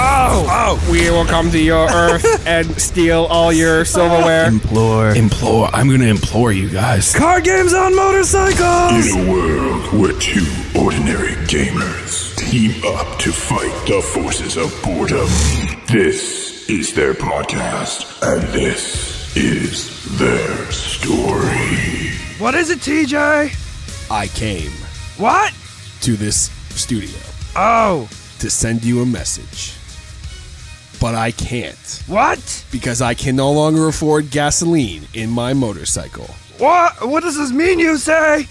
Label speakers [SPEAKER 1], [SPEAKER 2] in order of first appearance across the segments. [SPEAKER 1] Oh, we will come to your earth and steal all your silverware.
[SPEAKER 2] Implore.
[SPEAKER 3] Implore. I'm going to implore you guys.
[SPEAKER 4] Card games on motorcycles!
[SPEAKER 5] In a world where two ordinary gamers team up to fight the forces of boredom, this is their podcast, and this is their story.
[SPEAKER 4] What is it, TJ?
[SPEAKER 3] I came
[SPEAKER 4] What?
[SPEAKER 3] to this studio
[SPEAKER 4] Oh,
[SPEAKER 3] to send you a message, but I can't
[SPEAKER 4] what?
[SPEAKER 3] because I can no longer afford gasoline in my motorcycle.
[SPEAKER 4] What? What does this mean, you say?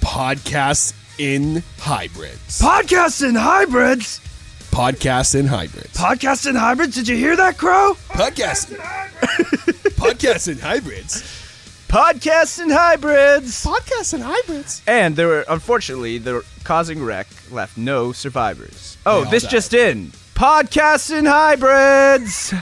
[SPEAKER 3] Podcasts in hybrids.
[SPEAKER 4] Podcasts and hybrids?
[SPEAKER 3] Podcasts in hybrids.
[SPEAKER 4] Podcasts and hybrids? Did you hear that, Crow?
[SPEAKER 3] Podcasts. Podcasts in hybrids.
[SPEAKER 2] Podcasts and hybrids.
[SPEAKER 3] Podcasts in hybrids.
[SPEAKER 2] And there were, unfortunately, the causing wreck left no survivors. Oh,
[SPEAKER 3] all
[SPEAKER 2] this
[SPEAKER 3] died.
[SPEAKER 2] just in. Podcasts and hybrids.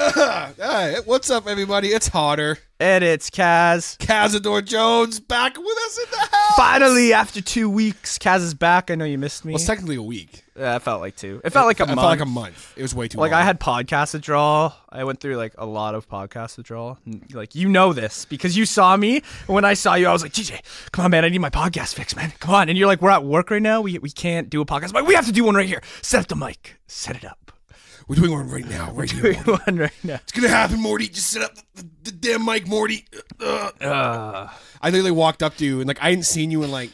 [SPEAKER 3] All right, what's up, everybody? It's Hotter.
[SPEAKER 2] and it's Kaz.
[SPEAKER 3] Cazador Jones back with us in the house.
[SPEAKER 2] Finally, after two weeks, Kaz is back. I know you missed me.
[SPEAKER 3] Well, it's technically a week.
[SPEAKER 2] Yeah, it felt like two. It felt like a
[SPEAKER 3] I
[SPEAKER 2] month.
[SPEAKER 3] felt like a month. It was way too
[SPEAKER 2] Like,
[SPEAKER 3] long.
[SPEAKER 2] I had podcast to draw. I went through like a lot of podcast to draw. N- Like you know this because you saw me. And when I saw you, I was like, TJ, come on, man, I need my podcast fix, man. Come on. And you're like, we're at work right now. We we can't do a podcast. I'm like, we have to do one right here. Set up the mic. Set it up.
[SPEAKER 3] We're doing one right now, right here.
[SPEAKER 2] Do
[SPEAKER 3] Morty.
[SPEAKER 2] one right now.
[SPEAKER 3] It's gonna happen, Morty. Just set up the, the, the damn mic, Morty. Ugh.
[SPEAKER 2] Uh.
[SPEAKER 3] I literally walked up to you and like I hadn't seen you in like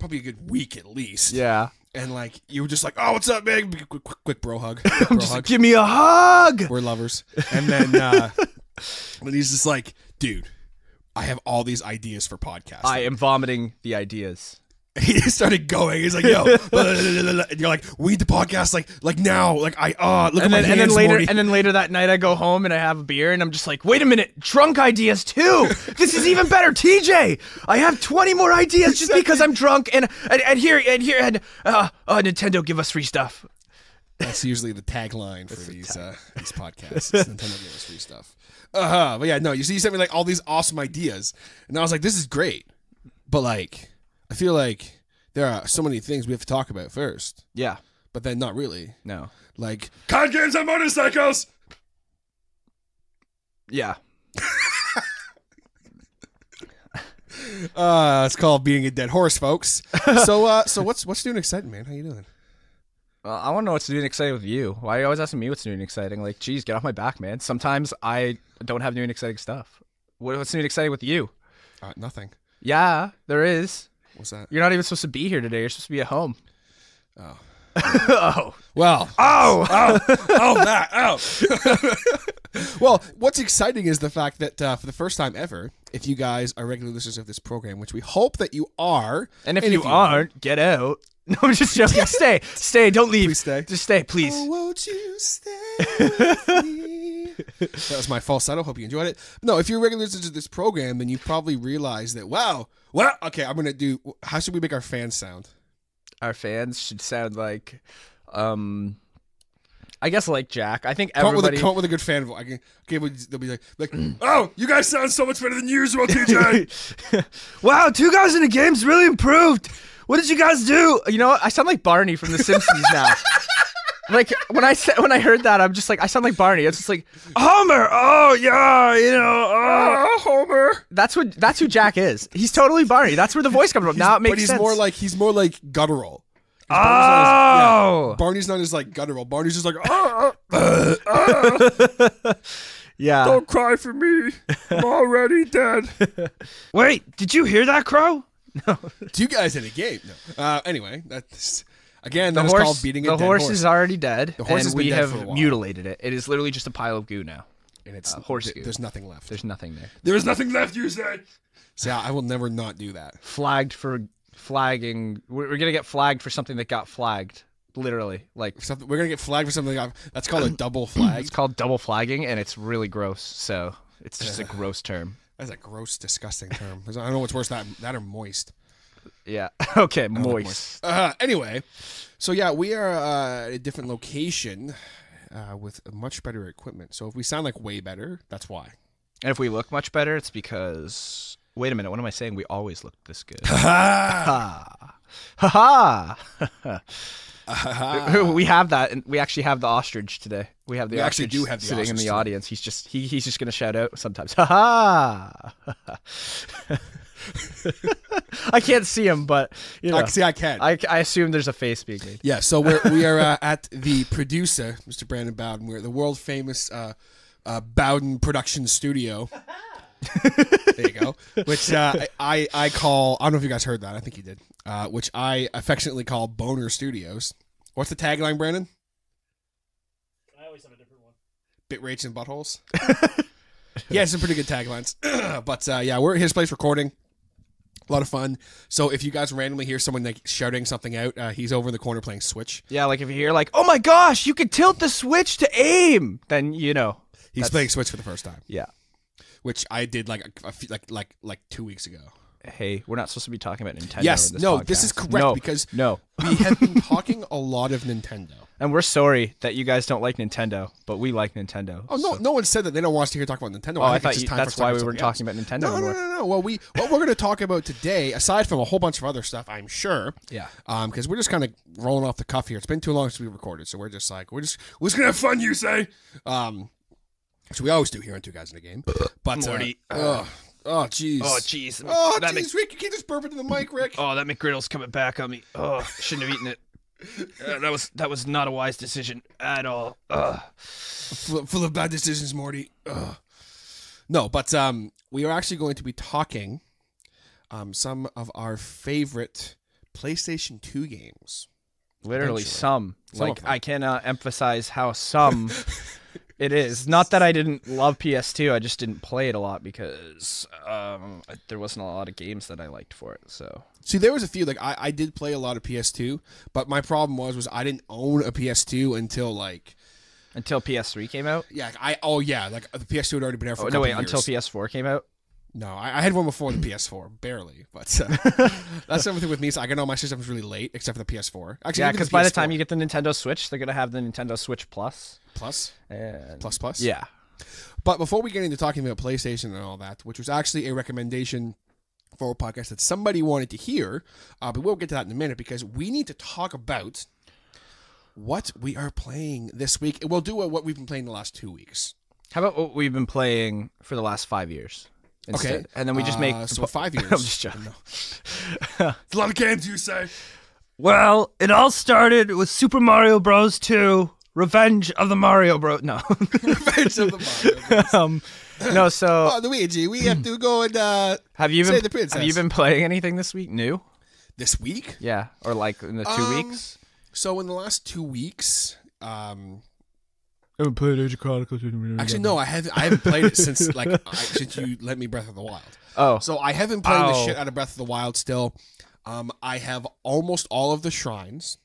[SPEAKER 3] probably a good week at least.
[SPEAKER 2] Yeah.
[SPEAKER 3] And like you were just like, oh, what's up, man? Quick, quick, quick bro hug. Quick bro hug.
[SPEAKER 2] Give me a hug.
[SPEAKER 3] We're lovers. And then uh, and he's just like, dude, I have all these ideas for podcasts.
[SPEAKER 2] I am vomiting the ideas.
[SPEAKER 3] he just started going. He's like, yo, blah, blah, blah, blah, blah. And you're like, we need the podcast like like now. Like I uh look
[SPEAKER 2] and then,
[SPEAKER 3] at my
[SPEAKER 2] and
[SPEAKER 3] hands,
[SPEAKER 2] then later
[SPEAKER 3] Morty.
[SPEAKER 2] and then later that night I go home and I have a beer and I'm just like, wait a minute, drunk ideas too. This is even better, TJ. I have 20 more ideas just because I'm drunk and and, and here and here and uh, uh, Nintendo give us free stuff.
[SPEAKER 3] That's usually the tagline for these uh, these podcasts. It's Nintendo games free stuff. Uh huh. But yeah, no. You see, you sent me like all these awesome ideas, and I was like, this is great. But like, I feel like there are so many things we have to talk about first,
[SPEAKER 2] Yeah.
[SPEAKER 3] but then not really.
[SPEAKER 2] No.
[SPEAKER 3] Like card games and motorcycles.
[SPEAKER 2] Yeah.
[SPEAKER 3] Uh, it's called beating a dead horse, folks. so uh, so what's what's new and exciting, man? How you doing?
[SPEAKER 2] Well, I want to know what's new and exciting with you. Why are you always asking me what's new and exciting? Like, geez, get off my back, man. Sometimes I don't have new and exciting stuff. What, what's new and exciting with you?
[SPEAKER 3] Uh, nothing.
[SPEAKER 2] Yeah, there is.
[SPEAKER 3] What's that?
[SPEAKER 2] You're not even supposed to be here today. You're supposed to be at home.
[SPEAKER 3] Oh.
[SPEAKER 2] oh.
[SPEAKER 3] Well,
[SPEAKER 2] Oh.
[SPEAKER 3] oh that oh well what's exciting is the fact that uh, for the first time ever if you guys are regular listeners of this program which we hope that you are
[SPEAKER 2] And if you aren't, get out. No, I'm just joking. stay, stay. Don't leave.
[SPEAKER 3] Please stay.
[SPEAKER 2] Just stay, please.
[SPEAKER 3] Oh, won't you stay with me? that was my falsetto hope you enjoyed it no if you're regular listeners of this program then you probably realize that wow well okay i'm gonna do how should we make our fans sound
[SPEAKER 2] Our fans should sound like, um, I guess like Jack. I think
[SPEAKER 3] Come up, with a,
[SPEAKER 2] everybody.
[SPEAKER 3] come up with a good fan voice. I can, okay, but they'll be like, like, oh, you guys sound so much better than usual, TJ.
[SPEAKER 4] Wow, two guys in a game's really improved. What did you guys do?
[SPEAKER 2] you know, what? I sound like Barney from The Simpsons now. like when I said when I heard that, I'm just like I sound like Barney. It's just like
[SPEAKER 4] Homer! Oh, yeah, you know.
[SPEAKER 3] Ah,
[SPEAKER 4] Oh, Homer.
[SPEAKER 2] that's what that's who Jack is. He's totally Barney. That's where the voice comes from. now it makes
[SPEAKER 3] but he's
[SPEAKER 2] sense.
[SPEAKER 3] more like he's more like guttural.
[SPEAKER 4] Oh!
[SPEAKER 3] Barney's not as like guttural. Barney's just like, oh,
[SPEAKER 2] yeah.
[SPEAKER 4] Don't cry for me. I'm already dead. Wait, did you hear that, Crow?
[SPEAKER 3] two guys in a game. No. Uh, anyway, that's again
[SPEAKER 2] the
[SPEAKER 3] that's
[SPEAKER 2] horse,
[SPEAKER 3] called beating a
[SPEAKER 2] the
[SPEAKER 3] dead
[SPEAKER 2] horse,
[SPEAKER 3] horse.
[SPEAKER 2] is already dead,
[SPEAKER 3] horse
[SPEAKER 2] and
[SPEAKER 3] has been
[SPEAKER 2] we
[SPEAKER 3] dead
[SPEAKER 2] have
[SPEAKER 3] for a while.
[SPEAKER 2] mutilated it. It is literally just a pile of goo now.
[SPEAKER 3] and it's
[SPEAKER 2] uh, horse
[SPEAKER 3] th-
[SPEAKER 2] goo.
[SPEAKER 3] There's nothing left.
[SPEAKER 2] There's nothing there.
[SPEAKER 3] there is nothing left. You say. So yeah, I will never not do that.
[SPEAKER 2] flagged for flagging. We're, we're gonna get flagged for something that got flagged. Literally, like
[SPEAKER 3] Something, we're gonna get flagged for something. I've- That's called a double flag.
[SPEAKER 2] it's called double flagging, and it's really gross. So it's just a gross term.
[SPEAKER 3] That's a gross, disgusting term. I don't know what's worse that that or moist.
[SPEAKER 2] Yeah. Okay. Moist.
[SPEAKER 3] Uh, anyway, so yeah, we are uh, at a different location uh, with much better equipment. So if we sound like way better, that's why.
[SPEAKER 2] And if we look much better, it's because. Wait a minute. What am I saying? We always looked this good. Ha ha. Ha ha. we have that, and we actually have the ostrich today. We have the
[SPEAKER 3] We actually
[SPEAKER 2] ostrich
[SPEAKER 3] do have the
[SPEAKER 2] sitting in
[SPEAKER 3] ostrich
[SPEAKER 2] the
[SPEAKER 3] today.
[SPEAKER 2] audience. He's just he, he's just gonna shout out sometimes. Ha ha! I can't see him, but you know,
[SPEAKER 3] I, see, I can.
[SPEAKER 2] I, I assume there's a face being made.
[SPEAKER 3] Yeah, so we're, we are uh, at the producer, Mr. Brandon Bowden. We're at the world famous uh, uh, Bowden Production Studio. there you go. Which uh, I, I I call. I don't know if you guys heard that. I think you did. Uh, which I affectionately call Boner Studios. What's the tagline, Brandon? I always have a different one. Bit rates and buttholes. yeah, some pretty good taglines. but uh, yeah, we're at his place recording. A lot of fun. So if you guys randomly hear someone like shouting something out, uh, he's over in the corner playing Switch.
[SPEAKER 2] Yeah, like if you hear like, oh my gosh, you could tilt the switch to aim, then you know.
[SPEAKER 3] He's
[SPEAKER 2] That's-
[SPEAKER 3] playing Switch for the first time,
[SPEAKER 2] Yeah.
[SPEAKER 3] which I did like a, a few, like like like two weeks ago.
[SPEAKER 2] Hey, we're not supposed to be talking about Nintendo.
[SPEAKER 3] Yes,
[SPEAKER 2] in this
[SPEAKER 3] no, this
[SPEAKER 2] podcast.
[SPEAKER 3] is correct
[SPEAKER 2] No,
[SPEAKER 3] because-
[SPEAKER 2] no,
[SPEAKER 3] We have been talking a lot of Nintendo.
[SPEAKER 2] and we're sorry that you guys don't like Nintendo, but we like Nintendo.
[SPEAKER 3] Oh no, no one said that they don't want us to hear talk about Nintendo.
[SPEAKER 2] Oh, I thought
[SPEAKER 3] think it's just
[SPEAKER 2] you-
[SPEAKER 3] time
[SPEAKER 2] that's
[SPEAKER 3] for us to talk
[SPEAKER 2] why
[SPEAKER 3] about
[SPEAKER 2] we weren't
[SPEAKER 3] something
[SPEAKER 2] talking
[SPEAKER 3] else.
[SPEAKER 2] about Nintendo
[SPEAKER 3] No, no,
[SPEAKER 2] anymore.
[SPEAKER 3] no, no, no. Well, we what we're going to talk about today, aside from a whole bunch of other stuff, I'm sure.
[SPEAKER 2] Yeah.
[SPEAKER 3] Um, because we're just kind of rolling off the cuff here. It's been too long since we recorded, so we're just like we're just we're just gonna have fun. You say, um, which we always do here on Two Guys in a Game. But
[SPEAKER 4] Morty.
[SPEAKER 3] uh, oh, oh, jeez,
[SPEAKER 4] Oh, jeez.
[SPEAKER 3] oh,
[SPEAKER 4] that
[SPEAKER 3] jeez, Rick, you can't just burp into the mic, Rick.
[SPEAKER 4] Oh, that McGriddle's coming back on me. Oh, shouldn't have eaten it. Uh, that was that was not a wise decision at all. Ugh.
[SPEAKER 3] full, full of bad decisions, Morty. Ugh. No, but um, we are actually going to be talking um, some of our favorite PlayStation 2 games.
[SPEAKER 2] Literally
[SPEAKER 3] Eventually.
[SPEAKER 2] some.
[SPEAKER 3] Some
[SPEAKER 2] like
[SPEAKER 3] of them.
[SPEAKER 2] I cannot emphasize how some it is. Not that I didn't love PS2, I just didn't play it a lot because um, there wasn't a lot of games that I liked for it. So
[SPEAKER 3] See, there was a few like I, I did play a lot of PS2, but my problem was was I didn't own a PS2 until like
[SPEAKER 2] until PS3 came out.
[SPEAKER 3] yeah I oh yeah like the PS2 had already been out for
[SPEAKER 2] Oh,
[SPEAKER 3] a
[SPEAKER 2] no
[SPEAKER 3] couple
[SPEAKER 2] wait,
[SPEAKER 3] years.
[SPEAKER 2] until PS4 came out.
[SPEAKER 3] No, I, I had one before the PS4, barely. But uh, that's everything with me. So I got all my systems really late, except for the PS4. Actually,
[SPEAKER 2] Yeah,
[SPEAKER 3] even
[SPEAKER 2] because by the
[SPEAKER 3] PS4
[SPEAKER 2] time you get the Nintendo Switch, they're gonna have the Nintendo Switch Plus.
[SPEAKER 3] plus
[SPEAKER 2] And
[SPEAKER 3] plus plus
[SPEAKER 2] yeah,
[SPEAKER 3] But before we get into talking about PlayStation and all that, which was actually a recommendation for a podcast that somebody wanted to hear, uh, but we'll get to that in a minute because we need to talk about what we are playing this week. And We'll do uh, what we've been playing the last two weeks.
[SPEAKER 2] how about what we've been playing for the last five years? instead? and then we just make
[SPEAKER 3] Uh,
[SPEAKER 2] the
[SPEAKER 3] so
[SPEAKER 2] po-
[SPEAKER 3] five years.
[SPEAKER 2] I'm just joking.
[SPEAKER 3] It's a lot of games you say.
[SPEAKER 4] Well, it all started with Super Mario Bros. 2: Revenge of the Mario Bro. No,
[SPEAKER 3] Revenge of the Mario.
[SPEAKER 2] um, no, so
[SPEAKER 3] Oh, Luigi, we have to go and uh,
[SPEAKER 2] have you
[SPEAKER 3] say
[SPEAKER 2] been
[SPEAKER 3] the princess
[SPEAKER 2] have you been playing anything this week new?
[SPEAKER 3] this week?
[SPEAKER 2] Yeah, or like in the two
[SPEAKER 3] Um,
[SPEAKER 2] weeks.
[SPEAKER 3] So in the last two weeks, um,
[SPEAKER 2] I haven't played Age of Chronicles.
[SPEAKER 3] actually no, I haven't. I haven't played it since like I, since you lent me Breath of the Wild.
[SPEAKER 2] Oh,
[SPEAKER 3] So I have been playing the
[SPEAKER 2] Ow.
[SPEAKER 3] shit out of Breath of the Wild still. Um, I have almost all of the shrines.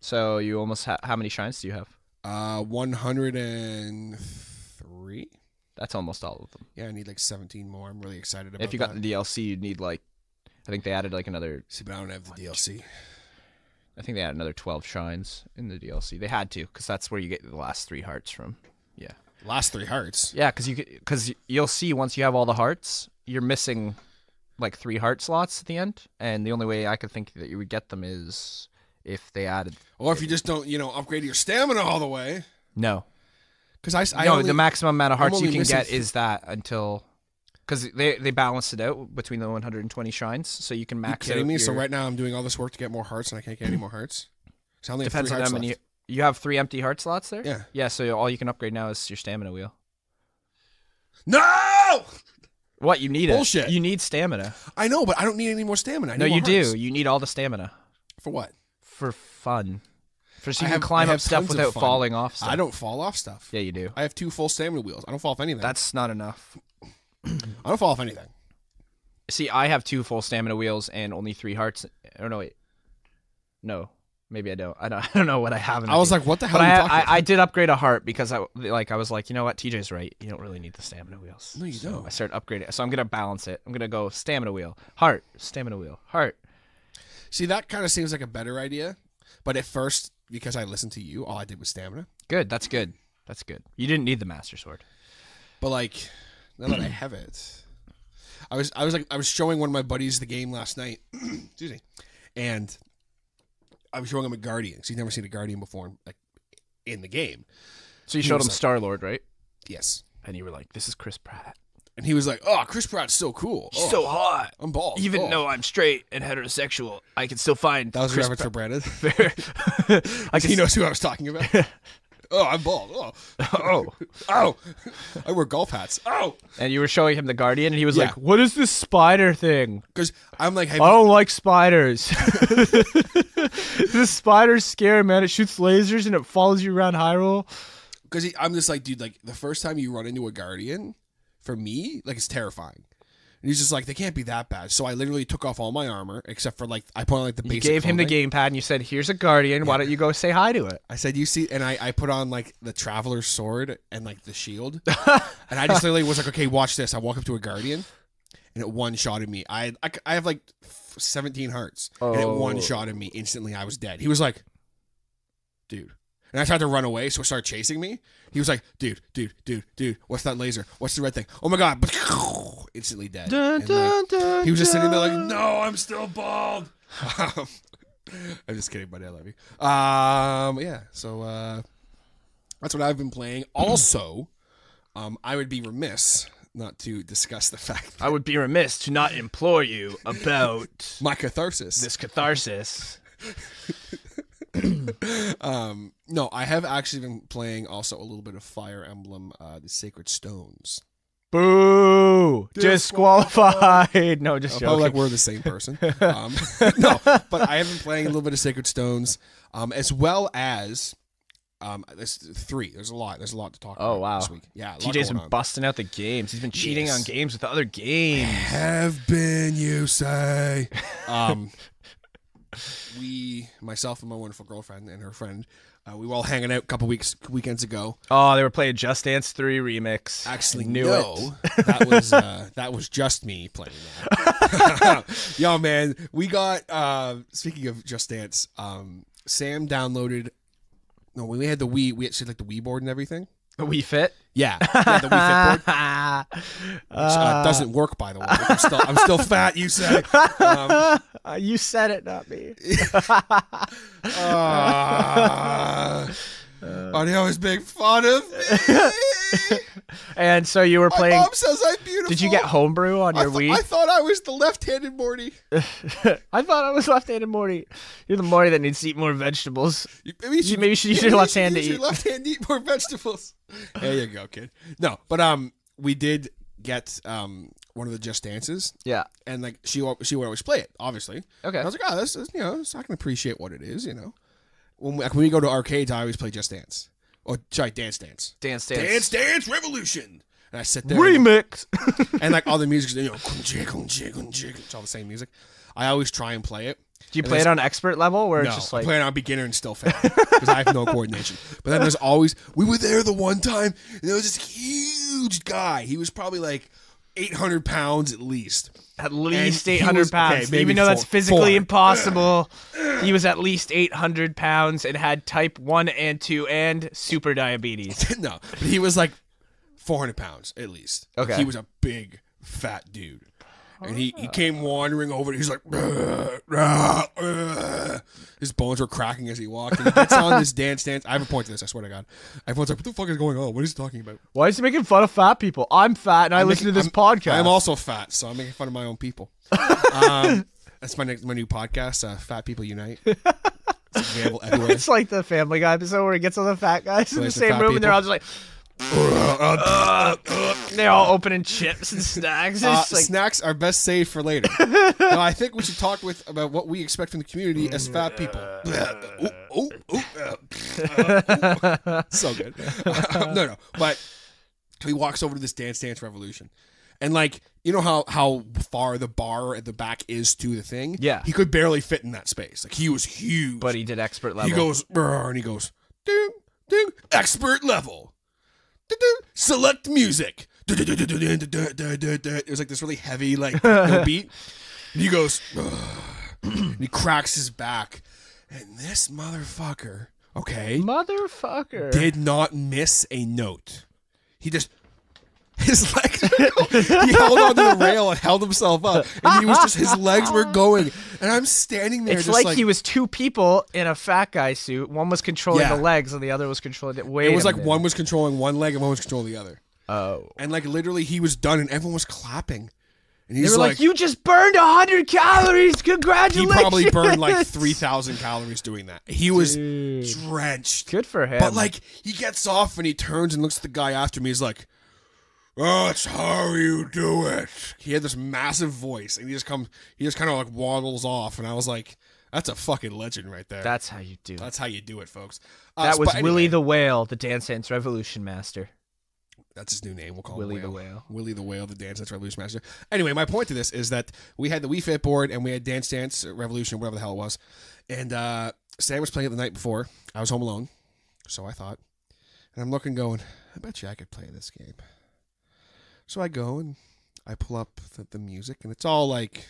[SPEAKER 2] so you almost ha- how many shrines do you have?
[SPEAKER 3] Uh, one hundred and three.
[SPEAKER 2] That's almost all of them.
[SPEAKER 3] Yeah, I need like seventeen more. I'm really excited about.
[SPEAKER 2] if you got
[SPEAKER 3] that.
[SPEAKER 2] the DLC, you'd need like, I think they added like another.
[SPEAKER 3] see, but I don't have the DLC.
[SPEAKER 2] I think they had another twelve shrines in the DLC. They had to because that's where you get the last three hearts from. Yeah,
[SPEAKER 3] Last three hearts.
[SPEAKER 2] yeah, because you because you'll see once you have all the hearts, you're missing like three heart slots at the end, and the only way I could think that you would get them is if they added
[SPEAKER 3] Or if you just don't, you know, upgrade your stamina all the way.
[SPEAKER 2] no
[SPEAKER 3] Because I, s- I
[SPEAKER 2] no,
[SPEAKER 3] only-
[SPEAKER 2] the maximum amount of hearts
[SPEAKER 3] only
[SPEAKER 2] you can
[SPEAKER 3] missing
[SPEAKER 2] get
[SPEAKER 3] f-
[SPEAKER 2] is that until because they they balanced it out between the 120 shrines, so you can
[SPEAKER 3] You
[SPEAKER 2] max.
[SPEAKER 3] kidding
[SPEAKER 2] out
[SPEAKER 3] me?
[SPEAKER 2] Your,
[SPEAKER 3] So right now I'm doing all this work to get more hearts, and I can't get any more hearts. So I only have
[SPEAKER 2] depends
[SPEAKER 3] three
[SPEAKER 2] on how
[SPEAKER 3] hearts
[SPEAKER 2] many.
[SPEAKER 3] left.
[SPEAKER 2] You have three empty heart slots there.
[SPEAKER 3] Yeah.
[SPEAKER 2] Yeah. So all you can upgrade now is your stamina wheel.
[SPEAKER 3] No,
[SPEAKER 2] What you need it.
[SPEAKER 3] Bullshit.
[SPEAKER 2] You need stamina.
[SPEAKER 3] I know, but I don't need any more stamina. I
[SPEAKER 2] No,
[SPEAKER 3] need more
[SPEAKER 2] you do.
[SPEAKER 3] hearts.
[SPEAKER 2] You need all the stamina
[SPEAKER 3] For what?
[SPEAKER 2] for fun. For so
[SPEAKER 3] I
[SPEAKER 2] you
[SPEAKER 3] have-
[SPEAKER 2] can
[SPEAKER 3] I
[SPEAKER 2] climb
[SPEAKER 3] have
[SPEAKER 2] up stuff
[SPEAKER 3] tons of
[SPEAKER 2] without
[SPEAKER 3] fun.
[SPEAKER 2] falling off. Stuff.
[SPEAKER 3] I don't fall off stuff.
[SPEAKER 2] Yeah, you do.
[SPEAKER 3] I have two full stamina wheels. I don't fall off anything.
[SPEAKER 2] That's not enough.
[SPEAKER 3] I don't fall off anything.
[SPEAKER 2] See, I have two full stamina wheels and only three hearts. Or no, wait. No, maybe I don't. I don't. I don't know what I have. In
[SPEAKER 3] I was
[SPEAKER 2] my-
[SPEAKER 3] like, what the hell
[SPEAKER 2] But
[SPEAKER 3] are you
[SPEAKER 2] I,
[SPEAKER 3] talking
[SPEAKER 2] I,
[SPEAKER 3] about?
[SPEAKER 2] I did upgrade a heart because I like I was like, you know what, TJ's right. You don't really need the stamina wheels.
[SPEAKER 3] No, you
[SPEAKER 2] So
[SPEAKER 3] don't.
[SPEAKER 2] I started upgrading. So I'm gonna balance it. I'm gonna go stamina wheel, heart, stamina wheel, heart.
[SPEAKER 3] See, that kind of seems like a better idea. But at first, because I listened to you, all I did was stamina.
[SPEAKER 2] Good. That's good. That's good. You didn't need the master sword.
[SPEAKER 3] But like, now that I have it, I was I was like I was showing one of my buddies the game last night. Excuse me, and I was showing him a Guardian because he'd never seen a Guardian before, in, like in the game.
[SPEAKER 2] So you showed
[SPEAKER 3] was
[SPEAKER 2] him
[SPEAKER 3] like-
[SPEAKER 2] Star Lord, right?
[SPEAKER 3] Yes,
[SPEAKER 2] And you were like, "This is Chris Pratt."
[SPEAKER 3] and he was like, "Oh, Chris Pratt's so cool. Oh,
[SPEAKER 4] So hot.
[SPEAKER 3] I'm bald.
[SPEAKER 4] Even
[SPEAKER 3] oh.
[SPEAKER 4] though I'm straight and heterosexual, I can still find
[SPEAKER 3] that was a
[SPEAKER 4] Chris
[SPEAKER 3] reference for Brandon,
[SPEAKER 2] I can
[SPEAKER 3] he knows who I was talking about. oh, I'm bald. Oh,
[SPEAKER 2] Oh.
[SPEAKER 3] oh, I wear golf hats. Oh,
[SPEAKER 2] And you were showing him the Guardian, and he was
[SPEAKER 3] Yeah.
[SPEAKER 2] like, "What is this spider thing?
[SPEAKER 3] because I'm like, have
[SPEAKER 2] I
[SPEAKER 3] you-
[SPEAKER 2] don't like spiders. this spider's scary, man. It shoots lasers and it follows you around Hyrule.
[SPEAKER 3] because he- I'm just like, dude, like the first time you run into a guardian, for me, like it's terrifying. And he's just like, they can't be that bad. So I literally took off all my armor except for like I put on like the
[SPEAKER 2] You
[SPEAKER 3] basic.
[SPEAKER 2] gave him the
[SPEAKER 3] clothing.
[SPEAKER 2] gamepad, and you said, "Here's a Guardian. Why don't you go say hi to it?"
[SPEAKER 3] I said, you see, and I, I put on like the traveler's sword and like the shield, and I just literally was like, okay, watch this. I walk up to a guardian, and it one shotted me. I I, I have like f- 17 hearts, and it one shotted me instantly. I was dead. He was like, dude. And I tried to run away, so it started chasing me. He was like, dude, dude, dude, dude, what's that laser? What's the red thing? Oh my god! Instantly dead. And, like, he was just sitting there like, no, I'm still bald. Um, I'm just kidding, buddy. I love you. Um, yeah. So uh, that's what I've been playing. Also, um, I would be remiss not to discuss the fact that
[SPEAKER 4] I would be remiss to not implore you about
[SPEAKER 3] my catharsis.
[SPEAKER 4] this catharsis.
[SPEAKER 3] um, no, I have actually been playing also a little bit of Fire Emblem, uh, the Sacred Stones.
[SPEAKER 2] Boo! Disqualified. No, just
[SPEAKER 3] Probably
[SPEAKER 2] joking.
[SPEAKER 3] like we're the same person. Um, no, but I have been playing a little bit of Sacred Stones, um, as well as um, there's three. There's a lot. There's a lot to talk
[SPEAKER 2] Oh,
[SPEAKER 3] about
[SPEAKER 2] wow.
[SPEAKER 3] this week. Yeah, a lot
[SPEAKER 2] TJ's
[SPEAKER 3] going
[SPEAKER 2] been
[SPEAKER 3] on.
[SPEAKER 2] busting out the games. He's been cheating
[SPEAKER 3] Yes.
[SPEAKER 2] on games with other games.
[SPEAKER 3] have been, you say. Um, we, myself, and my wonderful girlfriend and her friend, uh, we were all hanging out a couple weeks weekends ago.
[SPEAKER 2] Oh, they were playing Just Dance 3 remix.
[SPEAKER 3] Actually,
[SPEAKER 2] Knew
[SPEAKER 3] no, that was uh, that was just me playing that. Yo, man, we got. Uh, speaking of Just Dance, um, Sam downloaded. No, when we had the Wii, we actually had, like the Wii board and everything.
[SPEAKER 2] it. We fit.
[SPEAKER 3] Yeah, yeah the Wii Fit board.
[SPEAKER 2] Ah.
[SPEAKER 3] which, uh, doesn't work, by the way. I'm still, I'm still fat. You say. Um,
[SPEAKER 2] Uh, you said it, not me.
[SPEAKER 3] Ah, and he always make fun of me.
[SPEAKER 2] And so you were
[SPEAKER 3] My
[SPEAKER 2] playing.
[SPEAKER 3] mom says I'm beautiful.
[SPEAKER 2] Did you get homebrew on
[SPEAKER 3] I,
[SPEAKER 2] your
[SPEAKER 3] th-
[SPEAKER 2] Wii?
[SPEAKER 3] I thought I was the left-handed Morty.
[SPEAKER 2] I thought I was left-handed Morty. You're the Morty that needs to eat more vegetables.
[SPEAKER 3] You- Maybe you
[SPEAKER 2] maybe you should use
[SPEAKER 3] yeah,
[SPEAKER 2] your
[SPEAKER 3] maybe
[SPEAKER 2] left hand to
[SPEAKER 3] use
[SPEAKER 2] eat.
[SPEAKER 3] Your left hand to eat more vegetables. there you go, kid. No, but um, we did get um one of the Just Dances,
[SPEAKER 2] Yeah.
[SPEAKER 3] and like she al- she would always play it, obviously.
[SPEAKER 2] Okay.
[SPEAKER 3] And I was like, oh, this is you know, this- I can appreciate what it is, you know. When we, like, when we go to arcades, I always play Just Dance, or sorry, Dance Dance.
[SPEAKER 2] Dance,
[SPEAKER 3] Dance Dance Revolution. And I sit there and,
[SPEAKER 2] Remix.
[SPEAKER 3] and, like all the music, you know, jiggle, jiggle, jiggle. It's all the same music. I always try and play it.
[SPEAKER 2] Do you play it on expert level where
[SPEAKER 3] No,
[SPEAKER 2] it's just
[SPEAKER 3] I
[SPEAKER 2] like
[SPEAKER 3] play it on beginner and still fail because I have no coordination. But then there's always we were there the one time and there was this huge guy. He was probably like 800 pounds at least.
[SPEAKER 2] at least
[SPEAKER 3] he
[SPEAKER 2] 800
[SPEAKER 3] was-
[SPEAKER 2] pounds?
[SPEAKER 3] okay, maybe
[SPEAKER 2] Even though that's
[SPEAKER 3] four-
[SPEAKER 2] physically
[SPEAKER 3] four.
[SPEAKER 2] impossible, he was at least 800 pounds and had type 1 and 2 and super diabetes.
[SPEAKER 3] no, but he was like 400 pounds at least. Like,
[SPEAKER 2] Okay. Ah.
[SPEAKER 3] he was a big fat dude. And he, he came wandering over. and He's like, "Bruh, bruh, bruh." his bones were cracking as he walked. And he gets on this dance dance. I have a point to this. I swear to God. Everyone's like, "What the fuck is going on? What is he talking about?"
[SPEAKER 2] Why is he making fun of fat people? I'm fat and I listen to this
[SPEAKER 3] I'm-
[SPEAKER 2] podcast.
[SPEAKER 3] I'm also fat, so I'm making fun of my own people. um, that's my next, my new podcast, uh, Fat People Unite. It's available everywhere.
[SPEAKER 2] It's like the Family Guy episode where he gets all the fat guys in the
[SPEAKER 3] Plays the
[SPEAKER 2] same
[SPEAKER 3] fat
[SPEAKER 2] room and they're
[SPEAKER 3] people.
[SPEAKER 2] all just like, they're all opening chips and snacks.
[SPEAKER 3] Uh,
[SPEAKER 2] It's like,
[SPEAKER 3] snacks are best saved for later. no, I think we should talk with about what we expect from the community as fat people. Ooh, ooh, ooh, uh, uh, ooh. so good. no, no, but he walks over to this Dance Dance Revolution, and like you know how how far the bar at the back is to the thing.
[SPEAKER 2] Yeah.
[SPEAKER 3] he could barely fit in that space. Like he was huge.
[SPEAKER 2] but he did expert level.
[SPEAKER 3] He goes, "Brr," and he goes, ding, ding, expert level. Ding, select music. Ding, ding, ding, ding, ding, ding, ding, ding, ding, ding. It was like this really heavy, like no beat. And he goes, "Brr," and he cracks his back. And this motherfucker, okay,
[SPEAKER 2] Motherfucker.
[SPEAKER 3] did not miss a note. He just His legs, he held onto the rail and held himself up, and he was just his legs were going, and I'm standing there
[SPEAKER 2] It's
[SPEAKER 3] just
[SPEAKER 2] like,
[SPEAKER 3] like,
[SPEAKER 2] he was two people in a fat guy suit. One was controlling
[SPEAKER 3] Yeah.
[SPEAKER 2] the legs, and the other was controlling it. Wait,
[SPEAKER 3] It was
[SPEAKER 2] a
[SPEAKER 3] like
[SPEAKER 2] minute.
[SPEAKER 3] one was controlling one leg and one was controlling the other,
[SPEAKER 2] Oh,
[SPEAKER 3] and like literally he was done, and everyone was clapping, and
[SPEAKER 2] they
[SPEAKER 3] he's
[SPEAKER 2] were like,
[SPEAKER 3] like,
[SPEAKER 2] "You just burned hundred calories.
[SPEAKER 3] he
[SPEAKER 2] Congratulations!"
[SPEAKER 3] probably burned like three thousand calories doing that. He was drenched.
[SPEAKER 2] Good for him.
[SPEAKER 3] But like he gets off and he turns and looks at the guy after me. He's like, "Oh, it's how you do it." He had this massive voice, and he just comes. He just kind of like waddles off, and I was like, "That's a fucking legend right there."
[SPEAKER 2] that's how you do. it.
[SPEAKER 3] That's how you do it, folks. Uh,
[SPEAKER 2] That was
[SPEAKER 3] but anyway,
[SPEAKER 2] Willie the Whale, the Dance Dance Revolution master.
[SPEAKER 3] That's his new name. We'll call
[SPEAKER 2] Willie
[SPEAKER 3] him
[SPEAKER 2] the
[SPEAKER 3] Oh, Whale.
[SPEAKER 2] Whale.
[SPEAKER 3] Willie the Whale, the Dance Dance Revolution Master. Anyway, my point to this is that we had the Wii Fit board and we had Dance Dance Revolution, whatever the hell it was. And uh, Sam was playing it the night before. I was home alone, so I thought. And I'm looking, going, I bet you I could play this game. So I go and I pull up the, the music, and it's all like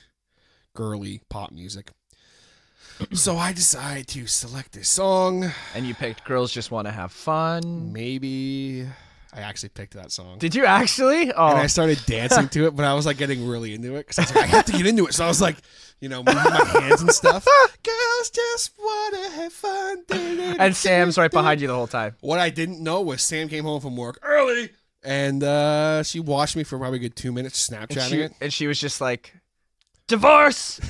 [SPEAKER 3] girly pop music. so I decide to select a song.
[SPEAKER 2] And you picked "Girls Just Want to Have Fun."
[SPEAKER 3] Maybe I actually picked that song.
[SPEAKER 2] Did you actually? Oh,
[SPEAKER 3] and I started dancing to it, but I was like getting really into it because I was like, I have to get into it. So I was like, you know, moving my hands and stuff. Girls just wanna have fun.
[SPEAKER 2] and Sam's right behind you the whole time.
[SPEAKER 3] What I didn't know was Sam came home from work early, and uh, she watched me for probably a good two minutes,
[SPEAKER 2] And
[SPEAKER 3] Snapchatting
[SPEAKER 2] she,
[SPEAKER 3] it.
[SPEAKER 2] and she was just like, "Divorce!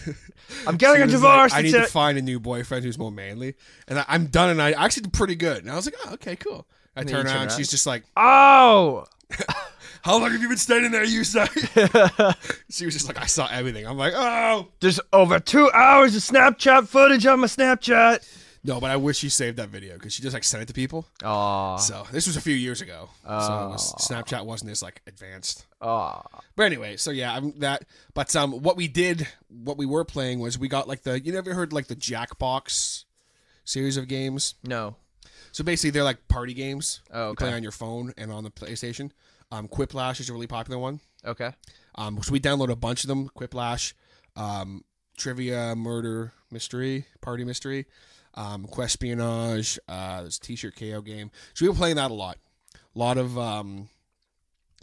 [SPEAKER 2] I'm getting a
[SPEAKER 3] She was like,
[SPEAKER 2] divorce."
[SPEAKER 3] I need
[SPEAKER 2] It's
[SPEAKER 3] to
[SPEAKER 2] a-"
[SPEAKER 3] find a new boyfriend who's more manly, and I, I'm done. And I actually did pretty good. And I was like, oh, okay, cool. I
[SPEAKER 2] then you
[SPEAKER 3] turn
[SPEAKER 2] turn
[SPEAKER 3] around,
[SPEAKER 2] around.
[SPEAKER 3] she's just like,
[SPEAKER 2] oh,
[SPEAKER 3] "How long have you been standing there, you suck?" she was just like, "I saw everything." I'm like, "Oh,
[SPEAKER 2] Oh!" there's over two hours of Snapchat footage on my Snapchat.
[SPEAKER 3] No, but I wish she saved that video because she just like sent it to people.
[SPEAKER 2] Oh,
[SPEAKER 3] So this was a few years ago. So it was, Snapchat wasn't this like advanced.
[SPEAKER 2] oh.
[SPEAKER 3] But anyway, so yeah, I'm that. But um, what we did, what we were playing was we got like the you never heard like the Jackbox series of games.
[SPEAKER 2] no.
[SPEAKER 3] So basically, they're like party games.
[SPEAKER 2] Oh,
[SPEAKER 3] You play
[SPEAKER 2] okay.
[SPEAKER 3] on your phone and on the PlayStation. Um, Quiplash is a really popular one.
[SPEAKER 2] Okay.
[SPEAKER 3] Um, so we download a bunch of them: Quiplash, um, Trivia, Murder, Mystery, Party Mystery, um, Quespionage. Uh, this T-shirt KO game. So we were playing that a lot. A lot of um,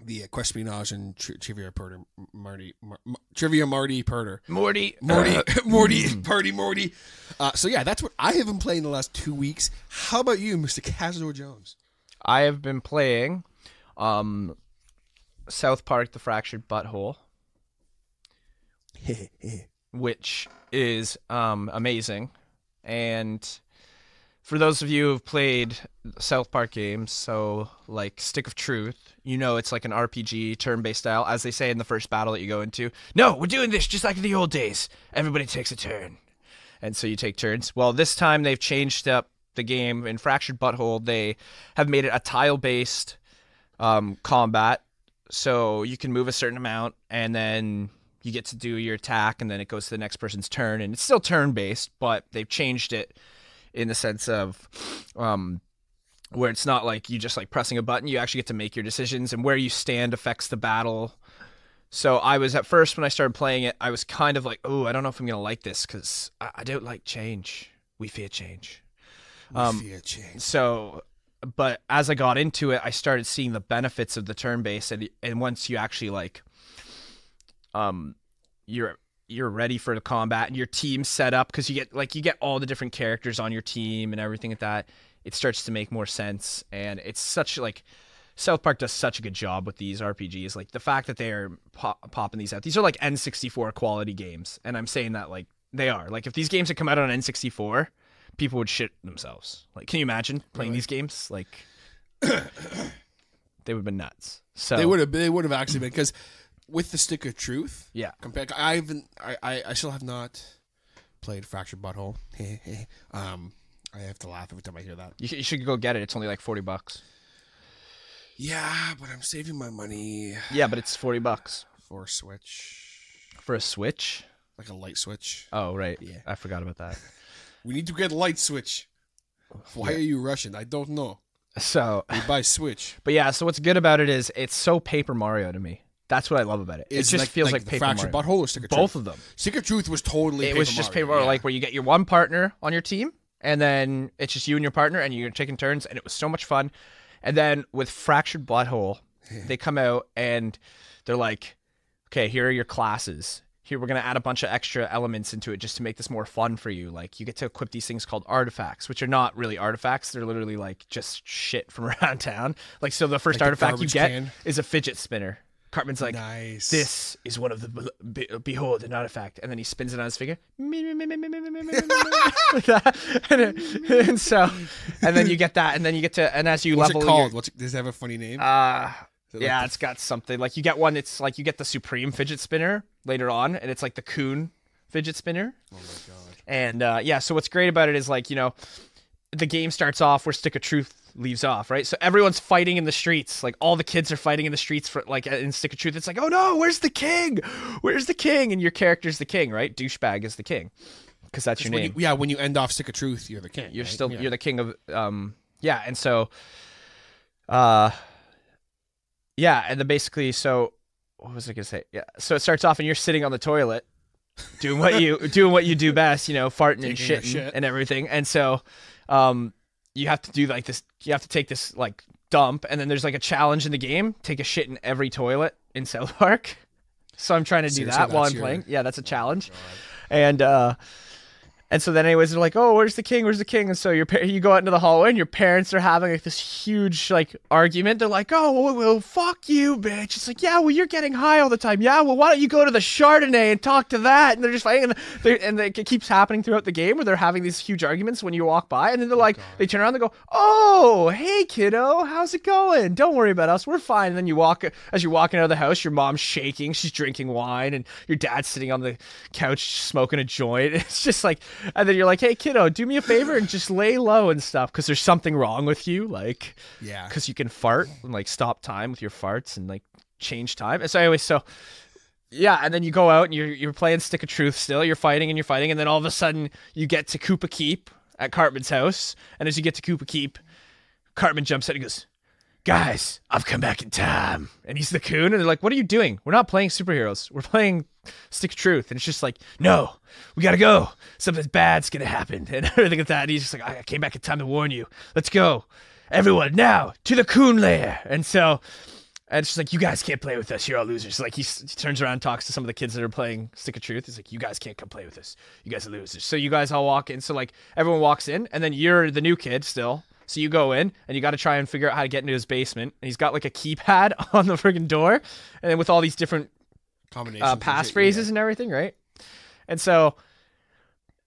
[SPEAKER 3] the uh, Quespionage and tri- Trivia Murder, Marty, Mar- Mar- Trivia Marty Perder.
[SPEAKER 2] Morty.
[SPEAKER 3] Morty, uh, Morty, Party Morty. Uh, so yeah, that's what I have been playing the last two weeks. How about you, Mister Cazador Jones?
[SPEAKER 2] I have been playing um South Park the Fractured Butthole. which is um amazing. And for those of you who've played South Park games, so like Stick of Truth, you know it's like an RPG turn based style, as they say in the first battle that you go into. No, we're doing this just like in the old days. Everybody takes a turn. And so you take turns. Well, this time they've changed up the game in Fractured Butthole. They have made it a tile based um, combat. So you can move a certain amount and then you get to do your attack and then it goes to the next person's turn. And it's still turn based, but they've changed it in the sense of um, where it's not like you just like pressing a button, you actually get to make your decisions and where you stand affects the battle. So I was at first when I started playing it, I was kind of like, oh, I don't know if I'm gonna like this because I, I don't like change. We fear change. Um,
[SPEAKER 3] Fear change.
[SPEAKER 2] so but as i got into it i started seeing the benefits of the turn base and and once you actually like um you're you're ready for the combat and your team set up because you get like you get all the different characters on your team and everything like that it starts to make more sense and it's such like south park does such a good job with these rpgs like the fact that they're pop- popping these out these are like n64 quality games and i'm saying that like they are like if these games had come out on n64 people would shit themselves like can you imagine playing these games like they would have been nuts so
[SPEAKER 3] They would have. They would have actually been because with the stick of truth.
[SPEAKER 2] yeah
[SPEAKER 3] compared. I haven't. I, I, I still have not played Fractured Butthole. um, I have to laugh every time I hear that.
[SPEAKER 2] you, you should go get it it's only like 40 bucks
[SPEAKER 3] Yeah, but I'm saving my money
[SPEAKER 2] Yeah, but it's forty bucks
[SPEAKER 3] for Switch,
[SPEAKER 2] for a Switch.
[SPEAKER 3] like a light switch.
[SPEAKER 2] Oh right,
[SPEAKER 3] Yeah.
[SPEAKER 2] I forgot about that.
[SPEAKER 3] We need to get light switch. Why are you rushing? I don't know.
[SPEAKER 2] So,
[SPEAKER 3] We buy Switch.
[SPEAKER 2] but yeah, so what's good about it is it's so Paper Mario to me. That's what I love about it. It
[SPEAKER 3] Is
[SPEAKER 2] just
[SPEAKER 3] like-
[SPEAKER 2] feels
[SPEAKER 3] like
[SPEAKER 2] like,
[SPEAKER 3] the
[SPEAKER 2] Paper Mario.
[SPEAKER 3] Fractured Butthole or Stick of
[SPEAKER 2] Both
[SPEAKER 3] Truth?
[SPEAKER 2] of them.
[SPEAKER 3] Stick of Truth was totally.
[SPEAKER 2] it
[SPEAKER 3] Paper
[SPEAKER 2] was just
[SPEAKER 3] Mario,
[SPEAKER 2] Paper Mario,
[SPEAKER 3] yeah.
[SPEAKER 2] like where you get your one partner on your team, and then it's just you and your partner, and you're taking turns, and it was so much fun. And then with Fractured Butthole, They come out and they're like, okay, here are your classes. Here we're gonna add a bunch of extra elements into it just to make this more fun for you. Like you get to equip these things called artifacts, which are not really artifacts. They're literally like just shit from around town. Like so, the first
[SPEAKER 3] Like a
[SPEAKER 2] artifact you
[SPEAKER 3] garbage
[SPEAKER 2] get
[SPEAKER 3] can?
[SPEAKER 2] is a fidget spinner. Cartman's like,
[SPEAKER 3] nice.
[SPEAKER 2] this is one of the be- be- behold an artifact, and then he spins it on his finger, like that. and, it- and so, and then you get that, and then you get to, and as you
[SPEAKER 3] What's
[SPEAKER 2] level,
[SPEAKER 3] it
[SPEAKER 2] your-
[SPEAKER 3] called? What's it, does it have a funny name?
[SPEAKER 2] uh,
[SPEAKER 3] it like
[SPEAKER 2] yeah,
[SPEAKER 3] the-
[SPEAKER 2] it's got something like you get one. It's like you get the supreme fidget spinner later on, and it's like the coon fidget spinner.
[SPEAKER 3] Oh
[SPEAKER 2] And uh, yeah, so what's great about it is like you know, the game starts off where Stick of Truth leaves off, right? So everyone's fighting in the streets. Like all the kids are fighting in the streets for like in Stick of Truth. It's like, oh no, where's the king? Where's the king? And your character's the king, right? Douchebag is the king, because that's your
[SPEAKER 3] When
[SPEAKER 2] name.
[SPEAKER 3] you- yeah, when you end off Stick of Truth, you're the king.
[SPEAKER 2] You're
[SPEAKER 3] right?
[SPEAKER 2] still
[SPEAKER 3] Yeah.
[SPEAKER 2] you're the king of um yeah, and so uh yeah, and then basically so what was I gonna say? Yeah, so it starts off and you're sitting on the toilet doing what you doing what you do best, you know, farting and
[SPEAKER 3] Taking a
[SPEAKER 2] shitting
[SPEAKER 3] shit.
[SPEAKER 2] and everything, and so um you have to do like this you have to take this like dump and then there's like a challenge in the game take a shit in every toilet in South Park. So I'm trying to do
[SPEAKER 3] Seriously,
[SPEAKER 2] that while
[SPEAKER 3] that's
[SPEAKER 2] I'm
[SPEAKER 3] your- Oh,
[SPEAKER 2] playing. Yeah, that's a challenge. And uh and so then, anyways, they're like, "Oh, where's the king? Where's the king?" And so your par- you go out into the hallway, and your parents are having like this huge like argument. They're like, "Oh, well, well, fuck you, bitch!" It's like, "Yeah, well, you're getting high all the time. Yeah, well, why don't you go to the Chardonnay and talk to that?" And they're just fighting, and, they and they, it keeps happening throughout the game where they're having these huge arguments when you walk by, and then they're like, they turn around, and they go, "Oh, hey, kiddo, how's it going? Don't worry about us, we're fine." And then you walk as you're walking out of the house, your mom's shaking, she's drinking wine, and your dad's sitting on the couch smoking a joint. It's just like, and then you're like, "Hey, kiddo, do me a favor and just lay low and stuff, because there's something wrong with you, like,
[SPEAKER 3] Yeah.
[SPEAKER 2] because you can fart and like stop time with your farts and like change time." And so, anyway, so yeah, and then you go out and you're you're playing Stick of Truth still. You're fighting and you're fighting, and then all of a sudden you get to Koopa Keep at Cartman's house. And as you get to Koopa Keep, Cartman jumps out and goes, "Guys, I've come back in time." And he's the coon, and they're like, "What are you doing? We're not playing superheroes. We're playing Stick of Truth." And it's just like, "No, we gotta go. Something bad's gonna happen," and everything like that. And he's just like, "I I came back in time to warn you. Let's go, everyone, now to the coon lair." And so and it's just like, you guys can't play with us. You're all losers. Like, he, s- he turns around and talks to some of the kids that are playing Stick of Truth. He's like, you guys can't come play with us. You guys are losers. So you guys all walk in. So, like, everyone walks in, and then you're the new kid still. So you go in, and you got to try and figure out how to get into his basement. And he's got, like, a keypad on the friggin' door, and then with all these different
[SPEAKER 3] Combinations
[SPEAKER 2] uh,
[SPEAKER 3] of shit, yeah.
[SPEAKER 2] passphrases and everything, right? And so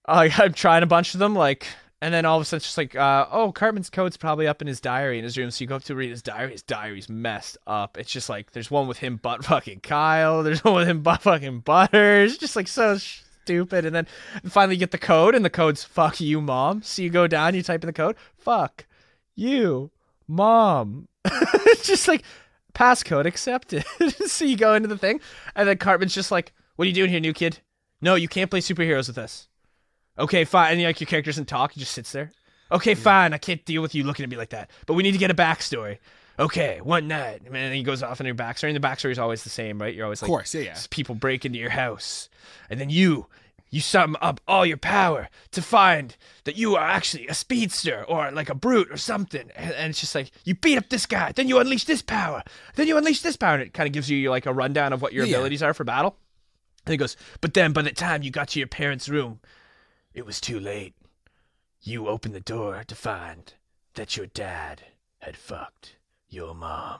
[SPEAKER 2] I I'm trying a bunch of them, like, and then all of a sudden it's just like, uh, oh, Cartman's code's probably up in his diary in his room. So you go up to read his diary. His diary's messed up. It's just like there's one with him butt fucking Kyle. There's one with him butt fucking Butters. Just like so stupid. And then finally you get the code, and the code's fuck you, mom. So you go down, you type in the code, fuck you, mom. It's just like passcode accepted. so you go into the thing, and then Cartman's just like, "What are you doing here, new kid? No, you can't play superheroes with us." Okay, fine. And like your character doesn't talk; he just sits there. Okay, fine. I can't deal with you looking at me like that. But we need to get a backstory. Okay, one night, and then he goes off in your backstory. And the backstory is always the same, right? You're always
[SPEAKER 3] Of
[SPEAKER 2] like,
[SPEAKER 3] course, yeah, yeah.
[SPEAKER 2] s- people break into your house, and then you you sum up all your power to find that you are actually a speedster or like a brute or something, and, and it's just like you beat up this guy, then you unleash this power, then you unleash this power, and it kind of gives you like a rundown of what your
[SPEAKER 3] Yeah.
[SPEAKER 2] abilities are for battle. And he goes, but then by the time you got to your parents' room, it was too late. You opened the door to find that your dad had fucked your mom.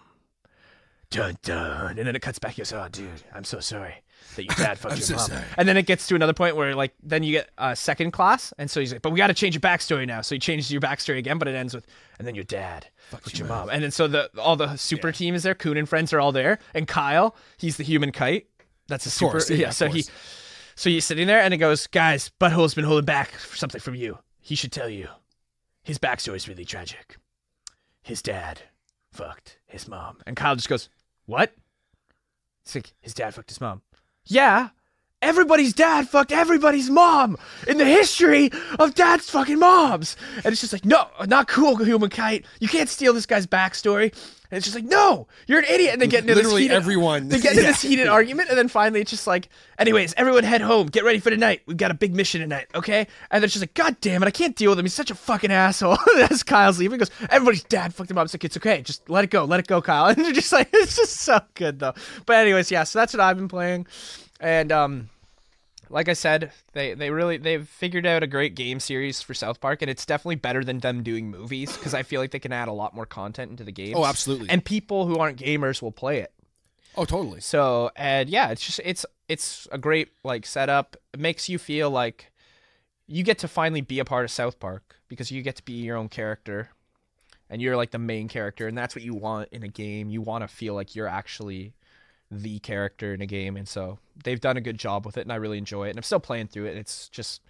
[SPEAKER 2] Dun dun. And then it cuts back. He goes, "Oh, dude, I'm so sorry that your dad fucked
[SPEAKER 3] I'm
[SPEAKER 2] your
[SPEAKER 3] so
[SPEAKER 2] mom."
[SPEAKER 3] sorry.
[SPEAKER 2] And then it gets to another point where, like, then you get uh, second class, and so he's like, "But we got to change your backstory now." So he changes your backstory again, but it ends with, "And then your dad fucked your mom." And then so the all the super team is there. Coon and friends are all there, and Kyle, he's the human kite. That's a super.
[SPEAKER 3] course, yeah,
[SPEAKER 2] yeah,
[SPEAKER 3] of
[SPEAKER 2] So he
[SPEAKER 3] course.
[SPEAKER 2] so you're sitting there, and it goes, guys, Butthole's been holding back for something from you. He should tell you. His backstory's really tragic. His dad fucked his mom. And Kyle just goes, what? It's like, his dad fucked his mom. Yeah. everybody's dad fucked everybody's mom in the history of dad's fucking moms. And it's just like, no, not cool, human kite. You can't steal this guy's backstory. And it's just like, no, you're an idiot. And they get into this
[SPEAKER 3] Literally
[SPEAKER 2] heated,
[SPEAKER 3] everyone.
[SPEAKER 2] They get into
[SPEAKER 3] Yeah.
[SPEAKER 2] this heated argument, and then finally it's just like, anyways, everyone head home. Get ready for tonight. We've got a big mission tonight, okay? And they're just like, God damn it, I can't deal with him. He's such a fucking asshole. As Kyle's leaving, he goes, everybody's dad fucked him up. It's like, it's okay. Just let it go. Let it go, Kyle. And you're just like, it's just so good, though. But anyways, yeah, so that's what I've been playing. And, um, like I said, they, they really they've figured out a great game series for South Park, and it's definitely better than them doing movies because I feel like they can add a lot more content into the game.
[SPEAKER 3] Oh, absolutely.
[SPEAKER 2] And people who aren't gamers will play it.
[SPEAKER 3] Oh, totally.
[SPEAKER 2] So and yeah, it's just it's it's a great like setup. It makes you feel like you get to finally be a part of South Park because you get to be your own character and you're like the main character and that's what you want in a game. You want to feel like you're actually the character in a game and so they've done a good job with it and I really enjoy it and I'm still playing through it. It's just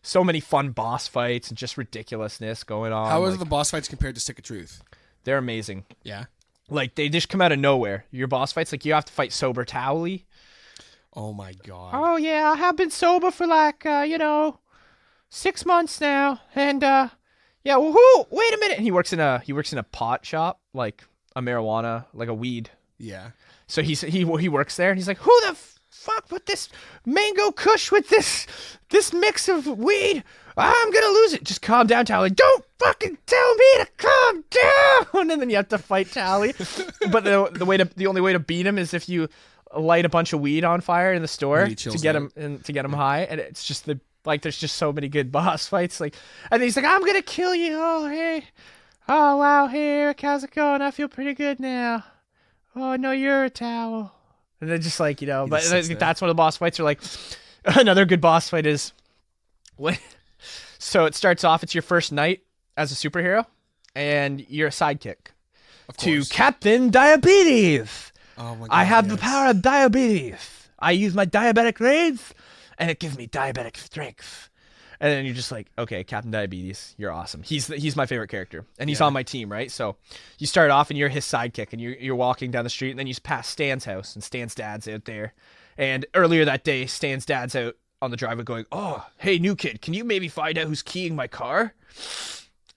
[SPEAKER 2] so many fun boss fights and just ridiculousness going on.
[SPEAKER 3] How are
[SPEAKER 2] like,
[SPEAKER 3] the boss fights compared to Stick of Truth?
[SPEAKER 2] they're amazing.
[SPEAKER 3] Yeah.
[SPEAKER 2] Like they just come out of nowhere. Your boss fights like you have to fight Sober Towley.
[SPEAKER 3] Oh my god.
[SPEAKER 2] Oh yeah, I have been sober for like uh, you know, six months now, and uh, yeah. Woohoo! Wait a minute. And he works in a he works in a pot shop, like a marijuana, like a weed.
[SPEAKER 3] Yeah.
[SPEAKER 2] So he's he he works there, and he's like, who the f- fuck with this mango kush with this this mix of weed? I'm gonna lose it. Just calm down, Tally. Don't fucking tell me to calm down. And then you have to fight Tally. but the the way to the only way to beat him is if you light a bunch of weed on fire in the store
[SPEAKER 3] he
[SPEAKER 2] to
[SPEAKER 3] chills
[SPEAKER 2] get
[SPEAKER 3] out.
[SPEAKER 2] him and to get him high and it's just the like there's just so many good boss fights like and he's like i'm gonna kill you oh hey oh wow hey eric how's it going i feel pretty good now oh no you're a towel and then just like you know but
[SPEAKER 3] just sits
[SPEAKER 2] like,
[SPEAKER 3] there.
[SPEAKER 2] that's one of the boss fights are like another good boss fight is when so it starts off it's your first night as a superhero and you're a sidekick
[SPEAKER 3] Of
[SPEAKER 2] to
[SPEAKER 3] course.
[SPEAKER 2] captain diabetes
[SPEAKER 3] oh my god.
[SPEAKER 2] I have the
[SPEAKER 3] yes.
[SPEAKER 2] power of diabetes. I use my diabetic rays, and it gives me diabetic strength. And then you're just like, okay, Captain Diabetes, you're awesome. He's the, he's my favorite character, and he's on my team, right? So you start off and you're his sidekick, and you're you're walking down the street, and then you pass Stan's house, and Stan's dad's out there. And earlier that day, Stan's dad's out on the driveway going, oh, hey, new kid, can you maybe find out who's keying my car?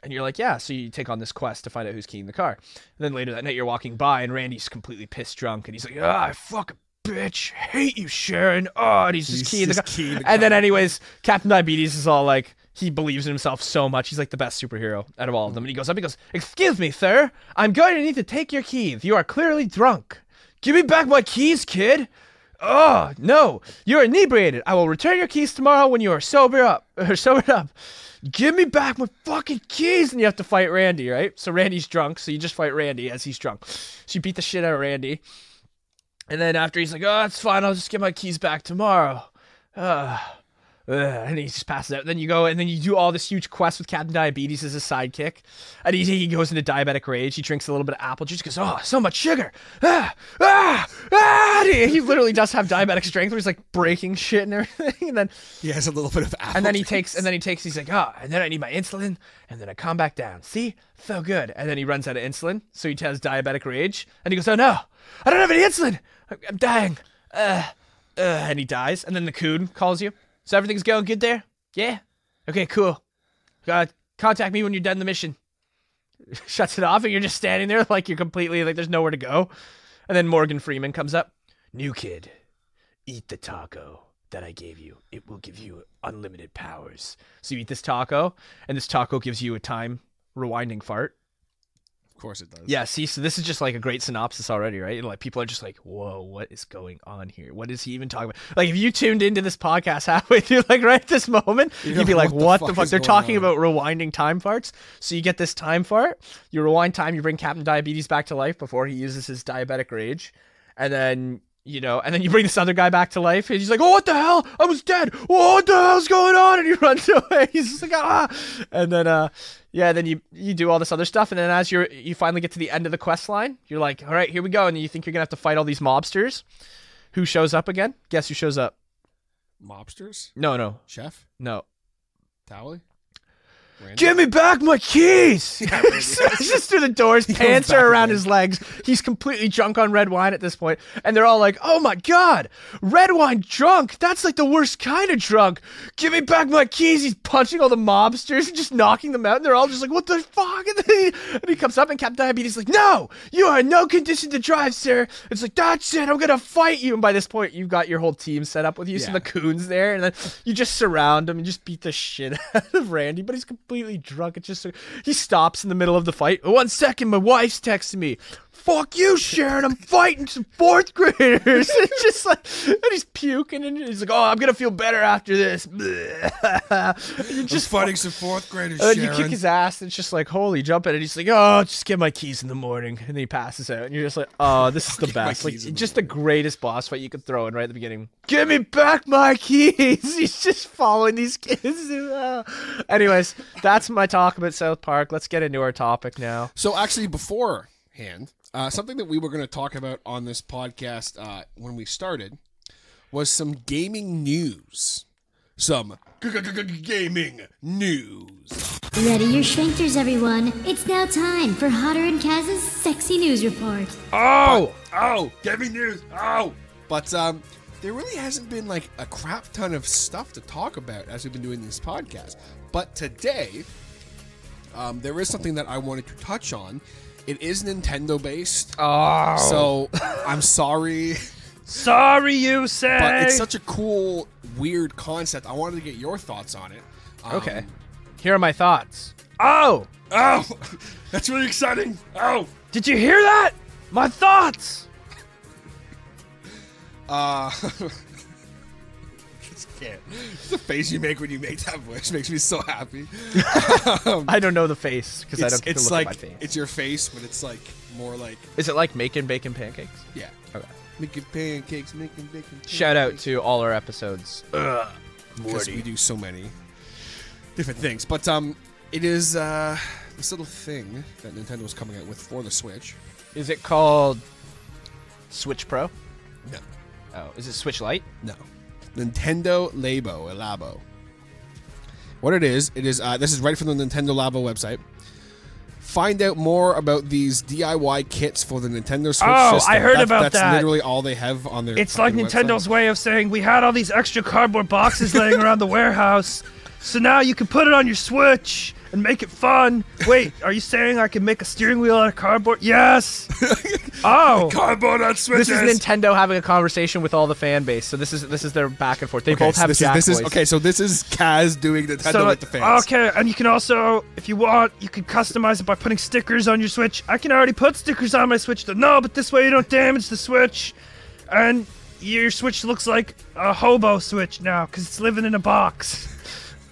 [SPEAKER 2] And you're like, yeah. So you take on this quest to find out who's keying the car. And then later that night, you're walking by, and Randy's completely pissed drunk, and he's like, ah, I fucking bitch, hate you, Sharon. Oh, and he's just
[SPEAKER 3] He's
[SPEAKER 2] keying the
[SPEAKER 3] just
[SPEAKER 2] car.
[SPEAKER 3] keying the
[SPEAKER 2] and then, anyways, Captain Diabetes is all like, he believes in himself so much. He's like the best superhero out of all of them. And he goes up, he goes, excuse me, sir, I'm going to need to take your keys. You are clearly drunk. Give me back my keys, kid. Oh no! You're inebriated. I will return your keys tomorrow when you are sober up. Or sobered up. Give me back my fucking keys, and you have to fight Randy, right? So Randy's drunk, so you just fight Randy as he's drunk. So you beat the shit out of Randy, and then after he's like, "Oh, it's fine. I'll just get my keys back tomorrow." Ugh. Ugh, and he just passes out. Then you go, and then you do all this huge quest with Captain Diabetes as a sidekick. And he, he goes into diabetic rage. He drinks a little bit of apple juice. Goes, oh, so much sugar. Ah, ah, ah. And He, he literally does have diabetic strength, where he's like breaking shit and everything. And then,
[SPEAKER 3] He has a little bit of apple.
[SPEAKER 2] and then he
[SPEAKER 3] juice.
[SPEAKER 2] takes, and then he takes. He's like, ah, and then I need my insulin, and then I calm back down. See, so good. And then he runs out of insulin, so he has diabetic rage. And he goes, oh no, I don't have any insulin. I'm, I'm dying. Uh, uh, and he dies. And then the coon calls you. So everything's going good there? Yeah. Okay, cool. Uh, contact me when you're done the mission. Shuts it off, and you're just standing there like you're completely like there's nowhere to go. And then Morgan Freeman comes up. New kid, eat the taco that I gave you. It will give you unlimited powers. So you eat this taco, and this taco gives you a time rewinding fart.
[SPEAKER 3] Of course it does.
[SPEAKER 2] Yeah, see, so this is just like a great synopsis already, right? And like people are just like, whoa, what is going on here? What is he even talking about? Like if you tuned into this podcast halfway through, like right at this moment,
[SPEAKER 3] You're
[SPEAKER 2] you'd be like, what the fuck?
[SPEAKER 3] is
[SPEAKER 2] They're
[SPEAKER 3] going
[SPEAKER 2] talking
[SPEAKER 3] on?
[SPEAKER 2] about rewinding time farts. So you get this time fart, you rewind time, you bring Captain Diabetes back to life before he uses his diabetic rage. And then you know, and then you bring this other guy back to life, and he's like, "Oh, what the hell? I was dead. Oh, what the hell's going on?" And he runs away. He's just like, "Ah!" And then, uh, yeah, then you you do all this other stuff, and then as you're you finally get to the end of the quest line, you're like, "All right, here we go." And you think you're gonna have to fight all these mobsters. Who shows up again? Guess who shows up?
[SPEAKER 3] Mobsters.
[SPEAKER 2] No, no,
[SPEAKER 3] Chef.
[SPEAKER 2] no.
[SPEAKER 3] Tally.
[SPEAKER 4] Give me back my keys.
[SPEAKER 2] He's just through the doors, pants are around his legs. He's completely drunk on red wine at this point, and they're all like, "Oh my god, red wine drunk? That's like the worst kind of drunk. Give me back my keys." He's punching all the mobsters and just knocking them out, and they're all just like, "What the fuck?" And, then he, and he comes up, and Cap Diabetes is like, "No, you are in no condition to drive, sir." It's like, "That's it. I'm gonna fight you." And by this point, you've got your whole team set up with you, so
[SPEAKER 3] Yeah.
[SPEAKER 2] the coons there, and then you just surround him and just beat the shit out of Randy, but he's completely drunk. It's just he stops in the middle of the fight. One second, my wife's texting me. Fuck you, Sharon. I'm fighting some fourth graders. It's just like, and he's puking, and he's like, "Oh, I'm gonna feel better after this." you just
[SPEAKER 3] fighting some fourth graders.
[SPEAKER 2] and then you kick his ass, and it's just like, holy, jump it. And he's like, oh, just get my keys in the morning. And then he passes out, and you're just like, oh, this is the best. Like,
[SPEAKER 3] keys in the
[SPEAKER 2] just the greatest boss fight you could throw in right at the beginning. Give me back my keys. he's just following these kids. Ah. Anyways, that's my talk about South Park. Let's get into our topic now.
[SPEAKER 3] So actually, beforehand, uh, something that we were going to talk about on this podcast uh, when we started was some gaming news. Some g- g- g- g- gaming news.
[SPEAKER 6] Ready your shrinkers, everyone. It's now time for Hotter and Kaz's sexy news report.
[SPEAKER 3] Oh, oh, gaming news. Oh, but um, there really hasn't been like a crap ton of stuff to talk about as we've been doing this podcast. But today, um, there is something that I wanted to touch on. It is Nintendo based. Oh, so I'm sorry.
[SPEAKER 4] Sorry, you say.
[SPEAKER 3] but it's such a cool, weird concept. I wanted to get your thoughts on it. Um,
[SPEAKER 2] Okay. Here are my thoughts. Oh,
[SPEAKER 3] Oh, that's really exciting. Oh,
[SPEAKER 4] Did you hear that?
[SPEAKER 2] my thoughts.
[SPEAKER 3] uh, just can't. The face you make when you make that voice makes me so happy.
[SPEAKER 2] I don't know the face because I
[SPEAKER 3] It's,
[SPEAKER 2] don't get to
[SPEAKER 3] it's
[SPEAKER 2] look
[SPEAKER 3] like
[SPEAKER 2] at my face.
[SPEAKER 3] it's your face, but it's like more like
[SPEAKER 2] Is it like making bacon pancakes?
[SPEAKER 3] yeah.
[SPEAKER 2] Okay.
[SPEAKER 3] Making pancakes, making bacon.
[SPEAKER 2] Shout out to all our episodes.
[SPEAKER 3] because we do so many different things. But um, it is uh this little thing that Nintendo is coming out with for the Switch.
[SPEAKER 2] Is it called Switch Pro?
[SPEAKER 3] No,
[SPEAKER 2] Oh, is it Switch Lite?
[SPEAKER 3] No. Nintendo Labo, Labo. What it is, it is uh, this is right from the Nintendo Labo website. Find out more about these DIY kits for the Nintendo Switch
[SPEAKER 4] Oh,
[SPEAKER 3] system.
[SPEAKER 4] I heard
[SPEAKER 3] That's-
[SPEAKER 4] about
[SPEAKER 3] that's
[SPEAKER 4] that.
[SPEAKER 3] literally all they have on their
[SPEAKER 4] It's like
[SPEAKER 3] fucking
[SPEAKER 4] Nintendo's
[SPEAKER 3] website.
[SPEAKER 4] way of saying we had all these extra cardboard boxes laying around the warehouse, so now you can put it on your Switch and make it fun. Wait, are you saying I can make a steering wheel out of cardboard? Yes. Oh,
[SPEAKER 3] cardboard on Switches.
[SPEAKER 2] This is Nintendo having a conversation with all the fan base. So this is this is their back and forth. They
[SPEAKER 3] Okay,
[SPEAKER 2] both
[SPEAKER 3] so
[SPEAKER 2] have
[SPEAKER 3] this
[SPEAKER 2] jack
[SPEAKER 3] is, this is
[SPEAKER 2] voice.
[SPEAKER 3] okay, so this is Kaz doing Nintendo
[SPEAKER 4] so
[SPEAKER 3] with the fans.
[SPEAKER 4] okay, and you can also, if you want, you can customize it by putting stickers on your Switch. I can already put stickers on my Switch, though. No, but this way you don't damage the Switch, and your Switch looks like a hobo Switch now because it's living in a box.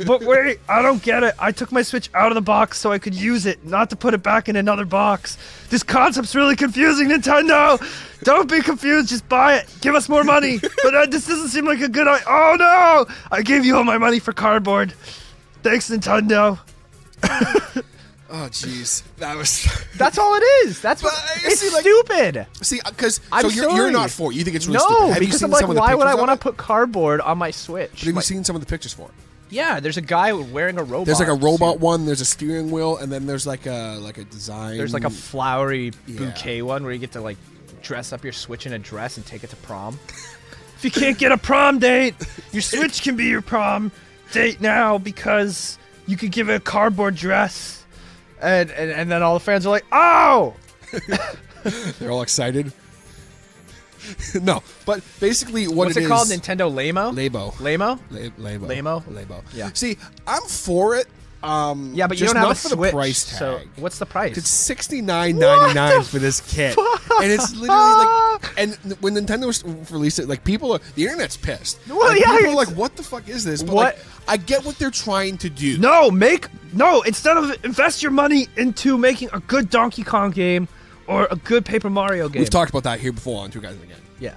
[SPEAKER 4] But wait, I don't get it. I took my Switch out of the box so I could use it, not to put it back in another box. This concept's really confusing, Nintendo. Don't be confused. Just buy it. Give us more money. But uh, this doesn't seem like a good. I- oh no! I gave you all my money for cardboard. Thanks, Nintendo.
[SPEAKER 3] Oh jeez. That was
[SPEAKER 2] That's all it is. That's what,
[SPEAKER 3] But I
[SPEAKER 2] it's
[SPEAKER 3] see, like-
[SPEAKER 2] stupid.
[SPEAKER 3] See, because so
[SPEAKER 2] I'm
[SPEAKER 3] you're, you're
[SPEAKER 2] sorry.
[SPEAKER 3] not for it. You think it's really
[SPEAKER 2] no,
[SPEAKER 3] stupid. Have you
[SPEAKER 2] because
[SPEAKER 3] seen
[SPEAKER 2] I'm like,
[SPEAKER 3] some of the
[SPEAKER 2] why would I
[SPEAKER 3] pictures of
[SPEAKER 2] want to
[SPEAKER 3] it?
[SPEAKER 2] put cardboard on my Switch?
[SPEAKER 3] But have
[SPEAKER 2] My-
[SPEAKER 3] you seen some of the pictures for it?
[SPEAKER 2] yeah, there's a guy wearing a robot.
[SPEAKER 3] There's like a robot
[SPEAKER 2] suit.
[SPEAKER 3] one. There's a steering wheel, and then there's like a like a design.
[SPEAKER 2] There's like a flowery
[SPEAKER 3] Mm. Yeah.
[SPEAKER 2] bouquet one where you get to like dress up your Switch in a dress and take it to prom.
[SPEAKER 4] If you can't get a prom date, your Switch can be your prom date now because you could give it a cardboard dress.
[SPEAKER 2] And, and and then all the fans are like, "Oh,
[SPEAKER 3] They're all excited. no, but basically, what
[SPEAKER 2] what's
[SPEAKER 3] it
[SPEAKER 2] it, called?
[SPEAKER 3] is-
[SPEAKER 2] Nintendo Lamo?
[SPEAKER 3] Labo.
[SPEAKER 2] Lamo?
[SPEAKER 3] La- Labo.
[SPEAKER 2] Lamo?
[SPEAKER 3] Labo.
[SPEAKER 2] Yeah.
[SPEAKER 3] See, I'm for it. Um,
[SPEAKER 2] Yeah, but you
[SPEAKER 3] just
[SPEAKER 2] don't have
[SPEAKER 3] not
[SPEAKER 2] a
[SPEAKER 3] for
[SPEAKER 2] Switch,
[SPEAKER 3] the price tag.
[SPEAKER 2] So what's the price?
[SPEAKER 3] It's sixty nine ninety nine for this kit, and it's literally like, and when Nintendo s- released it, like people, are, the internet's pissed.
[SPEAKER 2] Well,
[SPEAKER 3] Like,
[SPEAKER 2] yeah,
[SPEAKER 3] people are
[SPEAKER 2] it's-
[SPEAKER 3] like, "What the fuck is this?" But
[SPEAKER 2] What-
[SPEAKER 3] Like, I get what they're trying to do.
[SPEAKER 4] No, make no. Instead of invest your money into making a good Donkey Kong game or a good Paper Mario game.
[SPEAKER 3] We've talked about that here before on Two Guys Again.
[SPEAKER 2] yeah.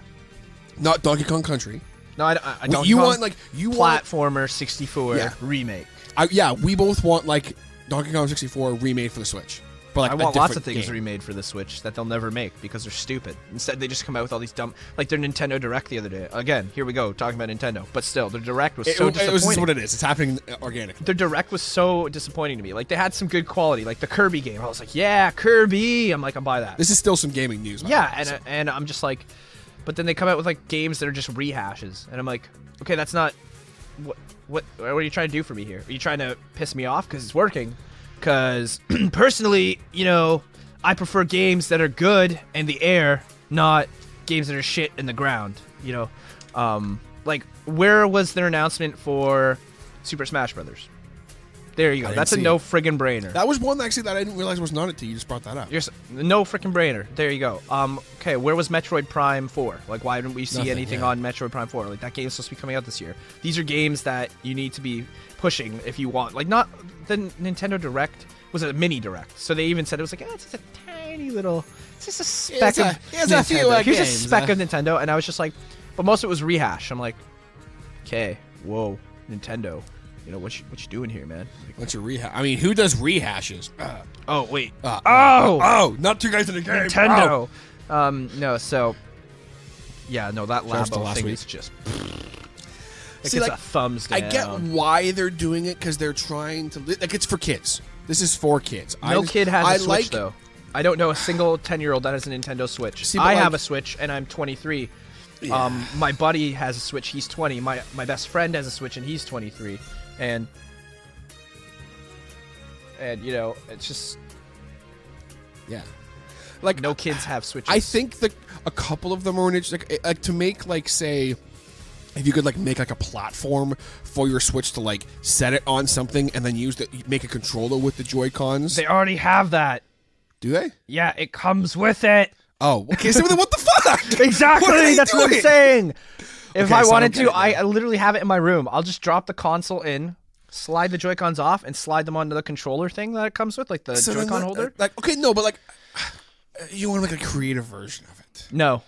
[SPEAKER 3] Not Donkey Kong Country.
[SPEAKER 2] No, I, I, I
[SPEAKER 3] Well,
[SPEAKER 2] don't.
[SPEAKER 3] you
[SPEAKER 2] call-
[SPEAKER 3] want, like, you want-
[SPEAKER 2] platformer 64
[SPEAKER 3] Yeah.
[SPEAKER 2] remake.
[SPEAKER 3] I, yeah, we both want like Donkey Kong 64 remade for the Switch. But like
[SPEAKER 2] I
[SPEAKER 3] a
[SPEAKER 2] want lots
[SPEAKER 3] different
[SPEAKER 2] of things
[SPEAKER 3] game.
[SPEAKER 2] remade for the Switch that they'll never make because they're stupid. Instead, they just come out with all these dumb, like their Nintendo Direct the other day. Again, here we go talking about Nintendo, but still, their Direct was
[SPEAKER 3] It,
[SPEAKER 2] so
[SPEAKER 3] it, it was just
[SPEAKER 2] disappointing.
[SPEAKER 3] what it is. It's happening uh, organically.
[SPEAKER 2] their direct was so disappointing to me. Like they had some good quality, like the Kirby game. I was like, yeah, Kirby. I'm like, I'll buy that.
[SPEAKER 3] This is still some gaming news. by
[SPEAKER 2] yeah,
[SPEAKER 3] the way,
[SPEAKER 2] and
[SPEAKER 3] so-
[SPEAKER 2] and I'm just like, but then they come out with like games that are just rehashes, and I'm like, okay, that's not what what what are you trying to do for me here? Are you trying to piss me off because it's working? Because personally, you know, I prefer games that are good in the air, not games that are shit in the ground. You know, um, like where was their announcement for Super Smash Brothers? There you go.
[SPEAKER 3] didn't
[SPEAKER 2] That's a
[SPEAKER 3] see
[SPEAKER 2] no friggin' brainer.
[SPEAKER 3] that was one actually that I didn't realize was nodded to. E. You just brought that up.
[SPEAKER 2] You're s- no freaking brainer. There you go. Um, okay, where was Metroid Prime 4? Like, why didn't we see
[SPEAKER 3] Nothing,
[SPEAKER 2] anything
[SPEAKER 3] yeah.
[SPEAKER 2] on Metroid Prime 4? Like, that game's supposed to be coming out this year. These are games that you need to be pushing if you want. Like, not the Nintendo Direct was a mini direct, so they even said it was like, ah, it's just a tiny little, it's just a speck
[SPEAKER 3] It's a-
[SPEAKER 2] of
[SPEAKER 3] it's
[SPEAKER 2] Nintendo.
[SPEAKER 3] a few, uh,
[SPEAKER 2] Here's
[SPEAKER 3] games,
[SPEAKER 2] a speck
[SPEAKER 3] uh.
[SPEAKER 2] of Nintendo, and I was just like, but most of it was rehash. I'm like, okay, whoa, Nintendo, you know what you what you doing here, man? Like,
[SPEAKER 3] What's your rehash? I mean, who does rehashes? Uh,
[SPEAKER 2] oh wait,
[SPEAKER 3] uh,
[SPEAKER 4] Oh,
[SPEAKER 3] oh, not two guys in a game.
[SPEAKER 4] Nintendo.
[SPEAKER 3] Oh.
[SPEAKER 2] No. Um, no, so yeah, no, that
[SPEAKER 3] Just the
[SPEAKER 2] Labo
[SPEAKER 3] last
[SPEAKER 2] thing
[SPEAKER 3] week.
[SPEAKER 2] is just like
[SPEAKER 3] See,
[SPEAKER 2] it's
[SPEAKER 3] like,
[SPEAKER 2] a thumbs
[SPEAKER 3] I
[SPEAKER 2] down.
[SPEAKER 3] get why they're doing it because they're trying to li- like it's for kids. This is for kids. I
[SPEAKER 2] no
[SPEAKER 3] just-
[SPEAKER 2] kid has a
[SPEAKER 3] I
[SPEAKER 2] Switch
[SPEAKER 3] like,
[SPEAKER 2] though. I don't know a single ten-year-old that has a Nintendo Switch.
[SPEAKER 3] See, but
[SPEAKER 2] I
[SPEAKER 3] like-
[SPEAKER 2] have a Switch, and I'm 23. Um, my buddy has a Switch. He's 20. My my best friend has a Switch, and he's 23. And and you know, it's just
[SPEAKER 3] Yeah, like
[SPEAKER 2] no kids have Switches.
[SPEAKER 3] I think that a couple of them are in it, like, eh, like to make like say if you could like make like a platform for your Switch to like set it on something and then use the make a controller with the Joy Cons.
[SPEAKER 4] They already have that.
[SPEAKER 3] Do they?
[SPEAKER 4] Yeah, it comes with it.
[SPEAKER 3] Oh, okay. So then what the fuck?
[SPEAKER 2] Exactly.
[SPEAKER 3] What are they
[SPEAKER 2] that's what I'm
[SPEAKER 3] doing?
[SPEAKER 2] saying. If
[SPEAKER 3] Okay,
[SPEAKER 2] I
[SPEAKER 3] so I
[SPEAKER 2] wanted
[SPEAKER 3] don't get
[SPEAKER 2] to,
[SPEAKER 3] it now.
[SPEAKER 2] I, I literally have it in my room. I'll just drop the console in, slide the Joy Cons off, and slide them onto the controller thing that it comes with, like the
[SPEAKER 3] So then,
[SPEAKER 2] Joy Con
[SPEAKER 3] like,
[SPEAKER 2] holder.
[SPEAKER 3] uh, Like okay, no, but like you want to make a creative version of it.
[SPEAKER 2] no.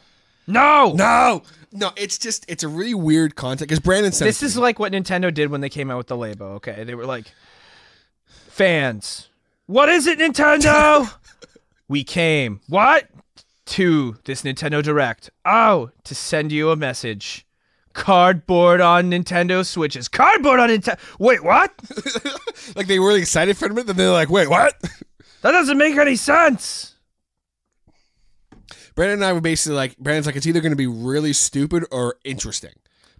[SPEAKER 4] No.
[SPEAKER 3] No, no, it's just it's a really weird concept because Brandon said
[SPEAKER 2] This is like what Nintendo did when they came out with the Labo, okay? They were like, fans,
[SPEAKER 4] What is it, Nintendo?
[SPEAKER 2] we came
[SPEAKER 4] what?
[SPEAKER 2] to this Nintendo Direct. Oh, to send you a message. Cardboard on Nintendo Switches. Cardboard on Nintendo.
[SPEAKER 4] Wait, what?
[SPEAKER 3] like they were really excited for a minute, then they're like, wait, what?
[SPEAKER 4] That doesn't make any sense.
[SPEAKER 3] Brandon and I were basically like, Brandon's like, it's either going to be really stupid or interesting,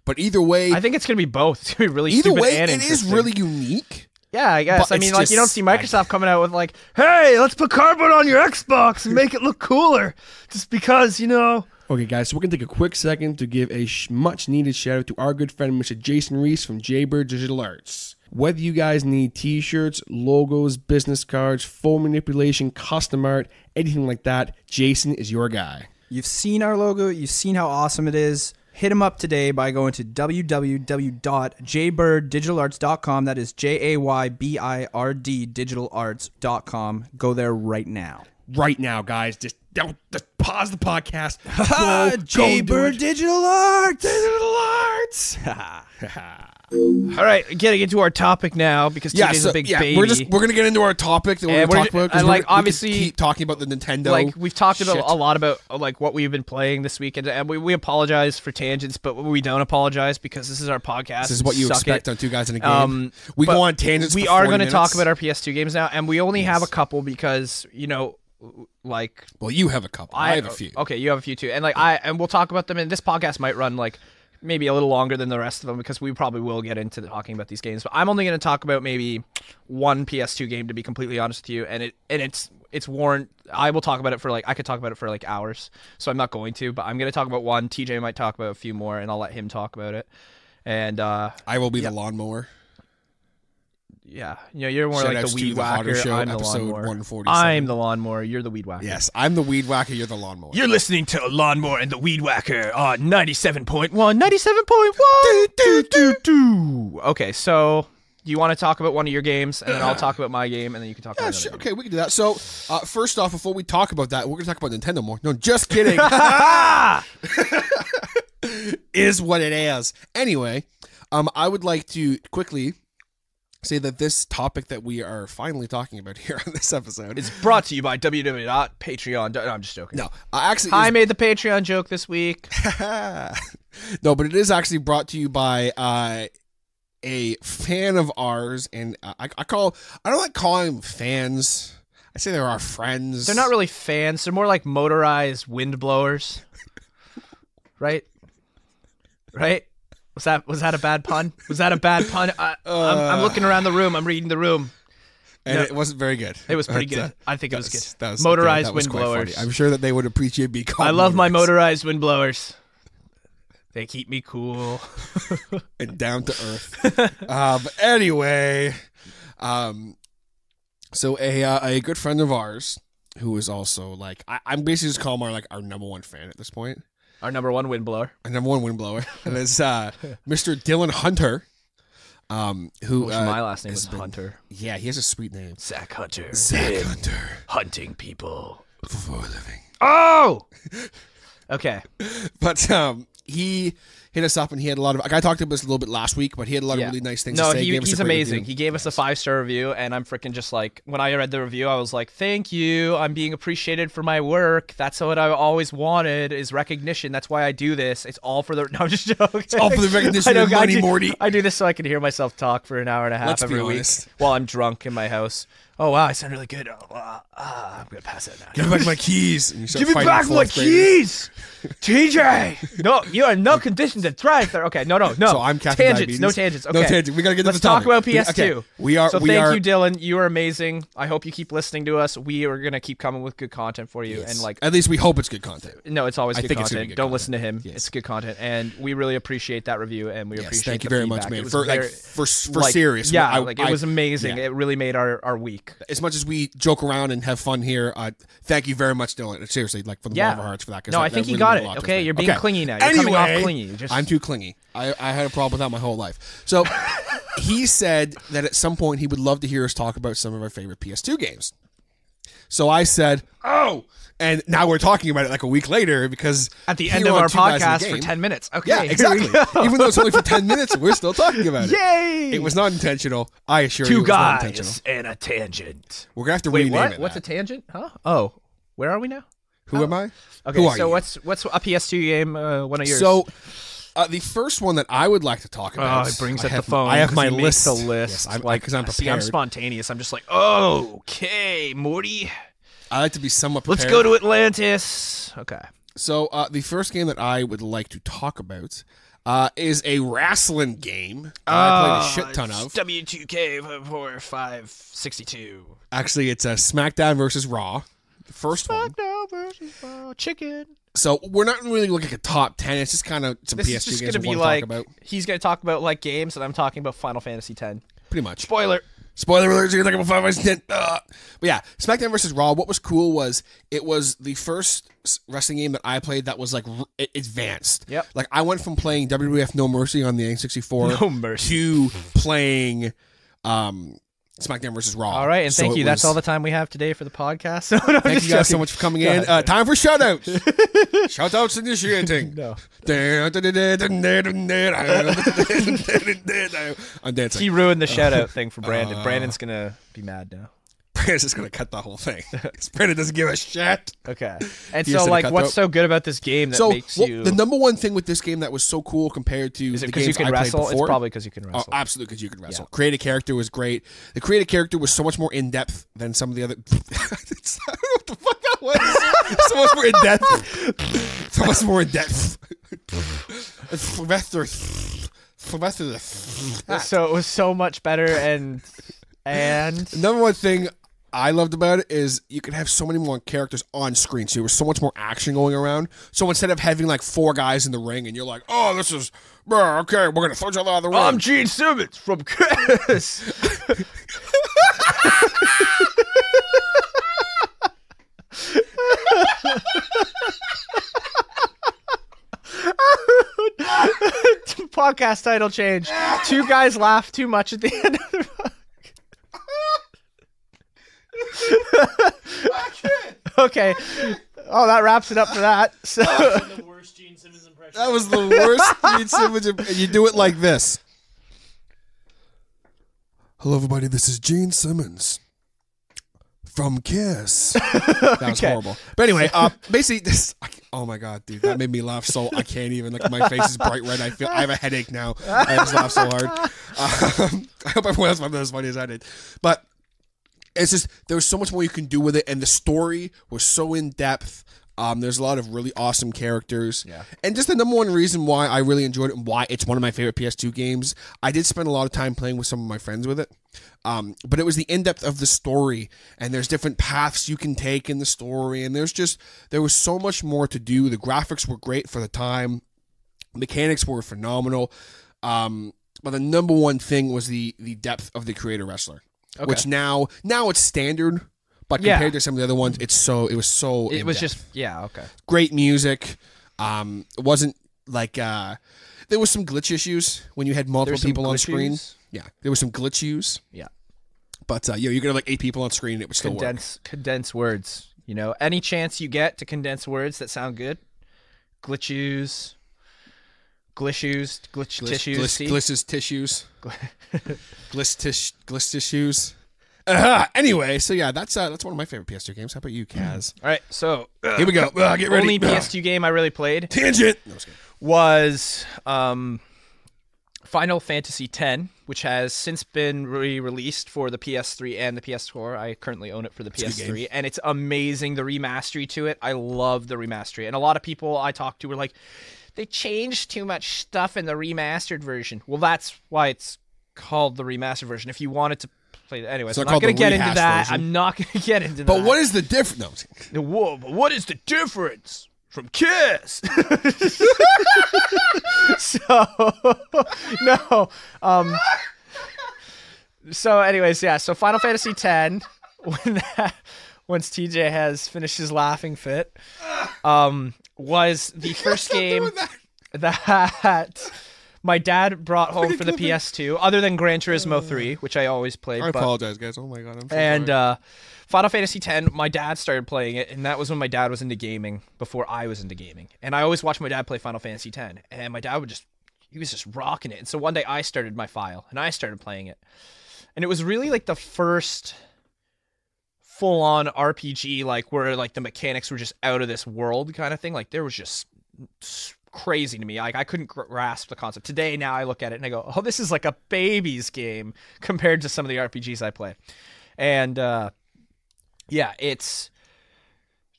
[SPEAKER 3] but either way,
[SPEAKER 2] I think it's going to be both. It's going to be really
[SPEAKER 3] either
[SPEAKER 2] stupid
[SPEAKER 3] way,
[SPEAKER 2] and
[SPEAKER 3] it is
[SPEAKER 2] interesting.
[SPEAKER 3] really unique.
[SPEAKER 2] Yeah, I guess.
[SPEAKER 3] But
[SPEAKER 2] I
[SPEAKER 3] it's
[SPEAKER 2] mean, like, you don't
[SPEAKER 3] just-
[SPEAKER 2] see Microsoft coming out with like,
[SPEAKER 4] Hey, let's put cardboard on your Xbox and make it look cooler. Just because, you know.
[SPEAKER 3] Okay, guys, so we're going to take a quick second to give a sh- much needed shout out to our good friend, Mr. Jason Reese from Jaybird Digital Arts. Whether you guys need t shirts, logos, business cards, full manipulation, custom art, anything like that, Jason is your guy.
[SPEAKER 7] You've seen our logo, you've seen how awesome it is. Hit him up today by going to www.jbirddigitalarts.com. That is J A Y B I R D digitalarts.com. Go there right now.
[SPEAKER 3] Right now, guys, just, don't, just pause the podcast.
[SPEAKER 7] Ah,
[SPEAKER 3] Go, go do
[SPEAKER 7] Jaybird
[SPEAKER 3] it.
[SPEAKER 7] Digital Arts! Digital Arts!
[SPEAKER 2] all right, getting into our topic now because
[SPEAKER 3] Yeah,
[SPEAKER 2] TJ's
[SPEAKER 3] so,
[SPEAKER 2] a big
[SPEAKER 3] yeah,
[SPEAKER 2] baby.
[SPEAKER 3] we're just we're gonna get into our topic that we're
[SPEAKER 2] And
[SPEAKER 3] gonna
[SPEAKER 2] we're
[SPEAKER 3] talk
[SPEAKER 2] ju-
[SPEAKER 3] about. 'cause
[SPEAKER 2] and,
[SPEAKER 3] we're-
[SPEAKER 2] like,
[SPEAKER 3] we could
[SPEAKER 2] obviously,
[SPEAKER 3] keep talking about the Nintendo.
[SPEAKER 2] like we've talked about
[SPEAKER 3] shit.
[SPEAKER 2] a lot about uh, like what we've been playing this weekend, and we, we apologize for tangents, but we don't apologize because this is our podcast.
[SPEAKER 3] This is what you
[SPEAKER 2] Suck
[SPEAKER 3] expect
[SPEAKER 2] it.
[SPEAKER 3] on two guys in a game.
[SPEAKER 2] Um,
[SPEAKER 3] we
[SPEAKER 2] but
[SPEAKER 3] go on tangents.
[SPEAKER 2] We
[SPEAKER 3] for
[SPEAKER 2] are
[SPEAKER 3] 40
[SPEAKER 2] gonna talk
[SPEAKER 3] minutes.
[SPEAKER 2] about our PS2 games now, and we only have a couple because you know, like
[SPEAKER 3] Well, you have a couple. I, have a few.
[SPEAKER 2] Okay, you have a few too, and like I and we'll talk about them. And this podcast might run like maybe a little longer than the rest of them because we probably will get into talking about these games. But I'm only going to talk about maybe one PS2 game to be completely honest with you, and it and it's it's warrant. I will talk about it for like I could talk about it for like hours, so I'm not going to. But I'm going to talk about one. TJ might talk about a few more, and I'll let him talk about it. And uh
[SPEAKER 3] I will be the lawnmower.
[SPEAKER 2] yeah, you know you're more
[SPEAKER 3] Shout
[SPEAKER 2] like
[SPEAKER 3] outs
[SPEAKER 2] the
[SPEAKER 3] to
[SPEAKER 2] weed
[SPEAKER 3] the Hotter
[SPEAKER 2] whacker.
[SPEAKER 3] Show,
[SPEAKER 2] I'm the
[SPEAKER 3] episode
[SPEAKER 2] lawnmower.
[SPEAKER 3] 147.
[SPEAKER 2] I'm the lawnmower. You're the weed whacker.
[SPEAKER 3] Yes, I'm the weed whacker. You're the lawnmower.
[SPEAKER 2] You're listening to Lawnmower and the Weed Whacker on 97.1. 97.1. do, do, do. Okay, so you want to talk about one of your games, and then I'll talk about my game, and then you can talk
[SPEAKER 3] Yeah,
[SPEAKER 2] about
[SPEAKER 3] sure,
[SPEAKER 2] another
[SPEAKER 3] okay, we can do that. So, uh, first off, before we talk about that, we're gonna talk about Nintendo more. No, just kidding. is what it is. Anyway, um, I would like to quickly say that this topic that we are finally talking about here on this episode
[SPEAKER 2] It's brought to you by www.patreon. No, I'm just joking.
[SPEAKER 3] no, I actually
[SPEAKER 2] I made the Patreon joke this week.
[SPEAKER 3] no, but it is actually brought to you by uh, a fan of ours, and uh, I, I call I don't like calling them fans. I say they're our friends.
[SPEAKER 2] They're not really fans. They're more like motorized wind blowers. right? Right? Was that was that a bad pun? Was that a bad pun? I, I'm,
[SPEAKER 3] Uh,
[SPEAKER 2] I'm looking around the room. I'm reading the room.
[SPEAKER 3] and it wasn't very good.
[SPEAKER 2] It was pretty
[SPEAKER 3] But, uh,
[SPEAKER 2] good. I think it was
[SPEAKER 3] that's-
[SPEAKER 2] good.
[SPEAKER 3] that was-
[SPEAKER 2] motorized
[SPEAKER 3] that was
[SPEAKER 2] wind
[SPEAKER 3] quite funny.
[SPEAKER 2] blowers.
[SPEAKER 3] I'm sure that they would appreciate being called.
[SPEAKER 2] I love my
[SPEAKER 3] motorized
[SPEAKER 2] motorized wind blowers. They keep me cool.
[SPEAKER 3] and down to earth. uh, but anyway, um, so a uh, a good friend of ours who is also like I, I'm basically just calling him our like our number one fan at this point.
[SPEAKER 2] Our number one wind blower.
[SPEAKER 3] our number one windblower, and it's uh, Mr. Dylan Hunter, um, who uh,
[SPEAKER 2] my last name
[SPEAKER 3] has
[SPEAKER 2] was
[SPEAKER 3] been-
[SPEAKER 2] Hunter.
[SPEAKER 3] Yeah, he has a sweet name.
[SPEAKER 2] Zach Hunter.
[SPEAKER 3] Zach Hunter
[SPEAKER 2] Hunting people.
[SPEAKER 3] for a living.
[SPEAKER 2] Oh! Okay.
[SPEAKER 3] But um, he hit us up, and he had a lot of. Like, I talked about this a little bit last week, but he had a lot
[SPEAKER 2] Yeah.
[SPEAKER 3] of really nice things.
[SPEAKER 2] No,
[SPEAKER 3] to say.
[SPEAKER 2] he,
[SPEAKER 3] gave us a
[SPEAKER 2] he's
[SPEAKER 3] great
[SPEAKER 2] amazing.
[SPEAKER 3] review.
[SPEAKER 2] He gave us a five star review, and I'm freaking just like, when I read the review, I was like, thank you. I'm being appreciated for my work. That's what I always wanted is recognition. That's why I do this. It's all for the. No, I'm just joking. It's
[SPEAKER 3] all for the recognition of money, Morty.
[SPEAKER 2] I do this so I can hear myself talk for an hour and a half
[SPEAKER 3] Let's be
[SPEAKER 2] every week
[SPEAKER 3] honest.
[SPEAKER 2] while I'm drunk in my house. Oh, wow. I sound really good. Oh, wow. ah, I'm going to pass it now.
[SPEAKER 3] Give me back my keys. And you start
[SPEAKER 2] Give me
[SPEAKER 3] fighting
[SPEAKER 2] back my
[SPEAKER 3] fourth graders.
[SPEAKER 2] keys, TJ. No, you are in no condition to thrive. There. Okay, no, no, no.
[SPEAKER 3] So I'm Captain
[SPEAKER 2] tangents.
[SPEAKER 3] Diabetes.
[SPEAKER 2] No tangents.
[SPEAKER 3] No
[SPEAKER 2] Okay,
[SPEAKER 3] tangent. We gotta get to
[SPEAKER 2] Let's
[SPEAKER 3] the
[SPEAKER 2] talk
[SPEAKER 3] topic.
[SPEAKER 2] about
[SPEAKER 3] We-
[SPEAKER 2] PS2.
[SPEAKER 3] okay. We are-
[SPEAKER 2] So
[SPEAKER 3] we
[SPEAKER 2] thank
[SPEAKER 3] are-
[SPEAKER 2] you, Dylan. You are amazing. I hope you keep listening to us. We are gonna keep coming with good content for you. And like,
[SPEAKER 3] At least we hope it's good content.
[SPEAKER 2] no, it's always
[SPEAKER 3] I
[SPEAKER 2] good
[SPEAKER 3] think it's gonna
[SPEAKER 2] content.
[SPEAKER 3] be good
[SPEAKER 2] Don't
[SPEAKER 3] content.
[SPEAKER 2] listen to him. It's good content, and we really appreciate that review. And we
[SPEAKER 3] Yes,
[SPEAKER 2] appreciate.
[SPEAKER 3] thank you
[SPEAKER 2] the
[SPEAKER 3] very
[SPEAKER 2] feedback.
[SPEAKER 3] much, man.
[SPEAKER 2] It was
[SPEAKER 3] For like
[SPEAKER 2] very-
[SPEAKER 3] for s- for
[SPEAKER 2] like,
[SPEAKER 3] serious.
[SPEAKER 2] Yeah,
[SPEAKER 3] I-
[SPEAKER 2] like
[SPEAKER 3] I-
[SPEAKER 2] it was amazing.
[SPEAKER 3] yeah.
[SPEAKER 2] It really made our our week.
[SPEAKER 3] As much as we joke around and have fun here, uh, thank you very much, Dylan. Seriously, like from the
[SPEAKER 2] Yeah.
[SPEAKER 3] bottom of our hearts for that. 'cause
[SPEAKER 2] No,
[SPEAKER 3] that-
[SPEAKER 2] I
[SPEAKER 3] that
[SPEAKER 2] think he
[SPEAKER 3] really
[SPEAKER 2] got
[SPEAKER 3] meant a
[SPEAKER 2] it.
[SPEAKER 3] lot to us,
[SPEAKER 2] Okay,
[SPEAKER 3] man.
[SPEAKER 2] you're being clingy now. You're coming
[SPEAKER 3] anyway,
[SPEAKER 2] off clingy. You just-
[SPEAKER 3] I'm too clingy. I, I had a problem with that my whole life. So he said that at some point he would love to hear us talk about some of our favorite PS2 games. So I said, "Oh," and now we're talking about it like a week later because
[SPEAKER 2] At the
[SPEAKER 3] he
[SPEAKER 2] end of
[SPEAKER 3] won
[SPEAKER 2] our
[SPEAKER 3] 2000
[SPEAKER 2] podcast for
[SPEAKER 3] game.
[SPEAKER 2] ten minutes. Okay,
[SPEAKER 3] Yeah,
[SPEAKER 2] here we
[SPEAKER 3] exactly.
[SPEAKER 2] go.
[SPEAKER 3] Even though it's only for ten minutes, we're still talking about it.
[SPEAKER 2] Yay!
[SPEAKER 3] It was not intentional. I assure you,
[SPEAKER 2] two
[SPEAKER 3] it was not intentional.
[SPEAKER 2] guys and a tangent.
[SPEAKER 3] We're gonna have to
[SPEAKER 2] Wait,
[SPEAKER 3] rename
[SPEAKER 2] what?
[SPEAKER 3] it.
[SPEAKER 2] What's a
[SPEAKER 3] that.
[SPEAKER 2] tangent? Huh? Oh, where are we now?
[SPEAKER 3] Who am I?
[SPEAKER 2] Oh, Okay,
[SPEAKER 3] Who are
[SPEAKER 2] so
[SPEAKER 3] you?
[SPEAKER 2] what's what's a PS2 game? Uh, one of yours.
[SPEAKER 3] So, uh, the first one that I would like to talk
[SPEAKER 2] Oh,
[SPEAKER 3] about.
[SPEAKER 2] it brings
[SPEAKER 3] I
[SPEAKER 2] up
[SPEAKER 3] have-
[SPEAKER 2] the phone.
[SPEAKER 3] I have
[SPEAKER 2] 'cause
[SPEAKER 3] my
[SPEAKER 2] he makes
[SPEAKER 3] list.
[SPEAKER 2] The list,
[SPEAKER 3] Yes, I'm,
[SPEAKER 2] like
[SPEAKER 3] because I'm prepared.
[SPEAKER 2] See, I'm spontaneous. I'm just like, oh, okay, Morty,
[SPEAKER 3] I like to be somewhat prepared.
[SPEAKER 2] let's go to Atlantis. Okay,
[SPEAKER 3] So, uh, the first game that I would like to talk about uh, is a wrestling game that
[SPEAKER 2] Ah,
[SPEAKER 3] I played a shit ton of.
[SPEAKER 2] W2K four five sixty two.
[SPEAKER 3] Actually, it's a SmackDown versus Raw, the first one.
[SPEAKER 2] Chicken.
[SPEAKER 3] So we're not really looking at a top ten. It's just kind of some
[SPEAKER 2] This
[SPEAKER 3] PS2
[SPEAKER 2] is just
[SPEAKER 3] games
[SPEAKER 2] gonna
[SPEAKER 3] we
[SPEAKER 2] be
[SPEAKER 3] want
[SPEAKER 2] like
[SPEAKER 3] to talk about.
[SPEAKER 2] he's gonna talk about like games, and I'm talking about Final Fantasy X.
[SPEAKER 3] Pretty much.
[SPEAKER 2] Spoiler.
[SPEAKER 3] Spoiler alert! You're talking about five minutes ten. Uh, but yeah, SmackDown versus Raw. What was cool was it was the first s- wrestling game that I played that was like r- it- advanced.
[SPEAKER 2] Yep.
[SPEAKER 3] Like I went from playing WWF No Mercy on the N64
[SPEAKER 2] No mercy.
[SPEAKER 3] to playing um, SmackDown versus Raw.
[SPEAKER 2] All right, and
[SPEAKER 3] So
[SPEAKER 2] thank
[SPEAKER 3] it
[SPEAKER 2] you. That's
[SPEAKER 3] was-
[SPEAKER 2] all the time we have today for the podcast. No, no, I'm
[SPEAKER 3] Thank
[SPEAKER 2] just
[SPEAKER 3] you guys so
[SPEAKER 2] joking.
[SPEAKER 3] much for coming in. Uh, time for shoutouts. shoutouts initiating. No. I'm dancing.
[SPEAKER 2] He ruined the shout out thing for Brandon. Brandon's gonna be mad now.
[SPEAKER 3] Brandon's just gonna cut the whole thing. 'Cause Brandon doesn't give a shit.
[SPEAKER 2] Okay. And
[SPEAKER 3] Here's
[SPEAKER 2] so,
[SPEAKER 3] to the
[SPEAKER 2] like, what's
[SPEAKER 3] cutthroat.
[SPEAKER 2] so good about this game that
[SPEAKER 3] So
[SPEAKER 2] makes
[SPEAKER 3] well,
[SPEAKER 2] you?
[SPEAKER 3] the number one thing with this game that was so cool compared to
[SPEAKER 2] is it
[SPEAKER 3] the
[SPEAKER 2] because
[SPEAKER 3] games
[SPEAKER 2] you can
[SPEAKER 3] I played
[SPEAKER 2] wrestle? It's
[SPEAKER 3] before-
[SPEAKER 2] probably because you can
[SPEAKER 3] Oh,
[SPEAKER 2] wrestle.
[SPEAKER 3] absolutely, because you can wrestle. Create a character was great. The create a character was so much more in depth than some of the other. It's- I don't know what the fuck that was. so much more in depth. so much more in depth. Sylvester. Sylvester. the-
[SPEAKER 2] so it was so much better, and and
[SPEAKER 3] Number one thing I loved about it is you could have so many more characters on screen, so there was so much more action going around. So instead of having like four guys in the ring and you're like, oh, this is bruh, okay, we're gonna throw each other out of the ring.
[SPEAKER 2] I'm Gene Simmons from Kiss. Podcast title change. Two guys laugh too much at the end of the Okay. Oh, that wraps it up for that. So
[SPEAKER 8] the worst Gene Simmons impression.
[SPEAKER 3] that was the worst Gene Simmons imp- You do it like this. Hello, everybody. This is Gene Simmons from Kiss. that was horrible. But anyway, uh, basically, this. I, oh my god, dude, that made me laugh so I can't even. Like my face is bright red. I feel I have a headache now. I just laugh so hard. Um, I hope everyone else found that as funny as I did. But it's just there was so much more you can do with it, and the story was so in depth. Um, there's a lot of really awesome characters, yeah. and just the number one reason why I really enjoyed it and why it's one of my favorite PS2 games. I did spend a lot of time playing with some of my friends with it, um, but it was the in depth of the story, and there's different paths you can take in the story, and there's just there was so much more to do. The graphics were great for the time, mechanics were phenomenal, um, but the number one thing was the the depth of the creator wrestler which now now it's standard but
[SPEAKER 2] Yeah.
[SPEAKER 3] compared to some of the other ones it's so it was so
[SPEAKER 7] It was
[SPEAKER 3] in-depth.
[SPEAKER 7] just yeah okay.
[SPEAKER 3] great music um it wasn't like uh there was some glitch issues when you had multiple
[SPEAKER 7] There's some
[SPEAKER 3] people on
[SPEAKER 7] glitch
[SPEAKER 3] screen
[SPEAKER 7] issues?
[SPEAKER 3] yeah there were some glitch issues
[SPEAKER 7] Yeah.
[SPEAKER 3] but uh you know you could have like eight people on screen and it would still work
[SPEAKER 2] Condense condense words. You know, any chance you get to condense words that sound good, glitches, glitches, glitch
[SPEAKER 3] Glitch-
[SPEAKER 2] tissues.
[SPEAKER 3] glitch-
[SPEAKER 2] see?
[SPEAKER 3] glitches tissues glitch tish glitch tissues uh, anyway so yeah that's uh that's one of my favorite ps2 games how about you kaz
[SPEAKER 2] All right, so
[SPEAKER 3] here we go uh, get ready
[SPEAKER 2] Mm. only
[SPEAKER 3] Ugh.
[SPEAKER 2] PS2 game I really played
[SPEAKER 3] tangent No, I'm just kidding.
[SPEAKER 2] was um, Final Fantasy X, which has since been re-released for the PS3 and the PS4. I currently own it for the PS3, and it's amazing. The remastery to it, I love the remastery, and a lot of people I talked to were like, "They changed too much stuff in the remastered version." Well, that's why it's called the remastered version. If you wanted to play, anyways,
[SPEAKER 3] So
[SPEAKER 2] I'm not
[SPEAKER 3] called the
[SPEAKER 2] gonna get into
[SPEAKER 3] rehash
[SPEAKER 2] that.
[SPEAKER 3] version.
[SPEAKER 2] I'm not gonna get into that.
[SPEAKER 3] but what is the difference no, I'm just kidding.
[SPEAKER 2] The Whoa, but what is the difference from Kiss? so, no. Um, so, anyways, yeah. So, Final Fantasy X, when that, once TJ has finished his laughing fit, um, was the first game that my dad brought home for the PS2, other than Gran Turismo 3, which I always played.
[SPEAKER 3] I
[SPEAKER 2] but-
[SPEAKER 3] apologize, guys. Oh my god, I'm so
[SPEAKER 2] and
[SPEAKER 3] sorry.
[SPEAKER 2] uh, Final Fantasy X, my dad started playing it, and that was when my dad was into gaming before I was into gaming. And I always watched my dad play Final Fantasy X, and my dad would just he was just rocking it. And so one day I started my file and I started playing it, and it was really like the first full on RPG, like where like the mechanics were just out of this world kind of thing. Like there was just s- crazy to me. Like I couldn't gr- grasp the concept. Today now I look at it and I go, "Oh, this is like a baby's game compared to some of the RPGs I play." And uh yeah, it's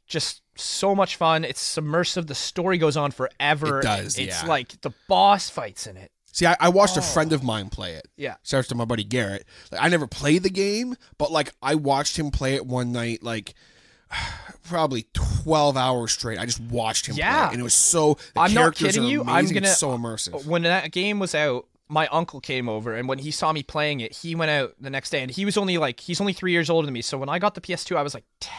[SPEAKER 2] just so much fun. It's submersive. The story goes on forever.
[SPEAKER 3] It does,
[SPEAKER 2] It's
[SPEAKER 3] yeah.
[SPEAKER 2] like the boss fights in it.
[SPEAKER 3] see, I, I watched a friend of mine play it.
[SPEAKER 2] Oh. Yeah.
[SPEAKER 3] Shouts to my buddy Garrett. Like, I never played the game, but like I watched him play it one night, like probably twelve hours straight. I just watched him. play
[SPEAKER 2] Yeah.
[SPEAKER 3] it, and it was so. The
[SPEAKER 2] I'm not
[SPEAKER 3] characters
[SPEAKER 2] kidding
[SPEAKER 3] are
[SPEAKER 2] you. I'm
[SPEAKER 3] Amazing.
[SPEAKER 2] gonna- uh,
[SPEAKER 3] it's so immersive.
[SPEAKER 2] When that game was out, my uncle came over, and when he saw me playing it, he went out the next day, and he was only like he's only three years older than me. So when I got the PS2, I was like t-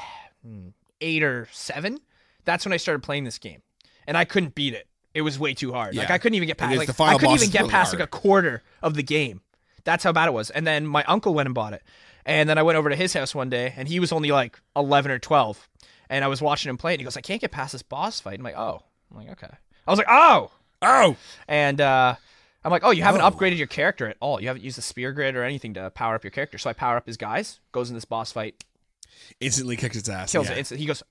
[SPEAKER 2] hmm, eight or seven. That's when I started playing this game, and I couldn't beat it. It was way too hard. Like
[SPEAKER 3] Yeah.
[SPEAKER 2] I couldn't even get past.
[SPEAKER 3] is.
[SPEAKER 2] Like,
[SPEAKER 3] The final
[SPEAKER 2] I couldn't
[SPEAKER 3] boss
[SPEAKER 2] even
[SPEAKER 3] is
[SPEAKER 2] get
[SPEAKER 3] really
[SPEAKER 2] past
[SPEAKER 3] hard.
[SPEAKER 2] like a quarter of the game. That's how bad it was. And then my uncle went and bought it, and then I went over to his house one day, and he was only like eleven or twelve, and I was watching him play, and he goes, "I can't get past this boss fight." I'm like, "Oh." I'm like, "Okay." I was like, "Oh."
[SPEAKER 3] Oh,
[SPEAKER 2] And uh, I'm like, oh, you haven't upgraded your character at all. You haven't used the spear grid or anything to power up your character. So I power up his guys, goes in this boss fight,
[SPEAKER 3] instantly kicks its ass.
[SPEAKER 2] kills
[SPEAKER 3] yeah.
[SPEAKER 2] it. Instantly. He goes,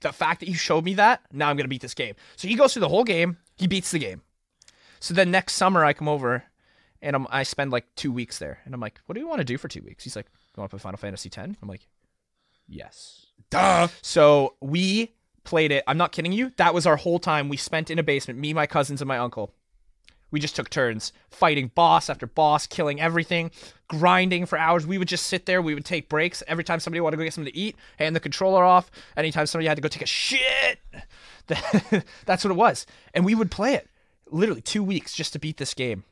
[SPEAKER 2] the fact that you showed me that, now I'm going to beat this game. So he goes through the whole game. He beats the game. So then next summer, I come over and I'm, I spend like two weeks there. And I'm like, what do you want to do for two weeks? He's like, you want to play Final Fantasy X? I'm like, yes.
[SPEAKER 3] Duh.
[SPEAKER 2] So we played it. I'm not kidding you. That was our whole time we spent in a basement, me, my cousins, and my uncle. We just took turns fighting boss after boss, killing everything, grinding for hours. We would just sit there. We would take breaks every time somebody wanted to go get something to eat, hand the controller off. Anytime somebody had to go take a shit, that- that's what it was. And we would play it literally two weeks just to beat this game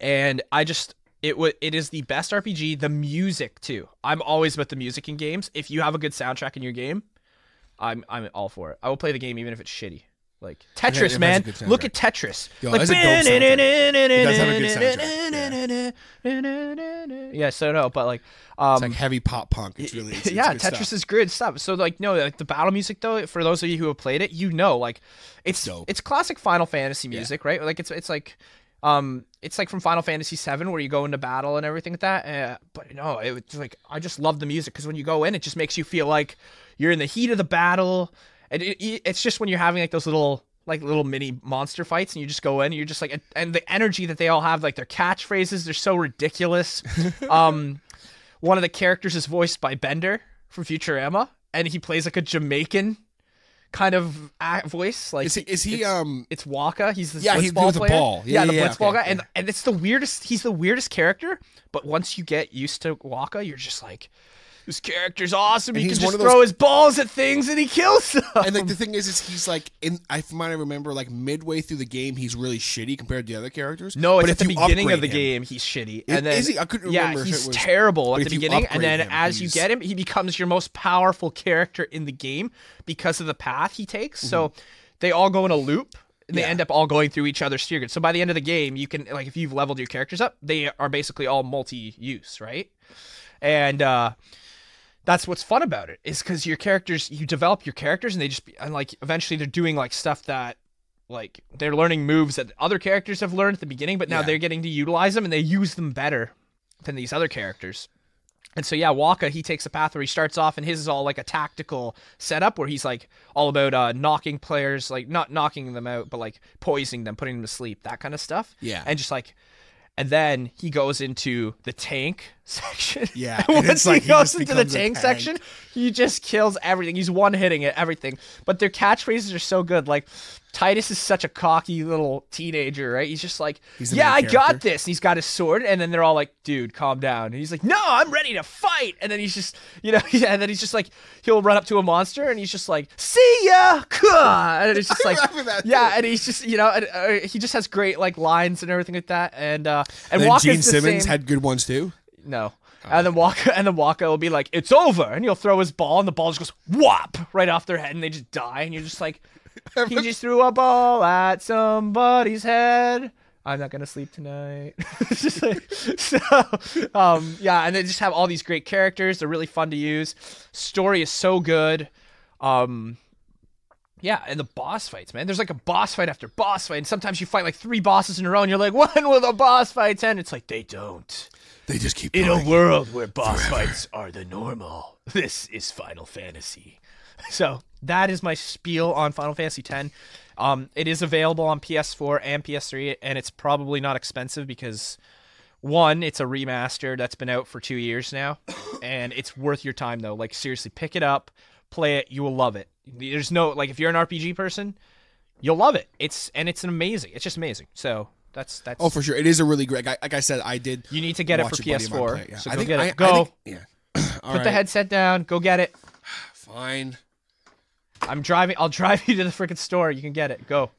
[SPEAKER 2] and I just it wa it is the best RPG. The music too. I'm always about the music in games. If you have a good soundtrack in your game, I'm I'm all for it. I will play the game even if it's shitty. Like Tetris,
[SPEAKER 3] it
[SPEAKER 2] man.
[SPEAKER 3] has a good
[SPEAKER 2] Look
[SPEAKER 3] soundtrack.
[SPEAKER 2] at Tetris.
[SPEAKER 3] Yo,
[SPEAKER 2] like,
[SPEAKER 3] that's a dope soundtrack. It does have a good
[SPEAKER 2] soundtrack. Yeah. so no, but like, um,
[SPEAKER 3] It's like heavy pop punk. It's really it's, it's
[SPEAKER 2] yeah,
[SPEAKER 3] good
[SPEAKER 2] Tetris
[SPEAKER 3] stuff.
[SPEAKER 2] is good stuff. So like, no, like the battle music though, for those of you who have played it, you know, like, it's
[SPEAKER 3] Dope.
[SPEAKER 2] it's classic Final Fantasy music, right? Like it's it's like Um, it's like from Final Fantasy VII where you go into battle and everything like that. Uh, but no, it was like I just love the music because when you go in, it just makes you feel like you're in the heat of the battle, and it, it- it's just when you're having like those little like little mini monster fights, and you just go in, and you're just like, and the energy that they all have, like their catchphrases, they're so ridiculous. um, one of the characters is voiced by Bender from Futurama, and he plays like a Jamaican kind of a- voice. Like
[SPEAKER 3] Is he? Is he?
[SPEAKER 2] it's-
[SPEAKER 3] Um.
[SPEAKER 2] it's Waka. He's the
[SPEAKER 3] Yeah,
[SPEAKER 2] blitzball
[SPEAKER 3] he's with the
[SPEAKER 2] player.
[SPEAKER 3] ball. Yeah,
[SPEAKER 2] the
[SPEAKER 3] yeah, yeah,
[SPEAKER 2] blitzball
[SPEAKER 3] okay,
[SPEAKER 2] guy, and and it's the weirdest. He's the weirdest character. But once you get used to Waka, you're just like, this character's awesome. he
[SPEAKER 3] he's
[SPEAKER 2] can
[SPEAKER 3] one
[SPEAKER 2] just
[SPEAKER 3] of those-
[SPEAKER 2] throw his balls at things and he kills them.
[SPEAKER 3] And like the thing is, is he's like in. I from what I remember, like midway through the game, he's really shitty compared to the other characters.
[SPEAKER 2] no, it's
[SPEAKER 3] but
[SPEAKER 2] at
[SPEAKER 3] if
[SPEAKER 2] the
[SPEAKER 3] you
[SPEAKER 2] beginning of the
[SPEAKER 3] upgrade him-
[SPEAKER 2] game, he's shitty.
[SPEAKER 3] Is-
[SPEAKER 2] And then
[SPEAKER 3] is he? I couldn't
[SPEAKER 2] yeah,
[SPEAKER 3] remember if
[SPEAKER 2] he's
[SPEAKER 3] it was-
[SPEAKER 2] terrible
[SPEAKER 3] but
[SPEAKER 2] at
[SPEAKER 3] if
[SPEAKER 2] the
[SPEAKER 3] you
[SPEAKER 2] beginning, and
[SPEAKER 3] upgrade
[SPEAKER 2] then
[SPEAKER 3] him,
[SPEAKER 2] as you
[SPEAKER 3] he's-
[SPEAKER 2] get him, he becomes your most powerful character in the game because of the path he takes. So
[SPEAKER 3] Mm-hmm.
[SPEAKER 2] they all go in a loop. And they end up all going through each other's secrets. So by the end of the game, you can like if you've leveled your characters up, they are basically all multi-use, right? And uh, that's what's fun about it is because your characters, you develop your characters, and they just be, and like eventually they're doing like stuff that like they're learning moves that other characters have learned at the beginning, but now they're getting to utilize them and they use them better than these other characters. And so yeah, Waka he takes a path where he starts off and his is all like a tactical setup where he's like all about uh, knocking players, like not knocking them out, but like poisoning them, putting them to sleep, that kind of stuff.
[SPEAKER 3] Yeah.
[SPEAKER 2] and just like. And then he goes into the tank section.
[SPEAKER 3] Yeah,
[SPEAKER 2] And
[SPEAKER 3] and
[SPEAKER 2] once
[SPEAKER 3] it's like
[SPEAKER 2] he
[SPEAKER 3] he
[SPEAKER 2] goes
[SPEAKER 3] just
[SPEAKER 2] into the
[SPEAKER 3] becomes a
[SPEAKER 2] tank,
[SPEAKER 3] tank.
[SPEAKER 2] section, he just kills everything. He's one hitting at everything. But their catchphrases are so good. Like Titus is such a cocky little teenager, right? He's just like,
[SPEAKER 3] He's the
[SPEAKER 2] "Yeah, I
[SPEAKER 3] main
[SPEAKER 2] got
[SPEAKER 3] character.
[SPEAKER 2] this." And he's got his sword, and then they're all like, "Dude, calm down." And he's like, "No, I'm ready to fight." And then he's just, you know, yeah. And then he's just like, he'll run up to a monster, and he's just like, "See ya!" Kuh!" And it's just like,
[SPEAKER 3] remember that,
[SPEAKER 2] yeah.
[SPEAKER 3] too.
[SPEAKER 2] And he's just, you know, and, uh, he just has great like lines and everything like that. And uh, and,
[SPEAKER 3] And then
[SPEAKER 2] Walker's
[SPEAKER 3] Gene
[SPEAKER 2] the
[SPEAKER 3] Simmons
[SPEAKER 2] same-
[SPEAKER 3] had good ones too.
[SPEAKER 2] no. And then Waka and then Waka will be like, "It's over," and he'll throw his ball, and the ball just goes whop right off their head, and they just die. And you're just like, "He just threw a ball at somebody's head." I'm not gonna sleep tonight. It's just like- so, um, yeah, and they just have all these great characters. They're really fun to use. Story is so good. Um, yeah, and the boss fights, man. There's like a boss fight after boss fight, and sometimes you fight like three bosses in a row, and you're like, "When will the boss fights end?" It's like they don't.
[SPEAKER 3] They just keep.
[SPEAKER 2] In a
[SPEAKER 3] going.
[SPEAKER 2] world where boss fights are the normal, this is Final Fantasy. So that is my spiel on Final Fantasy X. Um, it is available on PS4 and PS3, and it's probably not expensive because one, it's a remaster that's been out for two years now, and it's worth your time though. Like seriously, pick it up, play it. You will love it. There's no like if you're an RPG person, you'll love it. It's and it's an amazing. It's just amazing. So that's that's.
[SPEAKER 3] Oh, for sure, it is a really great. Like I, like I said, I did.
[SPEAKER 2] You need to get it
[SPEAKER 3] watch
[SPEAKER 2] for
[SPEAKER 3] a buddy of mine
[SPEAKER 2] PS4,
[SPEAKER 3] play Yeah.
[SPEAKER 2] so
[SPEAKER 3] I
[SPEAKER 2] go
[SPEAKER 3] think
[SPEAKER 2] get it.
[SPEAKER 3] I- I
[SPEAKER 2] Go.
[SPEAKER 3] think- yeah.
[SPEAKER 2] Put the headset down. Go get it.
[SPEAKER 3] Fine.
[SPEAKER 2] I'm driving. I'll drive you to the freaking store. You can get it. Go.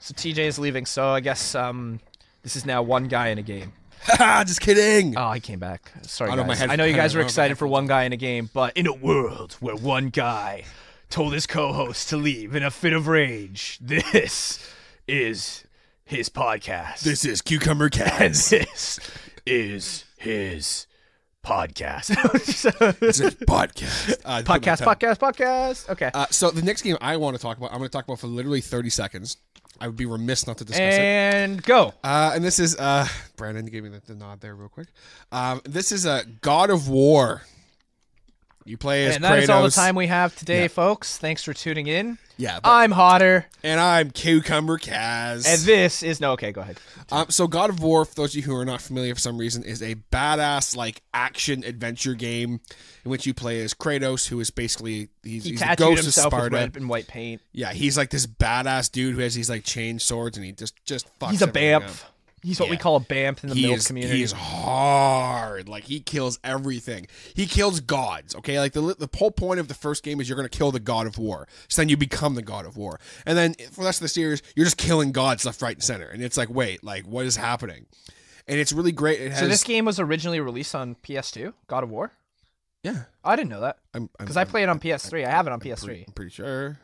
[SPEAKER 2] So TJ is leaving. So I guess um, this is now one guy in a game.
[SPEAKER 3] just kidding.
[SPEAKER 2] Oh, he came back. Sorry,
[SPEAKER 3] I know my
[SPEAKER 2] guys.
[SPEAKER 3] head-
[SPEAKER 2] I know you
[SPEAKER 3] I
[SPEAKER 2] guys
[SPEAKER 3] know
[SPEAKER 2] were
[SPEAKER 3] my
[SPEAKER 2] excited for one guy in a game, but in a world where one guy told his co-host to leave in a fit of rage, this is his podcast.
[SPEAKER 3] this is cucumber
[SPEAKER 2] and
[SPEAKER 3] cats.
[SPEAKER 2] this is his podcast.
[SPEAKER 3] it's a podcast. Uh, put my
[SPEAKER 2] podcast,
[SPEAKER 3] pen-
[SPEAKER 2] podcast, podcast. Okay.
[SPEAKER 3] Uh, so the next game I want to talk about, I'm going to talk about for literally 30 seconds. I would be remiss not to discuss it.
[SPEAKER 2] and go.
[SPEAKER 3] Uh, and this is uh, Brandon gave me the, the nod there real quick. Um, this is a God of War. You play as
[SPEAKER 2] And that is all the
[SPEAKER 3] Kratos.
[SPEAKER 2] time we have today, folks. Thanks for tuning in.
[SPEAKER 3] Yeah, but-
[SPEAKER 2] I'm hotter,
[SPEAKER 3] and I'm Cucumber Kaz.
[SPEAKER 2] and this is no. Okay, go ahead.
[SPEAKER 3] Um, so God of War, for those of you who are not familiar for some reason, is a badass like action adventure game in which you play as Kratos, who is basically he's,
[SPEAKER 2] He
[SPEAKER 3] he's the
[SPEAKER 2] tattooed
[SPEAKER 3] ghost
[SPEAKER 2] himself
[SPEAKER 3] of
[SPEAKER 2] with
[SPEAKER 3] Sparta.
[SPEAKER 2] red and white paint.
[SPEAKER 3] Yeah, he's like this badass dude who has these like chain swords, and he just just fucks.
[SPEAKER 2] He's a
[SPEAKER 3] everything
[SPEAKER 2] bamf.
[SPEAKER 3] up.
[SPEAKER 2] He's what we
[SPEAKER 3] Yeah.
[SPEAKER 2] call a bamf in the
[SPEAKER 3] He
[SPEAKER 2] milk
[SPEAKER 3] is,
[SPEAKER 2] community.
[SPEAKER 3] he is hard. Like he kills everything. He kills gods. Okay, like the li- the whole point of the first game is you're gonna kill the god of war. So then you become the god of war, and then for the rest of the series, you're just killing gods left, right, and center. And it's like, wait, like what is happening? And it's really great. It has
[SPEAKER 2] so this game was originally released on PS2, God of War.
[SPEAKER 3] Yeah.
[SPEAKER 2] I didn't know that
[SPEAKER 3] I'm
[SPEAKER 2] because I play it on PS3. I have it on
[SPEAKER 3] I'm pretty,
[SPEAKER 2] PS3.
[SPEAKER 3] I'm pretty sure.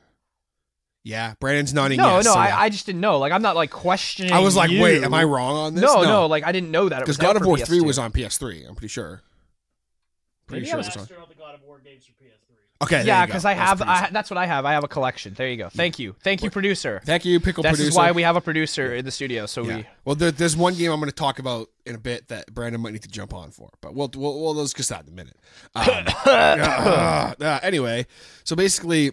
[SPEAKER 3] Yeah, Brandon's nodding.
[SPEAKER 2] No,
[SPEAKER 3] yes,
[SPEAKER 2] no,
[SPEAKER 3] so
[SPEAKER 2] I,
[SPEAKER 3] yeah.
[SPEAKER 2] I just didn't know. Like I'm not like questioning.
[SPEAKER 3] I was like,
[SPEAKER 2] you.
[SPEAKER 3] wait, am I wrong on this?
[SPEAKER 2] No, no, like I didn't know that it was
[SPEAKER 3] because God
[SPEAKER 2] out
[SPEAKER 3] of
[SPEAKER 2] for
[SPEAKER 3] War
[SPEAKER 2] PS2.
[SPEAKER 3] three was on PS3. I'm pretty sure.
[SPEAKER 2] Maybe
[SPEAKER 3] Pretty
[SPEAKER 2] I
[SPEAKER 3] sure it
[SPEAKER 2] was
[SPEAKER 3] was on.
[SPEAKER 8] Master all the God of War games for PS3.
[SPEAKER 3] Okay. there
[SPEAKER 2] yeah,
[SPEAKER 3] you go.
[SPEAKER 2] because I
[SPEAKER 3] That's
[SPEAKER 2] have
[SPEAKER 3] pretty
[SPEAKER 2] I, ha- that's what I have. I have a collection. There you go. Thank you, thank you, producer.
[SPEAKER 3] Thank you, pickle
[SPEAKER 2] This
[SPEAKER 3] producer.
[SPEAKER 2] is why we have a producer in the studio. So
[SPEAKER 3] Yeah.
[SPEAKER 2] we
[SPEAKER 3] Well, there, there's one game I'm going to talk about in a bit that Brandon might need to jump on for, but we'll we'll, we'll let's get that in a minute. Um, uh, uh, anyway, so basically,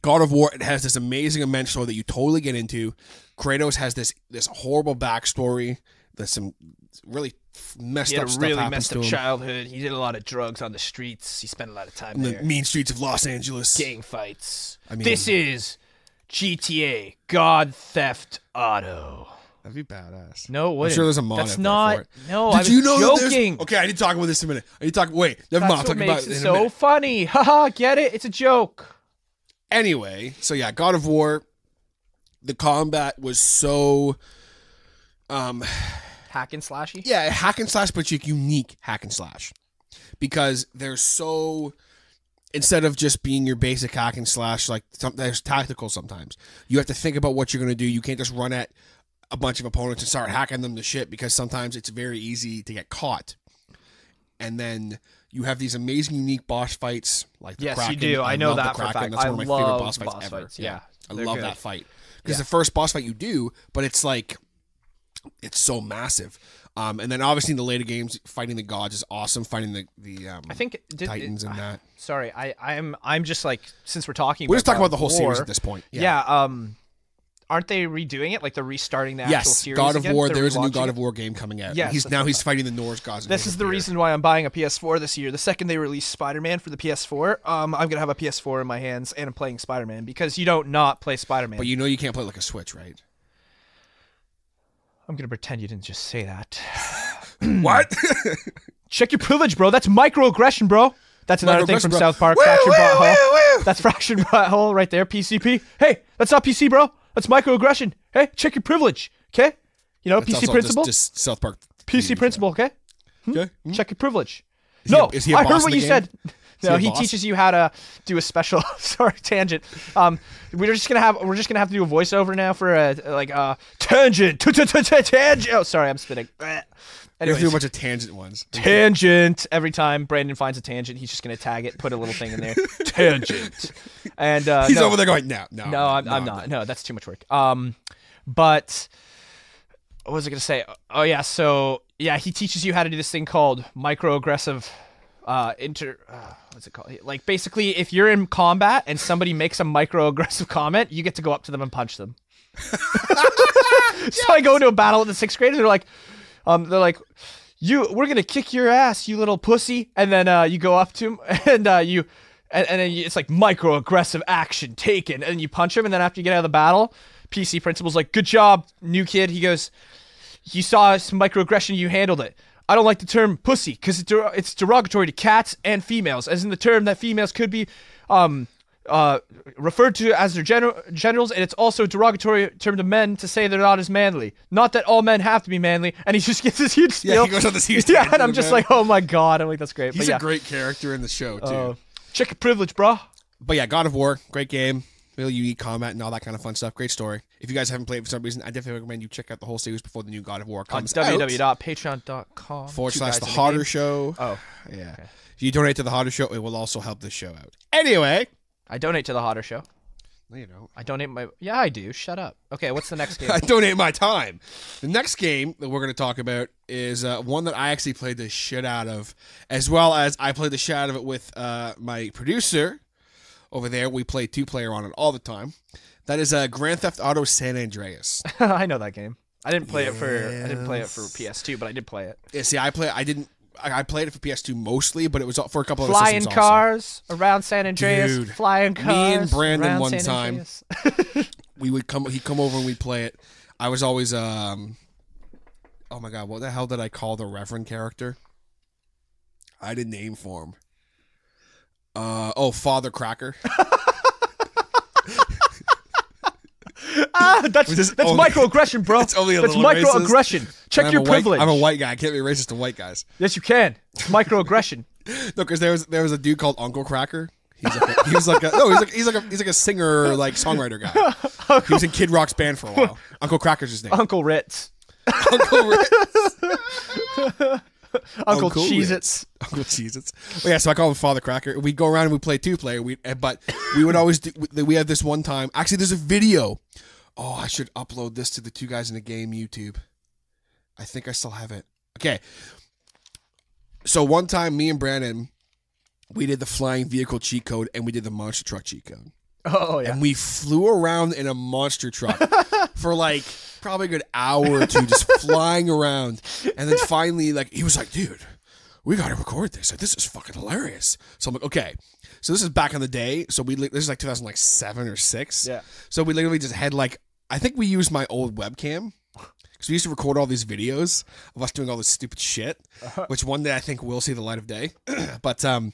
[SPEAKER 3] God of War it has this amazing immense story that you totally get into. Kratos has this this horrible backstory. There's some really messed
[SPEAKER 2] he had
[SPEAKER 3] up
[SPEAKER 2] a
[SPEAKER 3] stuff
[SPEAKER 2] really
[SPEAKER 3] happens
[SPEAKER 2] messed
[SPEAKER 3] to
[SPEAKER 2] up
[SPEAKER 3] him
[SPEAKER 2] childhood. He did a lot of drugs on the streets. He spent a lot of time
[SPEAKER 3] in the
[SPEAKER 2] there.
[SPEAKER 3] mean streets of Los Angeles.
[SPEAKER 2] Gang fights.
[SPEAKER 3] I mean-
[SPEAKER 2] this is GTA God Theft Auto.
[SPEAKER 3] That'd be badass.
[SPEAKER 2] No,
[SPEAKER 3] I'm
[SPEAKER 2] what?
[SPEAKER 3] sure there's a mod out
[SPEAKER 2] That's
[SPEAKER 3] there
[SPEAKER 2] not.
[SPEAKER 3] for it.
[SPEAKER 2] No,
[SPEAKER 3] Did
[SPEAKER 2] I was
[SPEAKER 3] you know that there's-
[SPEAKER 2] joking.
[SPEAKER 3] Okay, I need to talk about this in a minute. I need to talk. Wait,
[SPEAKER 2] That's
[SPEAKER 3] never mind. I'll
[SPEAKER 2] what
[SPEAKER 3] talk about
[SPEAKER 2] makes
[SPEAKER 3] it in
[SPEAKER 2] it
[SPEAKER 3] a
[SPEAKER 2] so
[SPEAKER 3] minute.
[SPEAKER 2] funny. Haha, get it? It's a joke.
[SPEAKER 3] anyway, so yeah, God of War, the combat was so um
[SPEAKER 2] Hack and slashy.
[SPEAKER 3] yeah, hack and slash, but you unique hack and slash. Because they're so instead of just being your basic hack and slash, like some, there's tactical sometimes. You have to think about what you're gonna do. You can't just run at a bunch of opponents and start hacking them to shit because sometimes it's very easy to get caught. And then you have these amazing unique boss fights like the
[SPEAKER 2] Yes, you
[SPEAKER 3] Kraken.
[SPEAKER 2] do. I know
[SPEAKER 3] love the
[SPEAKER 2] that for a
[SPEAKER 3] Kraken.
[SPEAKER 2] fact.
[SPEAKER 3] That's one of
[SPEAKER 2] I
[SPEAKER 3] my favorite
[SPEAKER 2] love
[SPEAKER 3] boss fights
[SPEAKER 2] boss
[SPEAKER 3] ever.
[SPEAKER 2] fights, yeah.
[SPEAKER 3] I
[SPEAKER 2] They're
[SPEAKER 3] love
[SPEAKER 2] good.
[SPEAKER 3] that fight because the first boss fight you do, but it's like it's so massive. Um, and then obviously in the later games, fighting the gods is awesome. Fighting the the um,
[SPEAKER 2] I think it did,
[SPEAKER 3] Titans
[SPEAKER 2] it,
[SPEAKER 3] and that.
[SPEAKER 2] Sorry, I I'm I'm just like since we're talking.
[SPEAKER 3] We're just
[SPEAKER 2] about
[SPEAKER 3] talking about the whole
[SPEAKER 2] God of
[SPEAKER 3] series
[SPEAKER 2] War,
[SPEAKER 3] at this point. Yeah.
[SPEAKER 2] Yeah. Um, aren't they redoing it? Like they're restarting the actual
[SPEAKER 3] Yes,
[SPEAKER 2] series.
[SPEAKER 3] God of
[SPEAKER 2] again?
[SPEAKER 3] War.
[SPEAKER 2] They're
[SPEAKER 3] There is a new
[SPEAKER 2] relaunching
[SPEAKER 3] God
[SPEAKER 2] it?
[SPEAKER 3] of War game coming out.
[SPEAKER 2] Yes,
[SPEAKER 3] he's
[SPEAKER 2] that's
[SPEAKER 3] now
[SPEAKER 2] what
[SPEAKER 3] he's fighting the Norse gods. and
[SPEAKER 2] This
[SPEAKER 3] his
[SPEAKER 2] is the
[SPEAKER 3] beard.
[SPEAKER 2] reason why I'm buying a PS4 this year. The second they release Spider-Man for the PS4, um, I'm gonna have a PS4 in my hands and I'm playing Spider-Man because you don't not play Spider-Man.
[SPEAKER 3] But you know you can't play like a Switch, right?
[SPEAKER 2] I'm gonna pretend you didn't just say that.
[SPEAKER 3] What?
[SPEAKER 2] Check your privilege, bro. That's microaggression, bro. That's another thing
[SPEAKER 3] Microaggression,
[SPEAKER 2] from
[SPEAKER 3] bro.
[SPEAKER 2] South Park.
[SPEAKER 3] Woo,
[SPEAKER 2] Fractured
[SPEAKER 3] woo,
[SPEAKER 2] butthole.
[SPEAKER 3] woo, woo.
[SPEAKER 2] That's fractured butthole right there. PCP. Hey, that's not PC, bro. That's microaggression. Hey, check your privilege. Okay. You know, PC principle.
[SPEAKER 3] Just, just South Park.
[SPEAKER 2] PC principle. Hmm? Okay.
[SPEAKER 3] Okay.
[SPEAKER 2] Check your privilege.
[SPEAKER 3] he a-
[SPEAKER 2] no, I
[SPEAKER 3] is he a boss
[SPEAKER 2] heard
[SPEAKER 3] in
[SPEAKER 2] what
[SPEAKER 3] the
[SPEAKER 2] you
[SPEAKER 3] game?
[SPEAKER 2] said.
[SPEAKER 3] he
[SPEAKER 2] No,
[SPEAKER 3] a
[SPEAKER 2] he,
[SPEAKER 3] boss?
[SPEAKER 2] teaches you how to do a special. sorry, tangent. Um, we're just gonna have we're just gonna have to do a voiceover now for a like uh tangent. Tangent. Oh, sorry, I'm spitting.
[SPEAKER 3] There's
[SPEAKER 2] Anyways
[SPEAKER 3] a bunch of tangent ones.
[SPEAKER 2] tangent every time brandon finds a tangent he's just gonna tag it put a little thing in there tangent and uh
[SPEAKER 3] He's
[SPEAKER 2] no,
[SPEAKER 3] over there going, no, no,
[SPEAKER 2] no i'm, I'm not no that's too much work um but what was i gonna say oh yeah so yeah he teaches you how to do this thing called microaggressive uh inter uh, what's it called like basically if you're in combat and somebody makes a microaggressive comment you get to go up to them and punch them so I go into a battle with the sixth graders. They're like, um, they're like, you, we're gonna kick your ass, you little pussy. And then uh, you go up to him and uh, you, and, and then you, it's like microaggressive action taken, and you punch him. And then after you get out of the battle, PC principal's like, good job, new kid. He goes, you saw some microaggression, you handled it. I don't like the term pussy because it der- it's derogatory to cats and females, as in the term that females could be um, uh, referred to as their gen- generals, and it's also a derogatory term to men to say they're not as manly. Not that all men have to be manly, and he just gets this huge spiel.
[SPEAKER 3] Yeah, he goes on this huge
[SPEAKER 2] Yeah,
[SPEAKER 3] tangent
[SPEAKER 2] and I'm just
[SPEAKER 3] about
[SPEAKER 2] like, oh my god, I'm like, that's great.
[SPEAKER 3] He's
[SPEAKER 2] but yeah.
[SPEAKER 3] a great character in the show too.
[SPEAKER 2] Uh, check your privilege, bro.
[SPEAKER 3] But yeah, God of War, great game, really unique combat and all that kind of fun stuff. Great story. If you guys haven't played it for some reason, I definitely recommend you check out the whole series before the new God of War
[SPEAKER 2] On
[SPEAKER 3] comes out.
[SPEAKER 2] www.patreon.com
[SPEAKER 3] forward
[SPEAKER 2] Two guys
[SPEAKER 3] slash the
[SPEAKER 2] in a
[SPEAKER 3] Hotter
[SPEAKER 2] game.
[SPEAKER 3] Show.
[SPEAKER 2] Oh,
[SPEAKER 3] yeah. If you donate to the Hotter Show, it will also help this show out. Anyway,
[SPEAKER 2] I donate to the Hotter Show.
[SPEAKER 3] no, you don't.
[SPEAKER 2] I donate my. Yeah, I do. Shut up. Okay, what's the next game?
[SPEAKER 3] I donate my time. The next game that we're going to talk about is uh, one that I actually played the shit out of, as well as I played the shit out of it with uh, my producer over there. We play two player on it all the time. That is uh, Grand Theft Auto San Andreas.
[SPEAKER 2] I know that game. I didn't play it for I didn't play it for PS2, but I did play it.
[SPEAKER 3] Yeah, see, I play. I didn't. I I played it for PS2 mostly, but it was for a couple of
[SPEAKER 2] Flying
[SPEAKER 3] systems also.
[SPEAKER 2] cars around San Andreas.
[SPEAKER 3] Dude,
[SPEAKER 2] flying
[SPEAKER 3] me
[SPEAKER 2] cars.
[SPEAKER 3] and Brandon
[SPEAKER 2] around
[SPEAKER 3] one
[SPEAKER 2] San
[SPEAKER 3] time-
[SPEAKER 2] Andreas.
[SPEAKER 3] We would come. He'd come over and we'd play it. I was always um. Oh my god! What the hell did I call the Reverend character? I had a name for him. Uh oh, Father Cracker.
[SPEAKER 2] ah, that's
[SPEAKER 3] this
[SPEAKER 2] that's
[SPEAKER 3] only-
[SPEAKER 2] microaggression, bro.
[SPEAKER 3] It's only a
[SPEAKER 2] that's
[SPEAKER 3] little racist.
[SPEAKER 2] microaggression. Check
[SPEAKER 3] I'm
[SPEAKER 2] your
[SPEAKER 3] a white-
[SPEAKER 2] privilege.
[SPEAKER 3] I'm a white guy. I can't be racist to white guys.
[SPEAKER 2] Yes, you can. It's microaggression.
[SPEAKER 3] No, because there was there was a dude called Uncle Cracker. He's like a, he was like a, no, he's like he's like a, he's like a singer like songwriter guy. He was in Kid Rock's band for a while. Uncle Cracker's his name.
[SPEAKER 2] Uncle Ritz.
[SPEAKER 3] Uncle Ritz.
[SPEAKER 2] Uncle,
[SPEAKER 3] Uncle
[SPEAKER 2] Cheez
[SPEAKER 3] Ritz.
[SPEAKER 2] Its.
[SPEAKER 3] Uncle Cheez Its. Well, yeah, so I call him Father Cracker. We'd go around and we'd play two player. We eh, But we would always do, we had this one time. Actually, there's a video. Oh, I should upload this to the two guys in the game YouTube. I think I still have it. Okay. So one time, me and Brandon, we did the flying vehicle cheat code and we did the monster truck cheat code.
[SPEAKER 2] Oh, yeah.
[SPEAKER 3] And we flew around in a monster truck for like probably a good hour or two, just flying around. And then finally, like, he was like, dude, we got to record this. Like, this is fucking hilarious. So I'm like, okay. So this is back in the day. So we, li- this is like 2007 or six.
[SPEAKER 2] Yeah.
[SPEAKER 3] So we literally just had like, I think we used my old webcam. Because we used to record all these videos of us doing all this stupid shit, which one day I think will see the light of day. but um,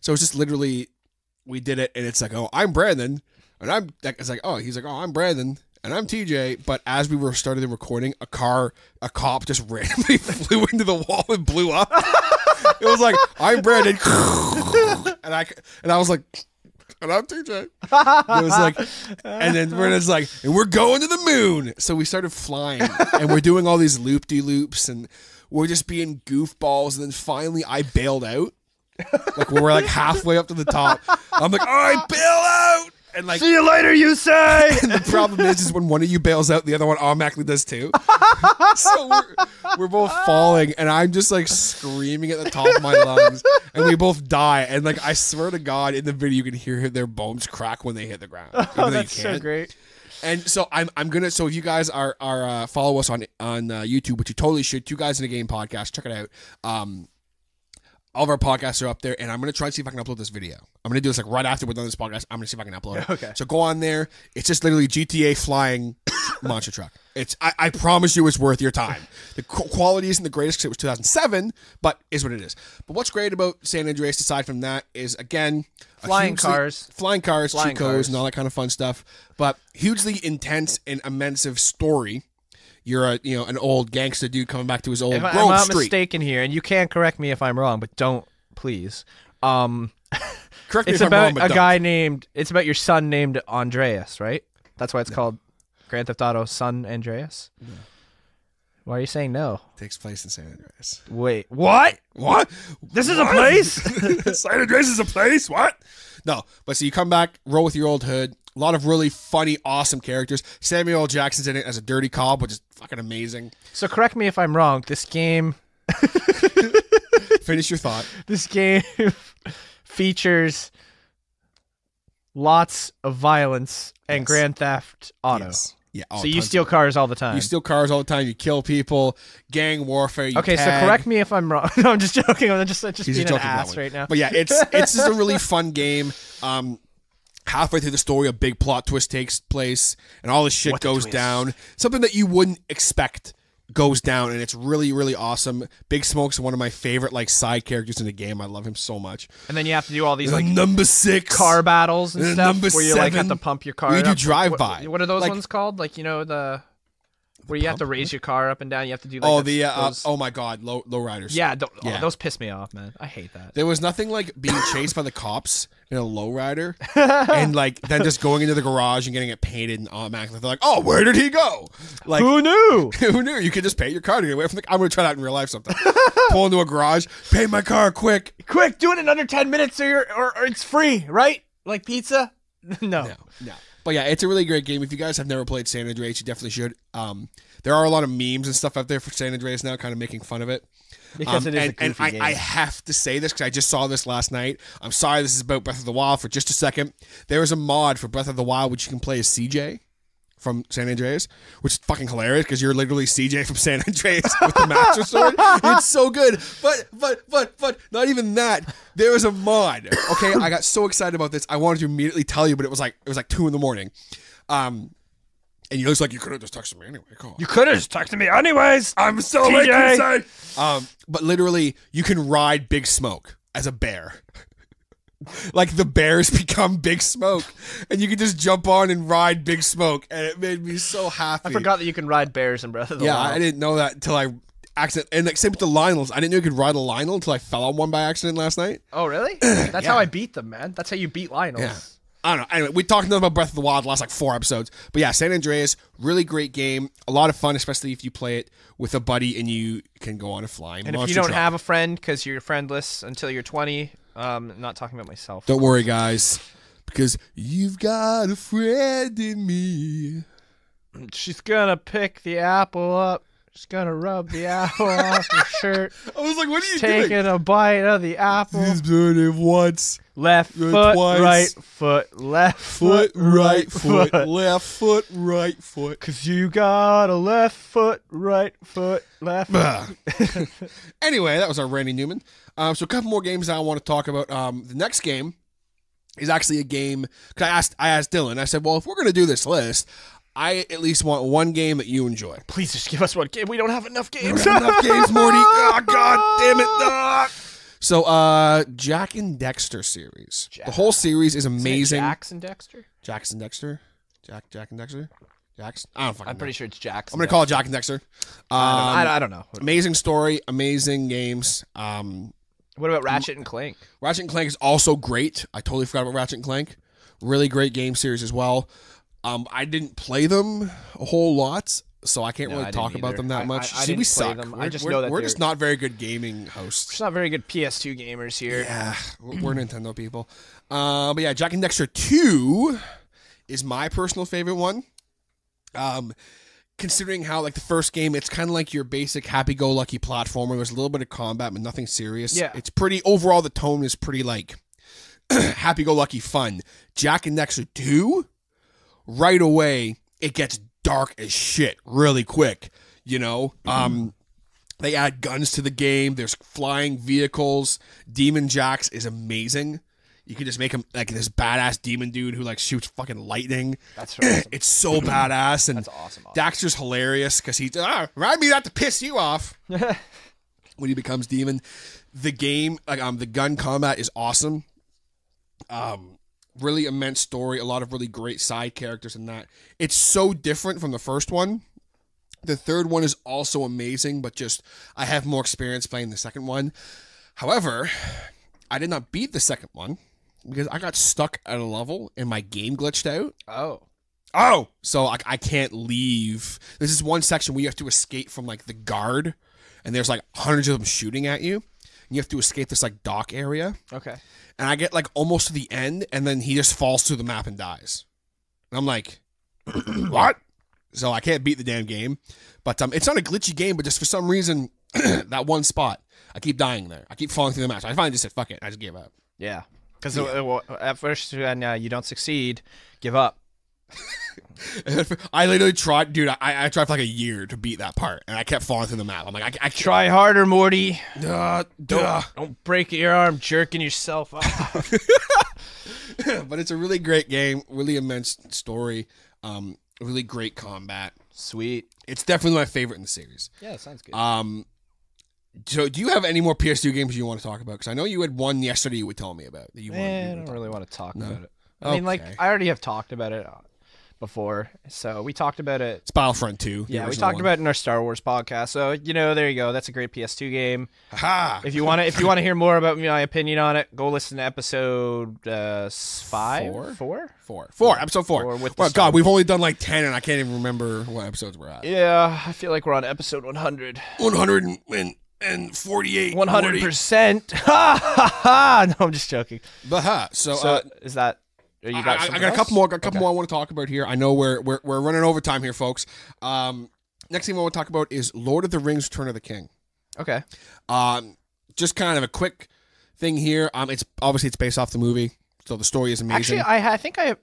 [SPEAKER 3] so it's just literally we did it, and it's like, oh, I'm Brandon, and I'm like, it's like, oh, he's like, oh, I'm Brandon, and I'm TJ. But as we were started the recording, a car, a cop just randomly flew into the wall and blew up. it was like, I'm Brandon, and I and I was like. And I'm TJ. It was like, and then Brandon's like, and we're going to the moon. So we started flying, and we're doing all these loop de loops, and we're just being goofballs. And then finally, I bailed out, like we're like halfway up to the top. I'm like, all right, bail out. And like
[SPEAKER 4] See you later, you say.
[SPEAKER 3] and the problem is, is when one of you bails out, the other one automatically does too. so we're, we're both falling, and I'm just like screaming at the top of my lungs, and we both die. And like I swear to God, in the video you can hear their bones crack when they hit the ground. even though you
[SPEAKER 2] Oh, That's so
[SPEAKER 3] can't.
[SPEAKER 2] great.
[SPEAKER 3] And so I'm I'm gonna so if you guys are are uh, follow us on on uh, YouTube, which you totally should. Two guys in a game podcast, check it out. Um, all of our podcasts are up there, and I'm gonna try to see if I can upload this video. I'm gonna do this like right after we're done this podcast. I'm gonna see if I can upload it. Okay. So go on there. It's just literally GTA flying monster truck. It's I, I promise you, it's worth your time. The qu- quality isn't the greatest because it was 2007, but is what it is. But what's great about San Andreas, aside from that, is again a
[SPEAKER 2] Flying
[SPEAKER 3] hugely-
[SPEAKER 2] cars.
[SPEAKER 3] flying cars,
[SPEAKER 2] Flying
[SPEAKER 3] chicos,
[SPEAKER 2] cars.
[SPEAKER 3] and all that kind of fun stuff. But hugely intense and immense of story. You're a you know an old gangster dude coming back to his old
[SPEAKER 2] If I- I'm
[SPEAKER 3] Grove
[SPEAKER 2] not
[SPEAKER 3] Street.
[SPEAKER 2] mistaken here, and you can correct me if I'm wrong, but don't please. Um,
[SPEAKER 3] Correct me
[SPEAKER 2] it's
[SPEAKER 3] if I'm
[SPEAKER 2] about
[SPEAKER 3] wrong, but
[SPEAKER 2] a
[SPEAKER 3] don't.
[SPEAKER 2] guy named. It's about your son named Andreas, right? That's why it's called Grand Theft Auto Son Andreas. Why are you saying no?
[SPEAKER 3] takes place in San Andreas.
[SPEAKER 2] Wait,
[SPEAKER 4] what?
[SPEAKER 3] What?
[SPEAKER 4] This is a place?
[SPEAKER 3] San Andreas is a place. What? No, but so you come back, roll with your old hood. A lot of really funny, awesome characters. Samuel L. Jackson's in it as a dirty cop, which is fucking amazing.
[SPEAKER 2] So correct me if I'm wrong. This game,
[SPEAKER 3] Finish your thought.
[SPEAKER 2] this game features lots of violence and
[SPEAKER 3] Yes.
[SPEAKER 2] Grand Theft Auto.
[SPEAKER 3] Yes. Yeah. all
[SPEAKER 2] So you
[SPEAKER 3] tons of-
[SPEAKER 2] steal cars all the time.
[SPEAKER 3] you steal cars all the time. You kill people. Gang warfare. You
[SPEAKER 2] okay,
[SPEAKER 3] tag.
[SPEAKER 2] so correct me if I'm wrong. No, I'm just joking. I'm just I'm just
[SPEAKER 3] He's
[SPEAKER 2] being
[SPEAKER 3] a
[SPEAKER 2] an
[SPEAKER 3] joking
[SPEAKER 2] ass
[SPEAKER 3] one.
[SPEAKER 2] right now.
[SPEAKER 3] But yeah, it's it's just a really fun game. Um, halfway through the story, a big plot twist takes place, and all this shit goes down. Something that you wouldn't expect goes down, and it's really really awesome. Big Smoke's one of my favorite like side characters in the game. I love him so much.
[SPEAKER 2] and then you have to do all these like
[SPEAKER 3] number six
[SPEAKER 2] car battles and
[SPEAKER 3] Uh,
[SPEAKER 2] stuff
[SPEAKER 3] number
[SPEAKER 2] where you like have
[SPEAKER 3] seven,
[SPEAKER 2] to pump your car.
[SPEAKER 3] we do
[SPEAKER 2] up.
[SPEAKER 3] drive
[SPEAKER 2] What-
[SPEAKER 3] by.
[SPEAKER 2] What, are those
[SPEAKER 3] Like-
[SPEAKER 2] ones called? Like you know the where you have to raise your car up and down. You have to do like
[SPEAKER 3] oh
[SPEAKER 2] those-
[SPEAKER 3] the uh,
[SPEAKER 2] those-
[SPEAKER 3] oh my god, low low riders.
[SPEAKER 2] yeah, th- oh,
[SPEAKER 3] yeah.
[SPEAKER 2] those piss me off, man. I hate that.
[SPEAKER 3] There was nothing like being chased by the cops in a lowrider and like then just going into the garage and getting it painted and automatically they're like, oh, where did he go? Like,
[SPEAKER 2] Who knew?
[SPEAKER 3] who knew? You could just paint your car to get away from the. I'm gonna try that in real life sometime. Pull into a garage, paint my car quick.
[SPEAKER 2] Quick, do it in under ten minutes, or you're, or, or it's free, right? Like pizza. no.
[SPEAKER 3] No, no. But yeah, it's a really great game. If you guys have never played San Andreas, you definitely should. Um, there are a lot of memes and stuff out there for San Andreas now, kind of making fun of it.
[SPEAKER 2] Because it
[SPEAKER 3] Um,
[SPEAKER 2] is
[SPEAKER 3] and,
[SPEAKER 2] a goofy
[SPEAKER 3] and
[SPEAKER 2] game.
[SPEAKER 3] I, I have to say this because I just saw this last night. I'm sorry, this is about Breath of the Wild for just a second. There is a mod for Breath of the Wild which you can play as CJ from San Andreas, which is fucking hilarious because you're literally CJ from San Andreas with the Master Sword. It's so good, but but but but not even that. There is a mod. Okay, I got so excited about this. I wanted to immediately tell you, but it was like it was like two in the morning. Um, and you was like, you could have just texted me anyway. God.
[SPEAKER 4] You could have just talked to me. Anyways, I'm so TJ.
[SPEAKER 3] Um, but literally, you can ride Big Smoke as a bear. like the bears become Big Smoke, and you can just jump on and ride Big Smoke, and it made me so happy.
[SPEAKER 2] I forgot that you can ride bears in Breath of the
[SPEAKER 3] Yeah,
[SPEAKER 2] Wild.
[SPEAKER 3] I didn't know that until I accident. And like, same with the Lionels, I didn't know you could ride a Lionel until I fell on one by accident last night.
[SPEAKER 2] Oh, really? That's how I beat them, man. That's how you beat Lionels.
[SPEAKER 3] I don't know. Anyway, we talked enough about Breath of the Wild the last like four episodes, but yeah, San Andreas, really great game, a lot of fun, especially if you play it with a buddy and you can go on a flying
[SPEAKER 2] And if
[SPEAKER 3] monster
[SPEAKER 2] you don't
[SPEAKER 3] truck.
[SPEAKER 2] have a friend because you're friendless until you're 20, um, I'm not talking about myself.
[SPEAKER 3] Don't worry, guys, because you've got a friend in me.
[SPEAKER 2] She's gonna pick the apple up. She's gonna rub the apple off your shirt.
[SPEAKER 3] I was like, what are you doing?
[SPEAKER 2] Taking a bite of the apple.
[SPEAKER 3] He's doing it once,
[SPEAKER 2] Left
[SPEAKER 3] You're
[SPEAKER 2] foot,
[SPEAKER 3] twice.
[SPEAKER 2] right foot, left foot,
[SPEAKER 3] foot, right foot, left foot, right foot.
[SPEAKER 2] Cause you got a left foot, right foot, left.
[SPEAKER 3] Ugh. anyway, that was our Randy Newman. Um, so a couple more games I want to talk about. Um, the next game is actually a game because I asked I asked Dylan. I said, well, if we're gonna do this list, I at least want one game that you enjoy.
[SPEAKER 2] Please just give us one game. We don't have enough games.
[SPEAKER 3] Enough games, Morty. Oh, God damn it! Ah. So, uh, Jack and Dexter series. The whole series is amazing.
[SPEAKER 2] Jackson Dexter.
[SPEAKER 3] Jackson Dexter. Jack Jack and Dexter. Jackson. I don't fucking.
[SPEAKER 2] I'm pretty
[SPEAKER 3] Know.
[SPEAKER 2] sure it's Jackson.
[SPEAKER 3] I'm gonna call it Jack and Dexter. Um,
[SPEAKER 2] I, don't, I don't know.
[SPEAKER 3] amazing story. Amazing games. Um,
[SPEAKER 2] What about Ratchet and Clank?
[SPEAKER 3] Ratchet and Clank is also great. I totally forgot about Ratchet and Clank. Really great game series as well. Um, I didn't play them a whole lot, so I can't
[SPEAKER 2] No, I
[SPEAKER 3] really
[SPEAKER 2] didn't
[SPEAKER 3] talk about
[SPEAKER 2] either.
[SPEAKER 3] them that
[SPEAKER 2] I-
[SPEAKER 3] much.
[SPEAKER 2] I- I
[SPEAKER 3] See, we
[SPEAKER 2] didn't play
[SPEAKER 3] suck.
[SPEAKER 2] them. I
[SPEAKER 3] We're-
[SPEAKER 2] just
[SPEAKER 3] we're,
[SPEAKER 2] know that
[SPEAKER 3] we're
[SPEAKER 2] they're-
[SPEAKER 3] just not very good gaming hosts.
[SPEAKER 2] There's not very good PS2 gamers here.
[SPEAKER 3] Yeah, we're we're Nintendo people. Uh, but yeah, Jack and Dexter 2 is my personal favorite one. Um, considering how, like, the first game, it's kind of like your basic happy go lucky platformer. There's a little bit of combat, but nothing serious.
[SPEAKER 2] Yeah.
[SPEAKER 3] It's pretty, overall, the tone is pretty, like, happy go lucky fun. Jack and Dexter 2, right away, it gets dark as shit really quick, you know? Um, they add guns to the game. There's flying vehicles. Demon Jacks is amazing. You can just make him like this badass demon dude who like shoots fucking lightning.
[SPEAKER 2] That's right.
[SPEAKER 3] It's so badass and
[SPEAKER 2] That's awesome.
[SPEAKER 3] Daxter's hilarious because he ah, remind me not to piss you off when he becomes demon. The game, like um, the gun combat is awesome. Um, really immense story. A lot of really great side characters in that. It's so different from the first one. The third one is also amazing, but just I have more experience playing the second one. However, I did not beat the second one because I got stuck at a level and my game glitched out.
[SPEAKER 2] Oh.
[SPEAKER 3] Oh, so I, I can't leave. This is one section where you have to escape from like the guard, and there's like hundreds of them shooting at you. And you have to escape this like dock area,
[SPEAKER 2] Okay.
[SPEAKER 3] and I get like almost to the end, and then he just falls through the map and dies. And I'm like, what? So I can't beat the damn game, but um, it's not a glitchy game, but just for some reason, that one spot, I keep dying there. I keep falling through the map. So I finally just said, fuck it, I just gave up.
[SPEAKER 2] Yeah. Because uh, at first, when uh, you don't succeed, give up.
[SPEAKER 3] I literally tried, dude. I, I tried for like a year to beat that part, and I kept falling through the map. I'm like, I, I can't.
[SPEAKER 2] Try harder, Morty.
[SPEAKER 3] Duh,
[SPEAKER 2] Don't,
[SPEAKER 3] duh.
[SPEAKER 2] don't break your arm jerking yourself off.
[SPEAKER 3] But it's a really great game, really immense story, um, really great combat.
[SPEAKER 2] Sweet.
[SPEAKER 3] It's definitely my favorite in the series.
[SPEAKER 2] Yeah, that sounds good.
[SPEAKER 3] Um, so do you have any more PS2 games you want to talk about? Because I know you had one yesterday you would tell me about that you wanted.
[SPEAKER 2] Eh, I
[SPEAKER 3] you wanted
[SPEAKER 2] don't
[SPEAKER 3] to
[SPEAKER 2] really want to talk about it. I
[SPEAKER 3] Okay.
[SPEAKER 2] mean, like, I already have talked about it uh, before. So we talked about it.
[SPEAKER 3] It's Battlefront 2. the
[SPEAKER 2] Yeah, we
[SPEAKER 3] original
[SPEAKER 2] talked
[SPEAKER 3] one.
[SPEAKER 2] about it in our Star Wars podcast. So, you know, there you go. That's a great PS2 game.
[SPEAKER 3] Ha!
[SPEAKER 2] If you want to, if you want to hear more about my opinion on it, go listen to episode uh, s- five,
[SPEAKER 3] Four?
[SPEAKER 2] four.
[SPEAKER 3] Four, four, episode four.
[SPEAKER 2] Four with the
[SPEAKER 3] well,
[SPEAKER 2] Star
[SPEAKER 3] God, we've only done like ten, and I can't even remember what episodes we're at.
[SPEAKER 2] Yeah, I feel like we're on episode 100.
[SPEAKER 3] One hundred and and forty-eight.
[SPEAKER 2] 100%. Ha ha ha. No, I'm just joking.
[SPEAKER 3] But ha, so,
[SPEAKER 2] So,
[SPEAKER 3] uh,
[SPEAKER 2] is that you got
[SPEAKER 3] I, I- I
[SPEAKER 2] something
[SPEAKER 3] got a
[SPEAKER 2] else?
[SPEAKER 3] couple more. Got a couple more I want to talk about here. I know we're we're, we're running over time here, folks. Um, next thing I want to talk about is Lord of the Rings: Return of the King.
[SPEAKER 2] Okay.
[SPEAKER 3] Um, just kind of a quick thing here. Um, it's obviously it's based off the movie, so the story is amazing.
[SPEAKER 2] Actually, I I think I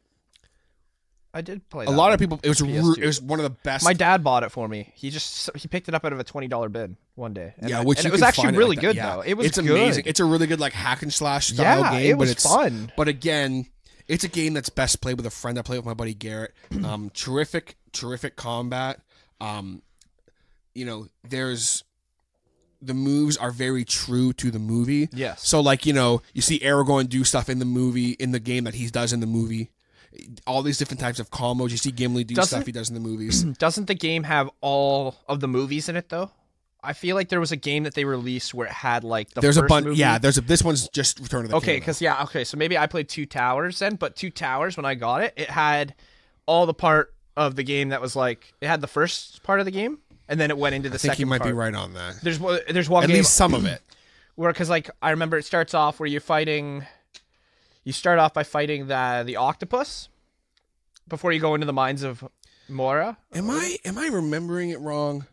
[SPEAKER 2] I did play
[SPEAKER 3] a
[SPEAKER 2] that
[SPEAKER 3] lot
[SPEAKER 2] one.
[SPEAKER 3] of people. It was
[SPEAKER 2] PS2.
[SPEAKER 3] ru- it was one of the best.
[SPEAKER 2] My dad bought it for me. He just he picked it up out of a twenty dollar bin one day. And
[SPEAKER 3] yeah,
[SPEAKER 2] I-
[SPEAKER 3] which
[SPEAKER 2] and
[SPEAKER 3] you
[SPEAKER 2] it was
[SPEAKER 3] can
[SPEAKER 2] actually
[SPEAKER 3] find
[SPEAKER 2] really
[SPEAKER 3] like that.
[SPEAKER 2] good
[SPEAKER 3] Yeah.
[SPEAKER 2] though. It was
[SPEAKER 3] it's
[SPEAKER 2] good.
[SPEAKER 3] amazing. It's a really good like hack and slash style
[SPEAKER 2] Yeah,
[SPEAKER 3] game.
[SPEAKER 2] it was
[SPEAKER 3] but it's
[SPEAKER 2] fun.
[SPEAKER 3] But again, it's a game that's best played with a friend. I play with my buddy Garrett. Um, terrific, terrific combat. Um, you know, there's the moves are very true to the movie.
[SPEAKER 2] Yes.
[SPEAKER 3] So like you know, you see Aragorn do stuff in the movie in the game that he does in the movie. All these different types of combos. You see Gimli do
[SPEAKER 2] Doesn't-
[SPEAKER 3] stuff he does in the movies.
[SPEAKER 2] Doesn't the game have all of the movies in it though? I feel like there was a game that they released where it had like the
[SPEAKER 3] There's a
[SPEAKER 2] first
[SPEAKER 3] bunch.
[SPEAKER 2] movie.
[SPEAKER 3] Yeah, there's a. This one's just Return of the
[SPEAKER 2] Okay,
[SPEAKER 3] King.
[SPEAKER 2] because yeah, okay, so maybe I played Two Towers then, but Two Towers when I got it, it had all the part of the game that was like it had the first part of the game, and then it went into the
[SPEAKER 3] I think
[SPEAKER 2] second.
[SPEAKER 3] you might
[SPEAKER 2] part.
[SPEAKER 3] be right on that.
[SPEAKER 2] There's one- there's one
[SPEAKER 3] At
[SPEAKER 2] game
[SPEAKER 3] least some of it.
[SPEAKER 2] where because like I remember it starts off where you're fighting, you start off by fighting the the octopus before you go into the mines of Mora.
[SPEAKER 3] Am I am I remembering it wrong?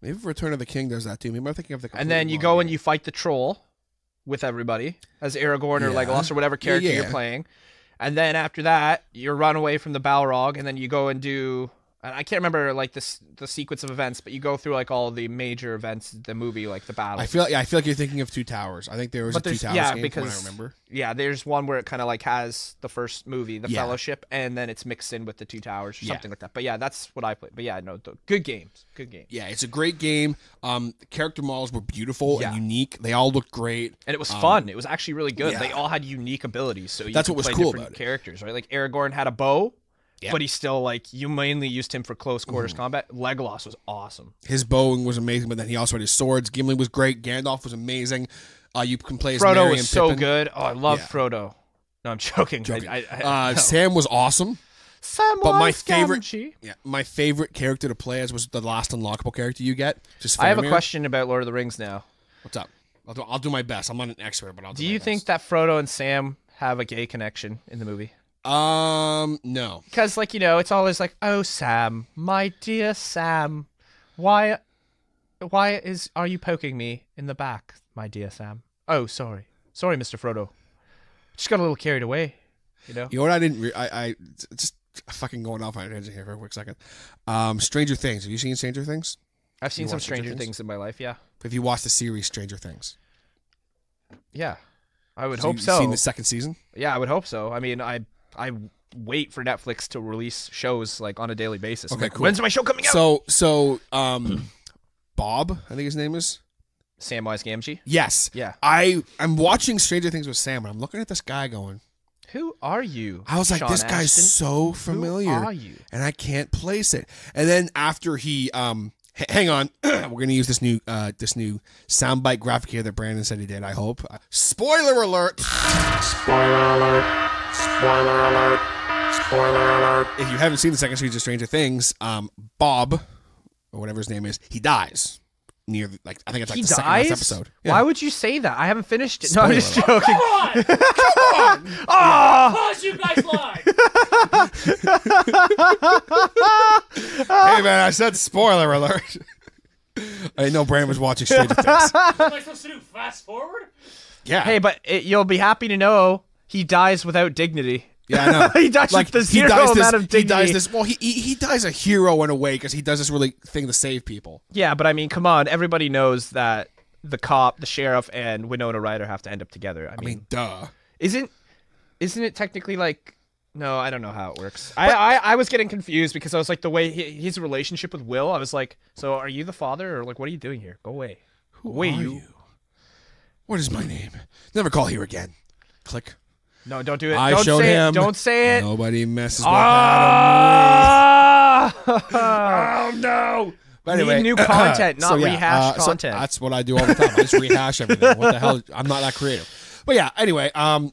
[SPEAKER 3] Maybe Return of the King does that too. Maybe I'm thinking of the.
[SPEAKER 2] and then you
[SPEAKER 3] completely
[SPEAKER 2] go
[SPEAKER 3] wrong
[SPEAKER 2] and you fight the troll with everybody as Aragorn or
[SPEAKER 3] Yeah.
[SPEAKER 2] Legolas or whatever
[SPEAKER 3] Yeah,
[SPEAKER 2] character
[SPEAKER 3] yeah.
[SPEAKER 2] you're playing. And then after that, you run away from the Balrog, and then you go and do. And I can't remember like this the sequence of events, but you go through like all the major events, of the movie, like the battle.
[SPEAKER 3] I feel yeah, I feel like you're thinking of Two Towers. I think there was
[SPEAKER 2] But
[SPEAKER 3] a Two
[SPEAKER 2] there's-
[SPEAKER 3] Towers
[SPEAKER 2] yeah,
[SPEAKER 3] game when I
[SPEAKER 2] because-
[SPEAKER 3] remember.
[SPEAKER 2] yeah, there's one where it kind of like has the first movie, The
[SPEAKER 3] Yeah.
[SPEAKER 2] Fellowship, and then it's mixed in with the Two Towers or
[SPEAKER 3] Yeah.
[SPEAKER 2] something like that. But yeah, that's what I played. But yeah, no, th- good games, good game.
[SPEAKER 3] Yeah, it's a great game. Um, the character models were beautiful
[SPEAKER 2] Yeah.
[SPEAKER 3] and unique. They all looked great.
[SPEAKER 2] and it was fun. It was actually really good.
[SPEAKER 3] Um, yeah.
[SPEAKER 2] They all had unique abilities, so you
[SPEAKER 3] That's
[SPEAKER 2] could
[SPEAKER 3] what was
[SPEAKER 2] play
[SPEAKER 3] cool
[SPEAKER 2] different
[SPEAKER 3] about it.
[SPEAKER 2] characters, right? Like Aragorn had a bow,
[SPEAKER 3] Yeah. Mm-hmm.
[SPEAKER 2] but he still like you mainly used him for close quarters combat. Legolas was awesome.
[SPEAKER 3] His bowing was amazing, but then he also had his swords. Gimli was great. Gandalf was amazing. Uh, you can play as
[SPEAKER 2] Frodo
[SPEAKER 3] Merry and
[SPEAKER 2] was so
[SPEAKER 3] Pippin.
[SPEAKER 2] good. Oh, I love
[SPEAKER 3] Yeah.
[SPEAKER 2] Frodo. No, I'm joking.
[SPEAKER 3] Joking.
[SPEAKER 2] I, I, I,
[SPEAKER 3] uh,
[SPEAKER 2] no.
[SPEAKER 3] Sam was awesome. But my favorite, yeah, my favorite character to play as was the last unlockable character you get. Just
[SPEAKER 2] I have a
[SPEAKER 3] Faramir.
[SPEAKER 2] question about Lord of the Rings now.
[SPEAKER 3] What's up? I'll do, I'll do my best. I'm not an expert, but I'll.
[SPEAKER 2] Do
[SPEAKER 3] my
[SPEAKER 2] you think that Frodo and Sam have a gay connection in the movie?
[SPEAKER 3] best. Um, no.
[SPEAKER 2] Because like you know, it's always like, "Oh Sam, my dear Sam, why, why is are you poking me in the back, my dear Sam? Oh sorry, sorry, Mister Frodo, just got a little carried away, you know."
[SPEAKER 3] You know what I didn't? Re- I, I just fucking going off on a tangent here for a quick second. Um, Stranger Things. Have you seen Stranger Things?
[SPEAKER 2] I've seen some
[SPEAKER 3] watch Stranger
[SPEAKER 2] Stranger
[SPEAKER 3] Things?
[SPEAKER 2] things? in my life, yeah,
[SPEAKER 3] Have you watched the series Stranger Things?
[SPEAKER 2] yeah. I would
[SPEAKER 3] Have
[SPEAKER 2] hope
[SPEAKER 3] you
[SPEAKER 2] so.
[SPEAKER 3] Seen the second season?
[SPEAKER 2] yeah, I would hope so. I mean, I I wait for Netflix to release shows like on a daily basis. I'm
[SPEAKER 3] Okay,
[SPEAKER 2] like,
[SPEAKER 3] cool.
[SPEAKER 2] When's my show coming out?
[SPEAKER 3] So so um, Bob, I think his name is.
[SPEAKER 2] Samwise Gamgee.
[SPEAKER 3] Yes.
[SPEAKER 2] Yeah.
[SPEAKER 3] I I'm watching Stranger Things with Sam, and I'm looking at this guy going.
[SPEAKER 2] Who are you?
[SPEAKER 3] I was like,
[SPEAKER 2] Sean
[SPEAKER 3] this guy's
[SPEAKER 2] Astin?
[SPEAKER 3] so familiar,
[SPEAKER 2] Who are you?
[SPEAKER 3] and I can't place it. And then after he um. h- Hang on, we're gonna use this new uh, this new soundbite graphic here that Brandon said he did. I hope. Uh, spoiler alert! if you haven't seen the second series of Stranger Things, um, Bob or whatever his name is, he dies near the, like I think it's like
[SPEAKER 2] he
[SPEAKER 3] the
[SPEAKER 2] dies.
[SPEAKER 3] second last episode. Yeah.
[SPEAKER 2] Why would you say that? I haven't finished it. No, I'm just joking.
[SPEAKER 8] Cause you guys lie.
[SPEAKER 3] hey man, I said spoiler alert. I know Brandon was watching Stranger Things.
[SPEAKER 8] What am I supposed to do? Fast forward?
[SPEAKER 3] Yeah,
[SPEAKER 2] Hey, but it, you'll be happy to know he dies without dignity.
[SPEAKER 3] yeah, I know.
[SPEAKER 2] He dies with the
[SPEAKER 3] he
[SPEAKER 2] zero
[SPEAKER 3] dies this-
[SPEAKER 2] amount of
[SPEAKER 3] He dies
[SPEAKER 2] dignity.
[SPEAKER 3] this. Well, he, he he dies a hero in a way because he does this really thing to save people.
[SPEAKER 2] Yeah, but I mean, come on. Everybody knows that the cop, the sheriff, and Winona Ryder have to end up together. I mean,
[SPEAKER 3] I mean, duh.
[SPEAKER 2] isn't isn't it technically like? No, I don't know how it works. I, I I was getting confused because I was like the way he, his relationship with Will. I was like, so are you the father or like what are you doing here? Go away. Who away
[SPEAKER 3] are you? What is my name? Never call here again. Click.
[SPEAKER 2] No, don't do it.
[SPEAKER 3] I
[SPEAKER 2] don't
[SPEAKER 3] showed
[SPEAKER 2] say
[SPEAKER 3] him.
[SPEAKER 2] it. Don't say it.
[SPEAKER 3] Nobody messes with Adam Lee.
[SPEAKER 2] Ah!
[SPEAKER 3] Oh no! But
[SPEAKER 2] Need
[SPEAKER 3] anyway,
[SPEAKER 2] new content, not rehashed
[SPEAKER 3] uh, so
[SPEAKER 2] content.
[SPEAKER 3] that's what I do all the time. I just rehash everything. What the hell? I'm not that creative. But yeah. Anyway, um,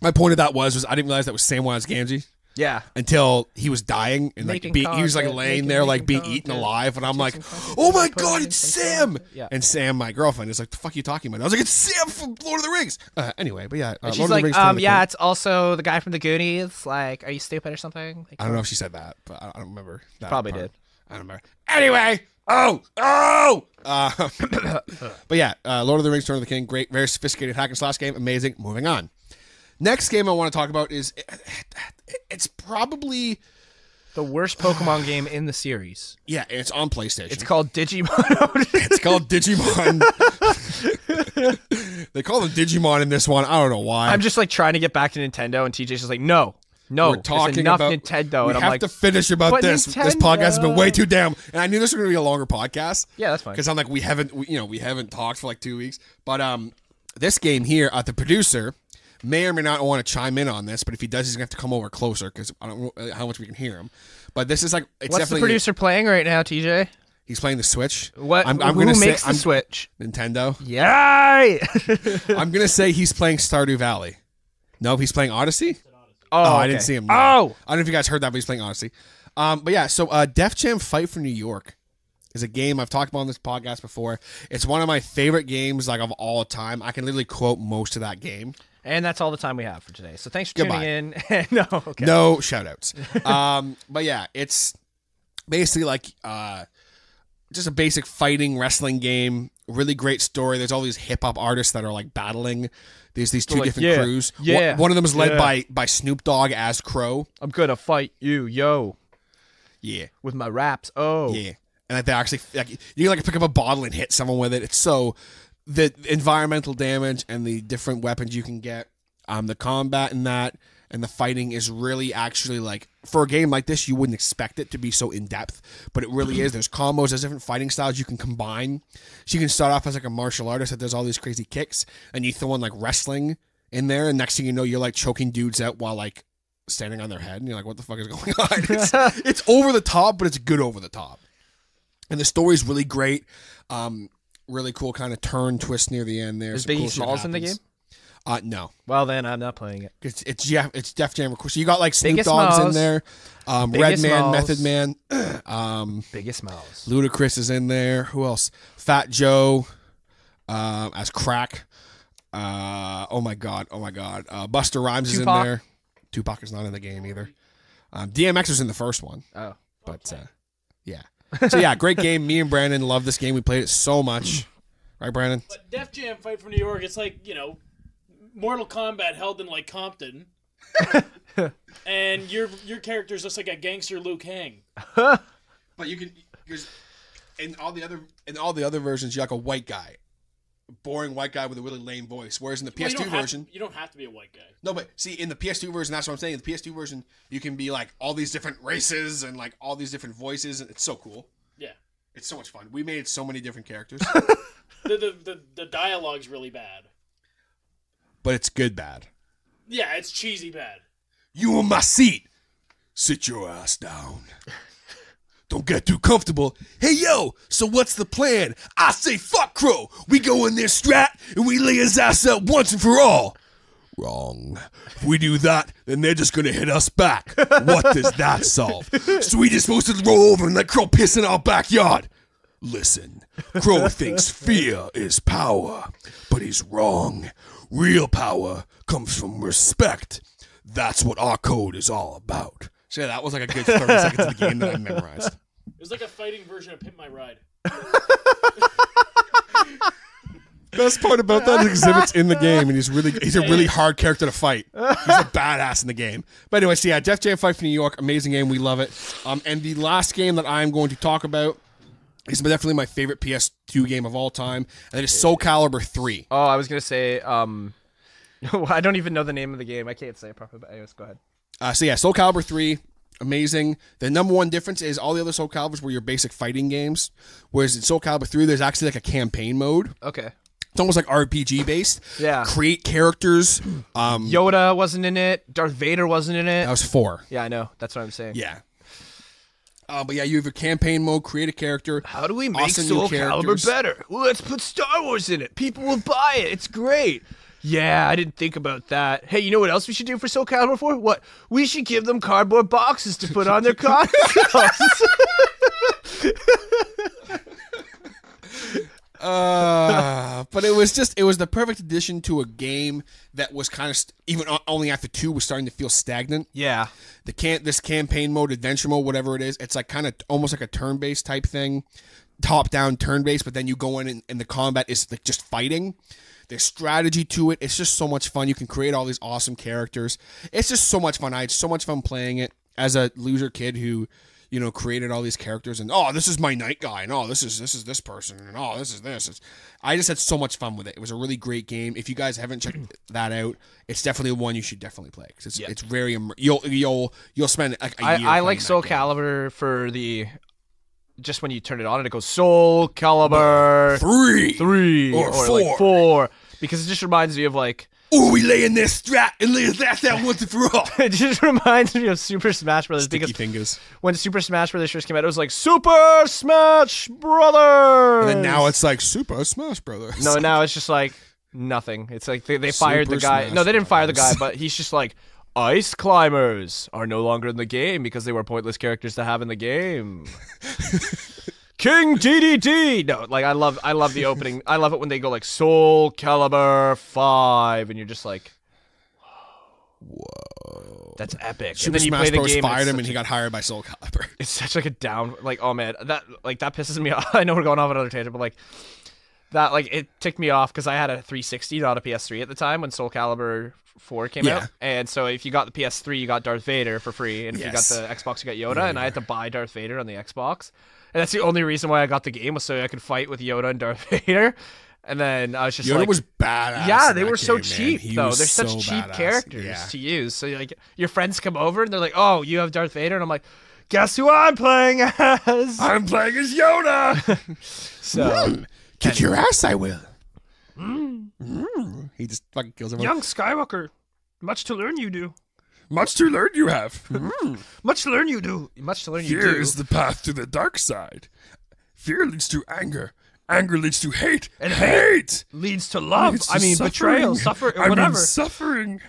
[SPEAKER 3] my point of that was was I didn't realize that was Samwise Gamgee
[SPEAKER 2] yeah.
[SPEAKER 3] until he was dying and like
[SPEAKER 2] Making
[SPEAKER 3] being, he was like
[SPEAKER 2] content,
[SPEAKER 3] laying
[SPEAKER 2] making-
[SPEAKER 3] there like being
[SPEAKER 2] making
[SPEAKER 3] eaten
[SPEAKER 2] content,
[SPEAKER 3] alive, and I'm like,
[SPEAKER 2] content,
[SPEAKER 3] oh my
[SPEAKER 2] putting
[SPEAKER 3] god,
[SPEAKER 2] in
[SPEAKER 3] it's
[SPEAKER 2] some
[SPEAKER 3] Sam!
[SPEAKER 2] content. Yeah.
[SPEAKER 3] And Sam, my girlfriend, is like, the fuck you talking about? I was like, it's Sam from Lord of the Rings. Uh, anyway, but yeah, uh,
[SPEAKER 2] And
[SPEAKER 3] Lord
[SPEAKER 2] she's
[SPEAKER 3] of the
[SPEAKER 2] like,
[SPEAKER 3] Rings. Return of
[SPEAKER 2] um,
[SPEAKER 3] the
[SPEAKER 2] yeah,
[SPEAKER 3] King.
[SPEAKER 2] it's also the guy from the Goonies. Like, are you stupid or something? Like,
[SPEAKER 3] I don't know if she said that, but I I don't remember. That
[SPEAKER 2] probably
[SPEAKER 3] part.
[SPEAKER 2] did.
[SPEAKER 3] I don't remember. Anyway, oh, oh. Uh, but yeah, uh, Lord of the Rings: Return of the King, great, very sophisticated hack and slash game, amazing. Moving on. Next game I want to talk about is it's probably
[SPEAKER 2] The worst Pokemon game in the series.
[SPEAKER 3] yeah, it's on PlayStation.
[SPEAKER 2] It's called Digimon.
[SPEAKER 3] It's called Digimon. they call them Digimon in this one. I don't know why.
[SPEAKER 2] I'm just like trying to get back to Nintendo, and TJ's just like, no, no,
[SPEAKER 3] We're talking
[SPEAKER 2] it's Oh, enough
[SPEAKER 3] about
[SPEAKER 2] Nintendo,
[SPEAKER 3] We
[SPEAKER 2] and I'm
[SPEAKER 3] have
[SPEAKER 2] like,
[SPEAKER 3] to finish about
[SPEAKER 2] "But
[SPEAKER 3] this. This podcast has been way too damn. And I knew this was going to be a longer podcast.
[SPEAKER 2] Yeah, that's fine.
[SPEAKER 3] Because I'm like, we haven't, we, you know, we haven't talked for like two weeks. But um, this game here, uh, the producer may or may not want to chime in on this. But if he does, he's gonna have to come over closer because I don't know uh, how much we can hear him. But this is like, it's
[SPEAKER 2] what's the
[SPEAKER 3] definitely
[SPEAKER 2] producer playing right now, TJ?
[SPEAKER 3] He's playing the Switch.
[SPEAKER 2] What?
[SPEAKER 3] I'm, I'm
[SPEAKER 2] who
[SPEAKER 3] gonna
[SPEAKER 2] makes the
[SPEAKER 3] say, I'm-
[SPEAKER 2] Switch?
[SPEAKER 3] Nintendo.
[SPEAKER 2] Yay!
[SPEAKER 3] I'm gonna say he's playing Stardew Valley. No, he's playing Odyssey.
[SPEAKER 2] oh,
[SPEAKER 3] I
[SPEAKER 2] okay.
[SPEAKER 3] didn't see him. no.
[SPEAKER 2] Oh!
[SPEAKER 3] I don't know if you guys heard that, but he's playing Odyssey. Um, but yeah, so uh, Def Jam Fight for New York is a game I've talked about on this podcast before. It's one of my favorite games like of all time. I can literally quote most of that game.
[SPEAKER 2] And that's all the time we have for today. So thanks for
[SPEAKER 3] Goodbye.
[SPEAKER 2] tuning in. no, okay.
[SPEAKER 3] No shoutouts. um, but yeah, it's basically like uh, just a basic fighting wrestling game. Really great story. There's all these hip hop artists that are like battling. There's these two
[SPEAKER 2] like,
[SPEAKER 3] different
[SPEAKER 2] yeah,
[SPEAKER 3] crews. One-
[SPEAKER 2] yeah,
[SPEAKER 3] One, of them is led
[SPEAKER 2] yeah. Oh.
[SPEAKER 3] by by Snoop Dogg as Crow.
[SPEAKER 2] I'm gonna fight you, yo,
[SPEAKER 3] Yeah,
[SPEAKER 2] with my raps. Oh,
[SPEAKER 3] yeah. And like, they actually like you can like pick up a bottle and hit someone with it. It's so the environmental damage and the different weapons you can get. Um, the combat in that and the fighting is really actually like for a game like this you wouldn't expect it to be so in depth, but it really is. There's combos, there's different fighting styles you can combine. So you can start off as like a martial artist that does all these crazy kicks, and you throw in like wrestling in there, and next thing you know you're like choking dudes out while like standing on their head, and you're like, what the fuck is going on? It's, it's over the top, but it's good over the top and the story's really great. Um, really cool kind of turn twist near the end there.
[SPEAKER 2] Is
[SPEAKER 3] Some
[SPEAKER 2] Biggie
[SPEAKER 3] cool shit
[SPEAKER 2] Smalls in the
[SPEAKER 3] happens.
[SPEAKER 2] game?
[SPEAKER 3] Uh, no,
[SPEAKER 2] Well, then I'm not playing it.
[SPEAKER 3] it's it's yeah, it's Def Jam. Of course, you got like Snoop
[SPEAKER 2] Biggie
[SPEAKER 3] Dogg's in
[SPEAKER 2] Smalls.
[SPEAKER 3] there, um,
[SPEAKER 2] Biggie
[SPEAKER 3] Redman,
[SPEAKER 2] Smalls.
[SPEAKER 3] Method Man, um,
[SPEAKER 2] Biggest mouse.
[SPEAKER 3] Ludacris is in there. Who else? Fat Joe, um, as Crack. Uh, oh my god, oh my god. Uh, Buster Rhymes is in
[SPEAKER 2] Tupac.
[SPEAKER 3] there. Tupac is not in the game either. Um, DMX was in the first one.
[SPEAKER 2] Oh.
[SPEAKER 3] but uh, yeah. So yeah, great game. Me and Brandon love this game. We played it so much, right, Brandon?
[SPEAKER 8] But Def Jam Fight for New York, it's like, you know, Mortal Kombat held in like Compton. and your your character's just like a gangster Luke Hang.
[SPEAKER 3] But you can, because in all the other in all the other versions, you're like a white guy, boring white guy with a really lame voice. Whereas in the
[SPEAKER 8] Well, you
[SPEAKER 3] PS2
[SPEAKER 8] don't have to-
[SPEAKER 3] version,
[SPEAKER 8] you don't have to be a white guy.
[SPEAKER 3] No, but see, in the PS2 version, that's what I'm saying. In the PS2 version, you can be like all these different races and like all these different voices, and it's so cool.
[SPEAKER 8] Yeah.
[SPEAKER 3] It's so much fun. We made so many different characters,
[SPEAKER 8] The the, the, the dialogue's really bad.
[SPEAKER 3] but it's good bad.
[SPEAKER 8] Yeah, it's cheesy bad.
[SPEAKER 3] You in my seat. Sit your ass down. Don't get too comfortable. Hey yo, so what's the plan? I say fuck Crow. We go in there strat and we lay his ass up once and for all. Wrong. If we do that, then they're just gonna hit us back. What does that solve? So we just supposed to roll over and let Crow piss in our backyard. Listen, Crow thinks fear is power, but he's wrong. Real power comes from respect. That's what our code is all about. So yeah, that was like a good 30 seconds of the game that I memorized.
[SPEAKER 8] It was like a fighting version of Pimp My Ride.
[SPEAKER 3] Best part about that is exhibits in the game, and he's really he's a really hard character to fight. He's a badass in the game. But anyway, so yeah, Def Jam Fight for New York, amazing game, we love it. Um, and the last game that I am going to talk about is definitely my favorite PS2 game of all time, and it is Soul Calibur Three. Uh,
[SPEAKER 2] Oh, I was gonna say. Um, I don't even know the name of the game. I can't say it properly. But anyways, go ahead.
[SPEAKER 3] Uh, so yeah, Soul Calibur three, amazing. The number one difference is all the other Soul Caliburs were your basic fighting games, whereas in Soul Calibur three, there's actually like a campaign mode.
[SPEAKER 2] Okay.
[SPEAKER 3] It's almost like RPG based.
[SPEAKER 2] Yeah.
[SPEAKER 3] Create characters. Um,
[SPEAKER 2] Yoda wasn't in it. Darth Vader wasn't in it.
[SPEAKER 3] that was four.
[SPEAKER 2] yeah, I know. That's what I'm saying.
[SPEAKER 3] Yeah. Uh, but yeah, you have your campaign mode, create a character.
[SPEAKER 2] How do we make
[SPEAKER 3] awesome new
[SPEAKER 2] Soul Calibur
[SPEAKER 3] characters.
[SPEAKER 2] better? Well, let's put Star Wars in it. People will buy it. It's great. Yeah, I didn't think about that. Hey, you know what else we should do for Soul Calibur 4? What? We should give them cardboard boxes to put on their consoles.
[SPEAKER 3] Uh, but it was just it was the perfect addition to a game that was kind of st- even o- only after two was starting to feel stagnant.
[SPEAKER 2] yeah.
[SPEAKER 3] the can this campaign mode, adventure mode, whatever it is, it's like kind of almost like a turn based type thing, top down turn based. But then you go in and, and the combat is like just fighting. There's strategy to it. It's just so much fun. You can create all these awesome characters. It's just so much fun. I had so much fun playing it as a loser kid who, you know, created all these characters and oh, this is my night guy and oh, this is this is this person and oh, this is this. It's, I just had so much fun with it. It was a really great game. If you guys haven't checked that out, it's definitely one you should definitely play 'cause it's it's very immer- you'll you'll you'll spend like a year.
[SPEAKER 2] I, I like
[SPEAKER 3] playing that
[SPEAKER 2] Soul
[SPEAKER 3] game.
[SPEAKER 2] Calibur for the. Just when you turn it on, and it goes Soul Calibur
[SPEAKER 3] three
[SPEAKER 2] three
[SPEAKER 3] Or
[SPEAKER 2] like
[SPEAKER 3] four.
[SPEAKER 2] four because it just reminds me of like
[SPEAKER 3] Ooh, we lay in this strap and lay his ass out once and for all.
[SPEAKER 2] It just reminds me of Super Smash Brothers
[SPEAKER 3] Sticky
[SPEAKER 2] because
[SPEAKER 3] fingers.
[SPEAKER 2] when Super Smash Brothers first came out, it was like Super Smash Brothers.
[SPEAKER 3] And now it's like Super Smash Brothers.
[SPEAKER 2] no, now it's just like nothing. It's like they, they fired the
[SPEAKER 3] Super
[SPEAKER 2] guy.
[SPEAKER 3] Smash
[SPEAKER 2] no, they didn't fire the guy,
[SPEAKER 3] Brothers.
[SPEAKER 2] but he's just like ice climbers are no longer in the game because they were pointless characters to have in the game. King DDD. No, like I love I love the opening. I love it when they go like Soul Calibur 5 and you're just like Whoa. That's epic. and
[SPEAKER 3] Super
[SPEAKER 2] then you
[SPEAKER 3] Smash
[SPEAKER 2] play the
[SPEAKER 3] Bros.
[SPEAKER 2] game and
[SPEAKER 3] fired
[SPEAKER 2] it's
[SPEAKER 3] him and
[SPEAKER 2] such
[SPEAKER 3] he got hired by Soul Calibur.
[SPEAKER 2] it's such like a down like oh man that like that pisses me off i know we're going off on another tangent but like that like it ticked me off because i had a 360 not a ps3 at the time when soul calibur 4 came
[SPEAKER 3] Yeah.
[SPEAKER 2] out and so if you got the ps3 you got darth vader for free and if
[SPEAKER 3] Yes.
[SPEAKER 2] you got the xbox you got yoda and i had to buy darth vader on the xbox and that's the only reason why i got the game was so i could fight with yoda and darth vader and then i was just
[SPEAKER 3] Yoda
[SPEAKER 2] like
[SPEAKER 3] was badass.
[SPEAKER 2] yeah,
[SPEAKER 3] in
[SPEAKER 2] they
[SPEAKER 3] that
[SPEAKER 2] were so
[SPEAKER 3] game, man.
[SPEAKER 2] cheap
[SPEAKER 3] He
[SPEAKER 2] though.
[SPEAKER 3] was
[SPEAKER 2] They're such
[SPEAKER 3] so
[SPEAKER 2] cheap
[SPEAKER 3] badass.
[SPEAKER 2] characters
[SPEAKER 3] Yeah.
[SPEAKER 2] to use. So like your friends come over and they're like, "Oh, you have Darth Vader," and I'm like, "Guess who I'm playing as?"
[SPEAKER 3] I'm playing as Yoda.
[SPEAKER 2] So
[SPEAKER 3] Kick your ass, I will. Mm. He just fucking kills everyone.
[SPEAKER 4] Young Skywalker, much to learn you do.
[SPEAKER 3] Much to learn you have.
[SPEAKER 4] Much to learn you do.
[SPEAKER 2] much to learn you
[SPEAKER 3] Fear
[SPEAKER 2] do.
[SPEAKER 3] is the path to the dark side. Fear leads to anger. Anger leads to hate. And hate
[SPEAKER 4] Leads to love.
[SPEAKER 3] leads to
[SPEAKER 4] I mean, betrayal,
[SPEAKER 3] suffering.
[SPEAKER 4] suffer,
[SPEAKER 3] I mean,
[SPEAKER 4] whatever.
[SPEAKER 3] suffering.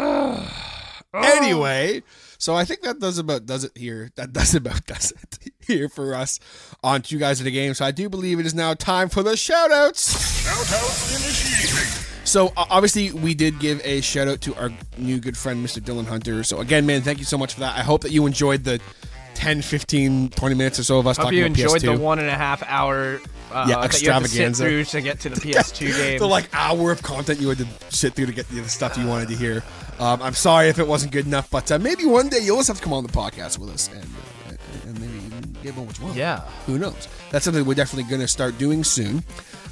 [SPEAKER 3] Ah.
[SPEAKER 2] Oh.
[SPEAKER 3] Anyway, so I think that does about does it here. That does about does it here for us on to you guys at the game. So I do believe it is now time for the shoutouts. So o- obviously, we did give a shout out to our new good friend, Mr. Dylan Hunter. So again, man, thank you so much for that. I hope that you enjoyed the 10, 15, 20 minutes or so of us
[SPEAKER 2] Hope
[SPEAKER 3] talking
[SPEAKER 2] you
[SPEAKER 3] about
[SPEAKER 2] enjoyed
[SPEAKER 3] PS2.
[SPEAKER 2] the one and a half hour uh,
[SPEAKER 3] Yeah,
[SPEAKER 2] that you had to sit
[SPEAKER 3] extravaganza.
[SPEAKER 2] through to get to the PS2 game.
[SPEAKER 3] the like hour of content you had to sit through to get the stuff you wanted to hear. Um, I'm sorry if it wasn't good enough, but uh, maybe one day you'll just have to come on the podcast with us and uh, and maybe even give one which one.
[SPEAKER 2] Yeah.
[SPEAKER 3] who knows? That's something we're definitely going to start doing soon.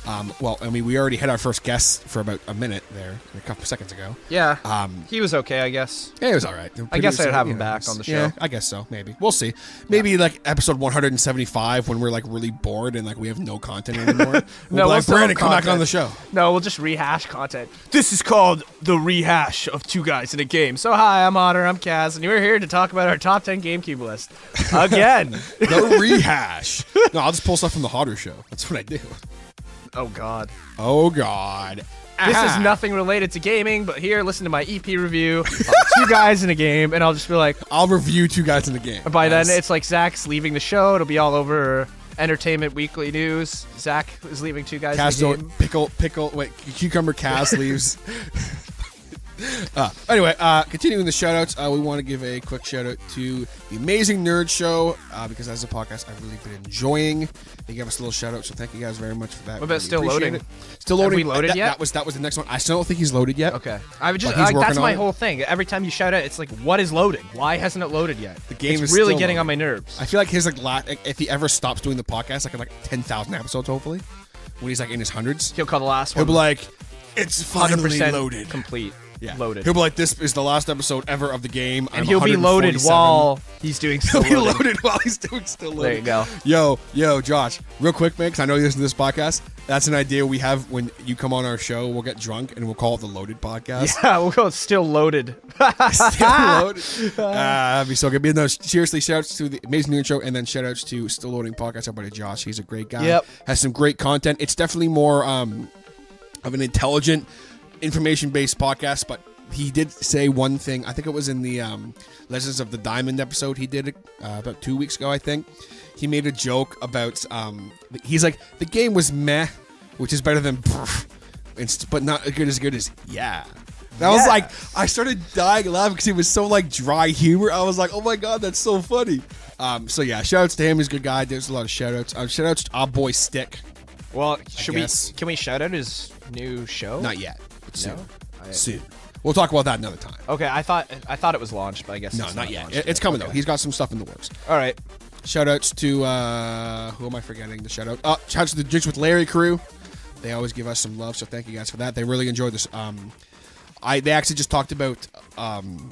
[SPEAKER 3] Um, well, I mean, we already had our first guest for about a minute there, a couple seconds ago.
[SPEAKER 2] yeah,
[SPEAKER 3] Um,
[SPEAKER 2] he was okay, I guess.
[SPEAKER 3] Yeah, it was all right.
[SPEAKER 2] I guess I'd
[SPEAKER 3] Pretty-
[SPEAKER 2] have
[SPEAKER 3] you
[SPEAKER 2] him
[SPEAKER 3] know,
[SPEAKER 2] back on the
[SPEAKER 3] Yeah,
[SPEAKER 2] show.
[SPEAKER 3] I guess so. Maybe we'll see. Maybe like episode 175 when we're like really bored and like we have no content anymore. We'll be
[SPEAKER 2] we'll
[SPEAKER 3] like,
[SPEAKER 2] still have
[SPEAKER 3] Brandon, come back
[SPEAKER 2] content.
[SPEAKER 3] on the show.
[SPEAKER 2] No, we'll just rehash content. This is called the rehash of two guys in a game. So hi, I'm Otter, I'm Kaz, and we're here to talk about our top ten GameCube list again.
[SPEAKER 3] The rehash. no, I'll just pull stuff from the Hotter show. That's what I do.
[SPEAKER 2] oh God,
[SPEAKER 3] Oh God.
[SPEAKER 2] this is
[SPEAKER 3] Ah.
[SPEAKER 2] nothing related to gaming, but here, listen to my EP review, of two guys in a game, and I'll just be like,
[SPEAKER 3] I'll review two guys in the game.
[SPEAKER 2] by
[SPEAKER 3] Yes.
[SPEAKER 2] then it's like Zach's leaving the show. It'll be all over Entertainment Weekly News. Zach is leaving two guys
[SPEAKER 3] Cass
[SPEAKER 2] in a
[SPEAKER 3] don't-
[SPEAKER 2] game.
[SPEAKER 3] pickle pickle wait cucumber Cass leaves. Uh, anyway, uh, continuing the shout outs, uh, we want to give a quick shout out to the amazing Nerd Show uh, because as a podcast I've really been enjoying. They gave us a little shout out, so thank you guys very much for that.
[SPEAKER 2] What about
[SPEAKER 3] Really
[SPEAKER 2] Still
[SPEAKER 3] appreciate
[SPEAKER 2] Loading?
[SPEAKER 3] it. Still
[SPEAKER 2] Have
[SPEAKER 3] loading.
[SPEAKER 2] we loaded
[SPEAKER 3] that,
[SPEAKER 2] yet?
[SPEAKER 3] That was that was the next one. I still don't think he's loaded yet.
[SPEAKER 2] Okay, I would just
[SPEAKER 3] But he's
[SPEAKER 2] like, that's
[SPEAKER 3] working
[SPEAKER 2] my
[SPEAKER 3] on it.
[SPEAKER 2] whole thing. Every time you shout out, it's like, what is loading? Why hasn't it loaded yet? The
[SPEAKER 3] game
[SPEAKER 2] it's
[SPEAKER 3] is
[SPEAKER 2] really
[SPEAKER 3] still
[SPEAKER 2] getting on my
[SPEAKER 3] loading.
[SPEAKER 2] nerves.
[SPEAKER 3] I feel like his like la- like, if he ever stops doing the podcast, like in like ten thousand episodes, hopefully, when he's like in his hundreds,
[SPEAKER 2] He'll call the last
[SPEAKER 3] he'll
[SPEAKER 2] one.
[SPEAKER 3] be like, "It's finally
[SPEAKER 2] 100%
[SPEAKER 3] loaded."
[SPEAKER 2] complete.
[SPEAKER 3] Yeah.
[SPEAKER 2] Loaded.
[SPEAKER 3] He'll be like, "This is the last episode ever of the game,"
[SPEAKER 2] and he'll be loaded while he's doing still
[SPEAKER 3] he'll be
[SPEAKER 2] loading.
[SPEAKER 3] loaded while he's doing still loaded.
[SPEAKER 2] There you go.
[SPEAKER 3] Yo, yo, Josh, real quick, man, because I know you listen to this podcast. That's an idea we have when you come on our show. We'll get drunk and we'll call it the Loaded Podcast.
[SPEAKER 2] Yeah, we'll go with still loaded.
[SPEAKER 3] Still Loaded. Uh, that'd be so good. But no, seriously, shoutouts to the amazing new intro, and then shoutouts to Still Loading Podcast. Everybody, Josh, he's a great guy.
[SPEAKER 2] Yep.
[SPEAKER 3] has some great content. It's definitely more um, of an intelligent, information-based podcast, but. He did say one thing. I think it was in the um, Legends of the Diamond episode he did uh, about two weeks ago. I think he made a joke about. Um, he's like the game was meh, which is better than, brr, it's- but not as good as good as yeah. That was
[SPEAKER 2] Yeah.
[SPEAKER 3] like I started dying laughing because it was so like dry humor. I was like, oh my god, that's so funny. Um, so yeah, shout outs to him. He's a good guy. There's a lot of shout outs. Um, shout outs to our boy Stick.
[SPEAKER 2] well, should we?
[SPEAKER 3] guess.
[SPEAKER 2] Can we shout out his new show?
[SPEAKER 3] Not yet. But soon. soon. We'll talk about that another time.
[SPEAKER 2] Okay, I thought I thought it was launched, but I guess
[SPEAKER 3] No,
[SPEAKER 2] it's
[SPEAKER 3] not yet.
[SPEAKER 2] launched
[SPEAKER 3] It- It's coming though. He's got some stuff in the works.
[SPEAKER 2] All right.
[SPEAKER 3] Shout outs to uh, who am I forgetting? The shout out. Uh, shout outs to the Jigs with Larry crew. They always give us some love, so thank you guys for that. They really enjoyed this. Um, I they actually just talked about um,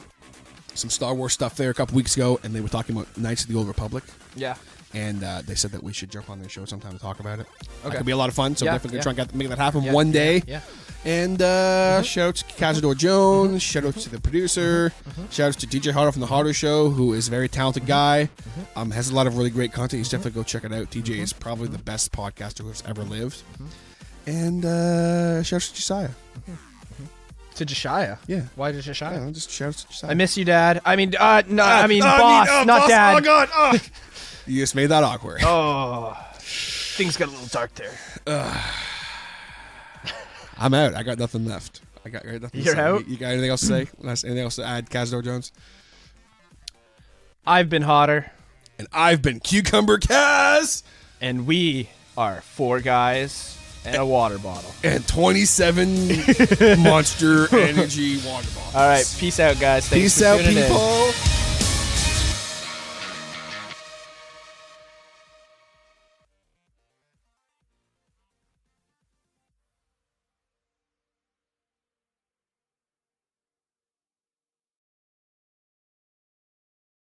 [SPEAKER 3] some Star Wars stuff there a couple weeks ago, and they were talking about Knights of the Old Republic.
[SPEAKER 2] Yeah.
[SPEAKER 3] and uh, they said that we should jump on their show sometime to talk about it.
[SPEAKER 7] Okay.
[SPEAKER 3] It could be a lot of fun, so
[SPEAKER 7] Yeah,
[SPEAKER 3] we're definitely
[SPEAKER 7] yeah.
[SPEAKER 3] trying to get- make that happen
[SPEAKER 7] Yeah,
[SPEAKER 3] one
[SPEAKER 7] yeah,
[SPEAKER 3] day.
[SPEAKER 7] yeah. Mm-hmm.
[SPEAKER 3] And uh, shouts to Cazador Jones, shout outs to the producer,
[SPEAKER 7] Mm-hmm.
[SPEAKER 3] shout outs to DJ Harder from The Harder Show, who is a very talented guy,
[SPEAKER 7] Mm-hmm.
[SPEAKER 3] um, has a lot of really great content. You should definitely go check it out. DJ is probably
[SPEAKER 7] Mm-hmm.
[SPEAKER 3] the best podcaster who's ever lived. And uh, shout outs to Josiah.
[SPEAKER 2] To Josiah.
[SPEAKER 3] Yeah.
[SPEAKER 2] Why to Josiah?
[SPEAKER 3] Yeah, just shout outs to Josiah.
[SPEAKER 2] I miss you, Dad. I mean, uh, no, I mean, uh,
[SPEAKER 4] Oh,
[SPEAKER 2] boss,
[SPEAKER 4] oh,
[SPEAKER 2] not
[SPEAKER 4] boss.
[SPEAKER 2] dad.
[SPEAKER 4] Oh god. Oh.
[SPEAKER 3] you just made that
[SPEAKER 7] Oh,
[SPEAKER 3] awkward.
[SPEAKER 2] Things got a little dark there.
[SPEAKER 3] I'm out. I got nothing left. I got, I got nothing to
[SPEAKER 2] You're
[SPEAKER 3] say.
[SPEAKER 2] out?
[SPEAKER 3] You got anything else to say? Last- anything else to add, Cazador Jones?
[SPEAKER 2] I've been hotter,
[SPEAKER 3] And I've been Cucumber Kaz
[SPEAKER 2] and we are four guys and a water bottle.
[SPEAKER 3] and 27 Monster Energy Water Bottles.
[SPEAKER 2] All right, peace out, guys. Thanks
[SPEAKER 3] Peace
[SPEAKER 2] for
[SPEAKER 3] out,
[SPEAKER 2] tuning in.
[SPEAKER 3] people.